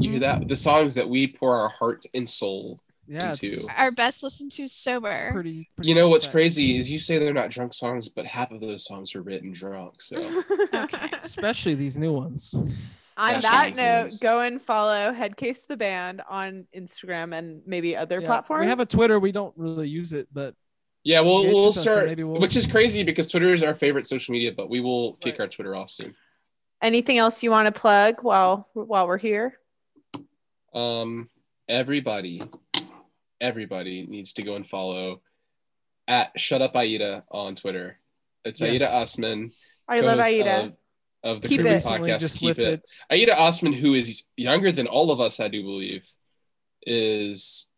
I: You hear that? The songs that we pour our heart and soul.
H: Yeah,
I: Me
H: it's
I: too.
A: Our best listened to sober.
H: pretty, pretty
I: You know what's
H: suspect.
I: crazy is you say they're not drunk songs, but half of those songs were written drunk.
B: (laughs)
I: So
A: Okay.
H: Especially these new ones.
B: On
I: Fashion
B: that note,
I: magazines.
B: go and follow Headcase the Band on Instagram and maybe other
H: Yeah,
B: platforms.
H: We have a Twitter. We don't really use it, but
I: yeah, we'll
H: Engage
I: we'll
H: with us and
I: start.
H: maybe we'll-
I: Which is crazy because Twitter is our favorite social media, but we will kick
H: Right.
I: our Twitter off soon.
B: Anything else you want to plug while while we're here?
I: um everybody everybody needs to go and follow at shut up aida on twitter it's
H: Yes.
I: aida usman
B: I love
I: host
B: Aida.
I: of of the
H: Keep
I: Creepy
H: it. Recently
I: podcast.
H: just
I: Keep
H: lifted.
I: it. Aida Osman, who is younger than all of us, I do believe, is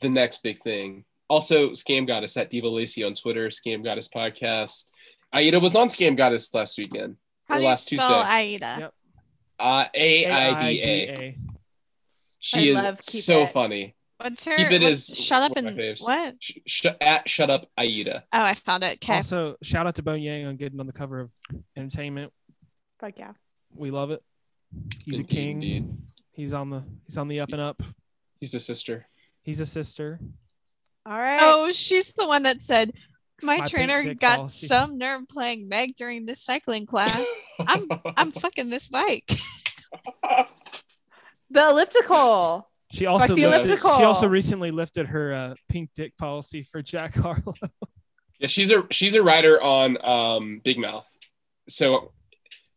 I: the next big thing. Also, Scam Goddess at Diva Lacey on Twitter, Scam Goddess Podcast. Aida was on Scam Goddess last weekend.
A: How
I: or
A: do you
I: last
A: spell
I: Tuesday.
A: Aida?
H: Yep.
I: Uh, A-I-D-A.
H: AIDA.
I: She
A: I
I: is
A: love Keep
I: so
A: It.
I: funny.
A: What's her?
I: Keep It
A: what's-
I: is
A: shut up
I: one of
A: and
I: my faves.
A: what?
I: Sh- sh- at Shut Up Aida.
A: Oh, I found it. Okay.
H: Also, shout out to Bo Yang on getting on the cover of Entertainment.
B: Fuck yeah.
H: We love it. He's
I: Indeed,
H: a king.
I: indeed.
H: He's on the he's on the up and up.
I: He's a sister.
H: He's a sister.
B: All right.
A: Oh, she's the one that said, "My,
H: My pink
A: trainer
H: dick
A: got
H: policy."
A: some nerve playing Meg during this cycling class. I'm I'm fucking this bike."
B: The elliptical.
H: She also
B: the
H: lifted, she
B: elliptical.
H: also recently lifted her uh, pink dick policy for Jack Harlow.
I: (laughs) Yeah, she's a she's a writer on um, Big Mouth. So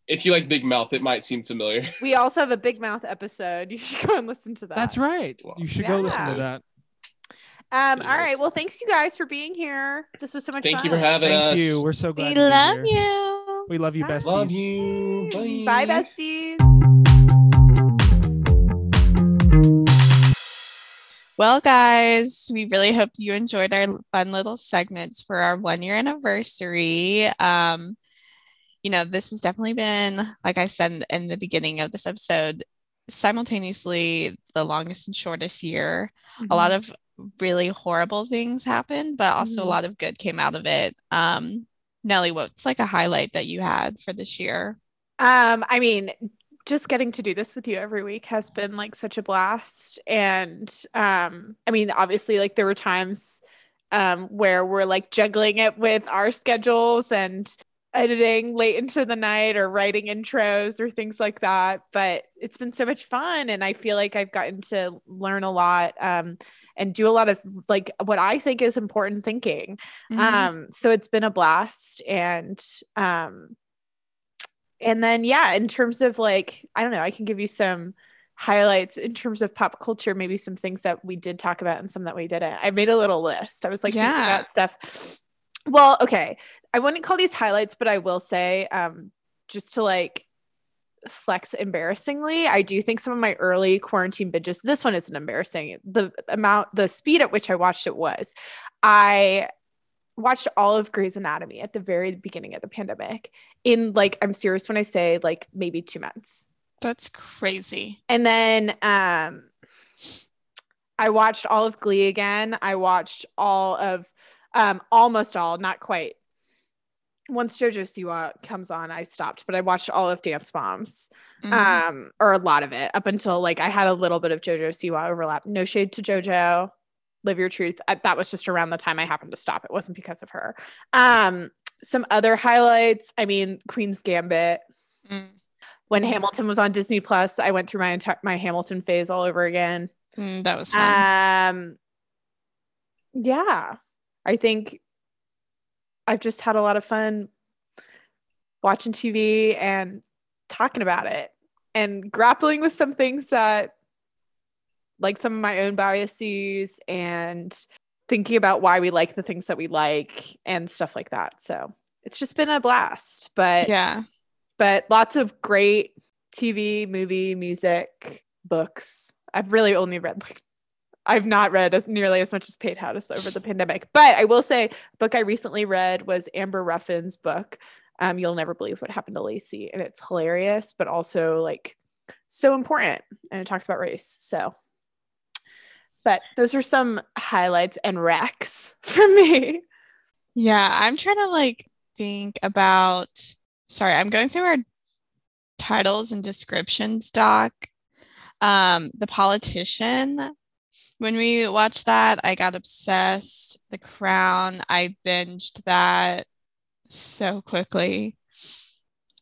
I: if you like Big Mouth, it might seem familiar.
B: We also have a Big Mouth episode. You should go and listen to that.
H: That's right. You should go listen to
B: Yeah.
H: that.
B: Um, all right. Well, thanks you guys for being here. This was so much
I: Thank
B: fun.
I: you for having
H: Thank
I: us.
H: you. We're so glad.
A: we
H: to be
A: love
H: here.
A: you.
H: We love you, besties.
I: Love you. Bye.
B: Bye, besties.
A: Well, guys, we really hope you enjoyed our fun little segments for our one year anniversary. Um, you know, this has definitely been, like I said in the beginning of this episode, simultaneously the longest and shortest year. A lot of really horrible things happened, but also
B: Mhm.
A: a lot of good came out of it. Um, Nellie, what's like a highlight that you had for this year?
B: Um, I mean, just getting to do this with you every week has been like such a blast. And um, I mean, obviously, like there were times um where we're like juggling it with our schedules and editing late into the night or writing intros or things like that. But it's been so much fun. And I feel like I've gotten to learn a lot um and do a lot of like what I think is important thinking.
A: Mm-hmm.
B: Um, so it's been a blast and um and then yeah, in terms of like, I don't know, I can give you some highlights in terms of pop culture, maybe some things that we did talk about and some that we didn't. I made a little list. I was like thinking
A: Yeah.
B: about stuff. Well, okay. I wouldn't call these highlights, but I will say, um, just to like flex embarrassingly, I do think some of my early quarantine binges, this one isn't embarrassing. The amount, the speed at which I watched it was. I watched all of Grey's Anatomy at the very beginning of the pandemic in like I'm serious when I say like maybe 2 months.
A: That's crazy.
B: And then um I watched all of Glee again. I watched all of um almost all, not quite. Once JoJo Siwa comes on, I stopped, but I watched all of Dance Moms
A: Mhm.
B: um, or a lot of it up until like I had a little bit of JoJo Siwa overlap. No shade to JoJo. Live your truth. I, that was just around the time I happened to stop. It wasn't because of her. Um, some other highlights. I mean, Queen's Gambit.
A: Mm.
B: When
A: Mhm.
B: Hamilton was on Disney Plus, I went through my entire my Hamilton phase all over again.
A: Mm, that was fun.
B: Um, yeah, I think I've just had a lot of fun watching TV and talking about it and grappling with some things that, like some of my own biases and thinking about why we like the things that we like and stuff like that. So it's just been a blast, but
A: yeah.
B: but lots of great TV, movie, music, books. I've really only read like I've not read as nearly as much as Paid House over the pandemic. But I will say, a book I recently read was Amber Ruffin's book. Um, You'll never believe what happened to Lacey, and it's hilarious, but also like so important, and it talks about race. So, but those are some highlights and wrecks (laughs) for me.
A: Yeah, I'm trying to like think about. Sorry, I'm going through our titles and descriptions doc. Um, The Politician. When we watched that, I got obsessed. The Crown, I binged that so quickly.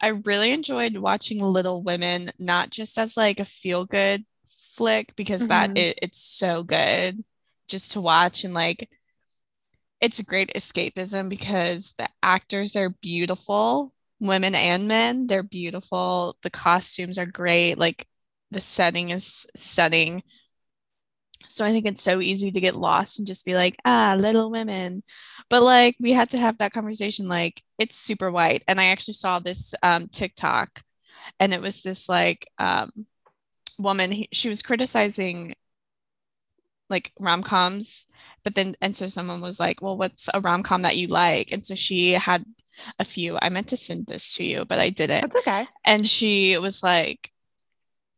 A: I really enjoyed watching Little Women, not just as like a feel good flick because that
B: Mhm.
A: it, it's so good just to watch and like it's a great escapism because the actors are beautiful, women and men. They're beautiful. The costumes are great. Like the setting is stunning. So I think it's so easy to get lost and just be like, ah, little women. But like we had to have that conversation. Like it's super white. And I actually saw this um, TikTok and it was this like um, woman, he- she was criticizing like rom coms. But then, and so someone was like, well, what's a rom com that you like? And so she had a few. I meant to send this to you, but I didn't.
B: That's okay.
A: And she was like,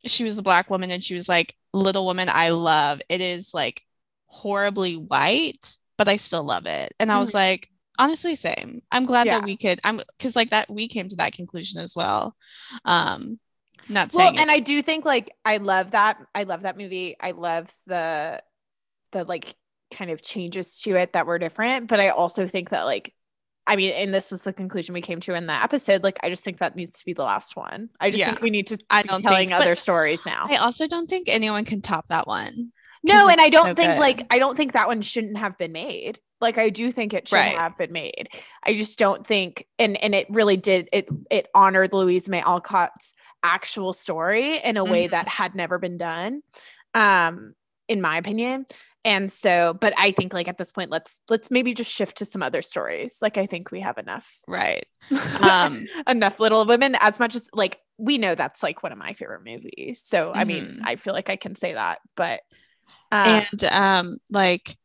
A: she was a black woman and she was like, Little Woman, I love. It is like horribly white, but I still love it. And I was
B: Mhm.
A: like, honestly, same. I'm glad
B: Yeah.
A: that we could, I'm because like that, we came to that conclusion as well. Um, not
B: well
A: saying
B: and i do think like i love that i love that movie i love the the like kind of changes to it that were different but i also think that like i mean and this was the conclusion we came to in that episode like i just think that needs to be the last one i just think
A: Yeah.
B: we need to
A: I
B: be
A: don't
B: telling
A: think- but
B: other stories now
A: I also don't think anyone can top that one.
B: no
A: 'cause
B: and i
A: it's
B: don't
A: so
B: think
A: good.
B: like i don't think that one shouldn't have been made like i do think it should
A: Right.
B: have been made i just don't think and and it really did it it honored louise may alcott's actual story in a way that
A: Mm-hmm.
B: had never been done um in my opinion and so but i think like at this point let's let's maybe just shift to some other stories like i think we
A: (laughs)
B: have enough (laughs)
A: right um
B: enough little women as much as like we know that's like one of my favorite movies so i mean i feel like i can say that but um,
A: Mm-hmm. and um like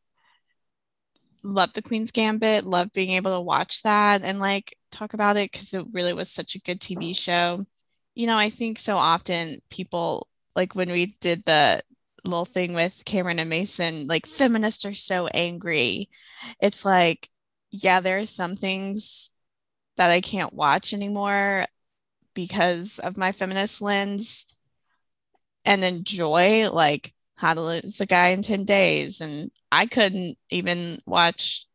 A: love the queen's gambit love being able to watch that and like talk about it because it really was such a good tv show you know i think so often people like when we did the little thing with cameron and mason like feminists are so angry it's like yeah there are some things that i can't watch anymore because of my feminist lens and enjoy like how to lose a guy in 10 days and i couldn't even watch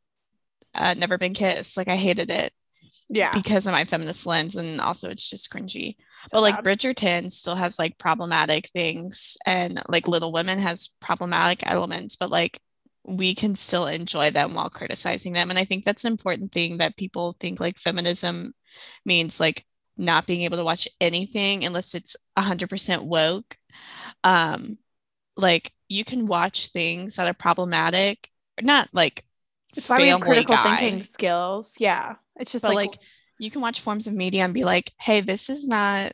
A: uh, never been kissed like i hated it
B: yeah
A: because of my feminist lens and also it's just cringy
B: So
A: but like
B: bad.
A: bridgerton still has like problematic things and like little women has problematic elements but like we can still enjoy them while criticizing them and i think that's an important thing that people think like feminism means like not being able to watch anything unless it's 100% woke um like you can watch things that are problematic not like
B: It's why we have
A: Family
B: critical
A: Guy.
B: thinking skills. Yeah. It's just
A: but
B: like,
A: like, you can watch forms of media and be like hey this is not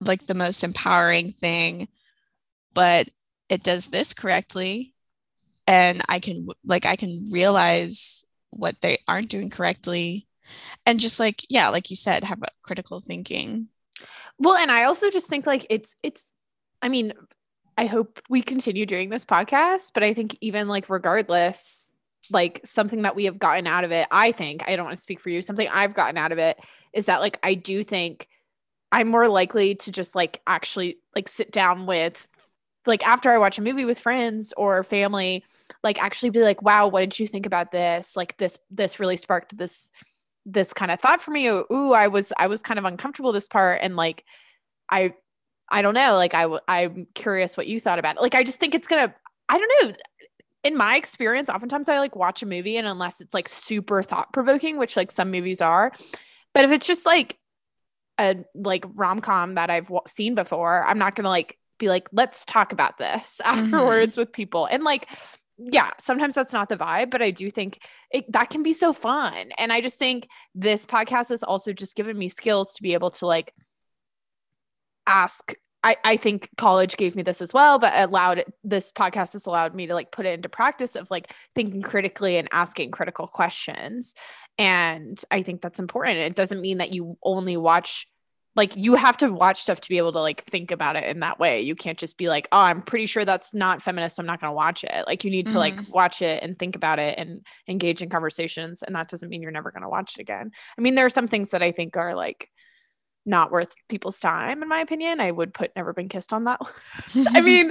A: like the most empowering thing but it does this correctly and i can like i can realize what they aren't doing correctly and just like yeah like you said have a critical thinking
B: well, and I also just think like it's it's I mean, I hope we continue doing this podcast, but I think even like regardless, like something that we have gotten out of it, I think, I don't want to speak for you, something I've gotten out of it is that like I do think I'm more likely to just like actually like sit down with like after I watch a movie with friends or family, like actually be like, wow, what did you think about this? Like this this really sparked this this kind of thought for me. Ooh, ooh, I was I was kind of uncomfortable this part and like I I don't know, like I w- I'm curious what you thought about it. Like I just think it's going to I don't know. In my experience, oftentimes I like watch a movie and unless it's like super thought provoking, which like some movies are, but if it's just like a like rom com that I've w- seen before, I'm not gonna like be like, let's talk about this (laughs) afterwards with people. And like, yeah, sometimes that's not the vibe, but I do think it, that can be so fun. And I just think this podcast has also just given me skills to be able to like ask. I, I think college gave me this as well, but allowed this podcast has allowed me to like put it into practice of like thinking critically and asking critical questions. And I think that's important. It doesn't mean that you only watch like you have to watch stuff to be able to like think about it in that way. You can't just be like, oh, I'm pretty sure that's not feminist. so I'm not going to watch it. Like you need to like watch it and think about it and engage in conversations. And that doesn't mean you're never going to watch it again. I mean, there are some things that I think are like not worth people's time, in my opinion. I would put Never Been Kissed on that (laughs) list. (laughs)
A: (laughs)
B: I mean, I mean,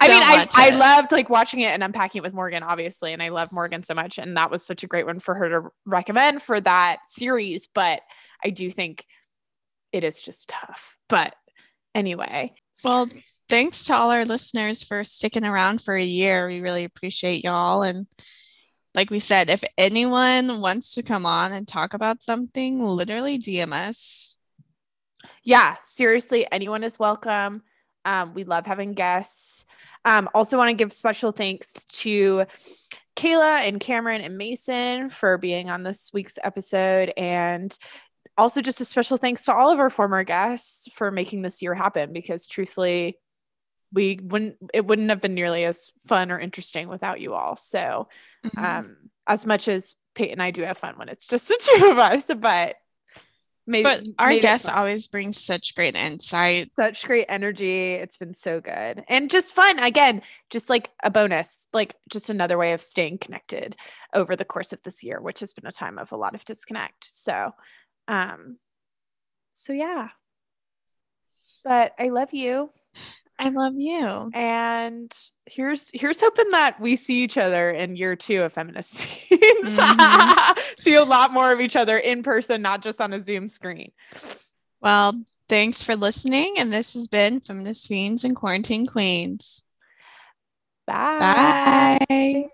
A: Don't
B: I,
A: watch
B: I
A: it.
B: loved like watching it and unpacking it with Morgan, obviously. And I love Morgan so much. And that was such a great one for her to recommend for that series. But I do think it is just tough. But anyway,
A: Well, thanks to all our listeners for sticking around for a year. We really appreciate y'all. And like we said, if anyone wants to come on and talk about something, literally DM us.
B: yeah, seriously, anyone is welcome. Um, we love having guests. Um, also, want to give special thanks to Kayla and Cameron and Mason for being on this week's episode. And also, just a special thanks to all of our former guests for making this year happen because truthfully, we wouldn't it wouldn't have been nearly as fun or interesting without you all so
A: Mhm.
B: um as much as Peyton and I do have fun when it's just the two of us but maybe
A: but our guests always bring such great insight
B: such great energy it's been so good and just fun again just like a bonus like just another way of staying connected over the course of this year which has been a time of a lot of disconnect so um so yeah but I love you
A: I love you.
B: And here's here's hoping that we see each other in year two of feminist (laughs) teens. (laughs) see a lot more of each other in person, not just on a Zoom screen.
A: Well, thanks for listening. And this has been Feminist Fiends and Quarantine Queens.
B: Bye.
A: Bye.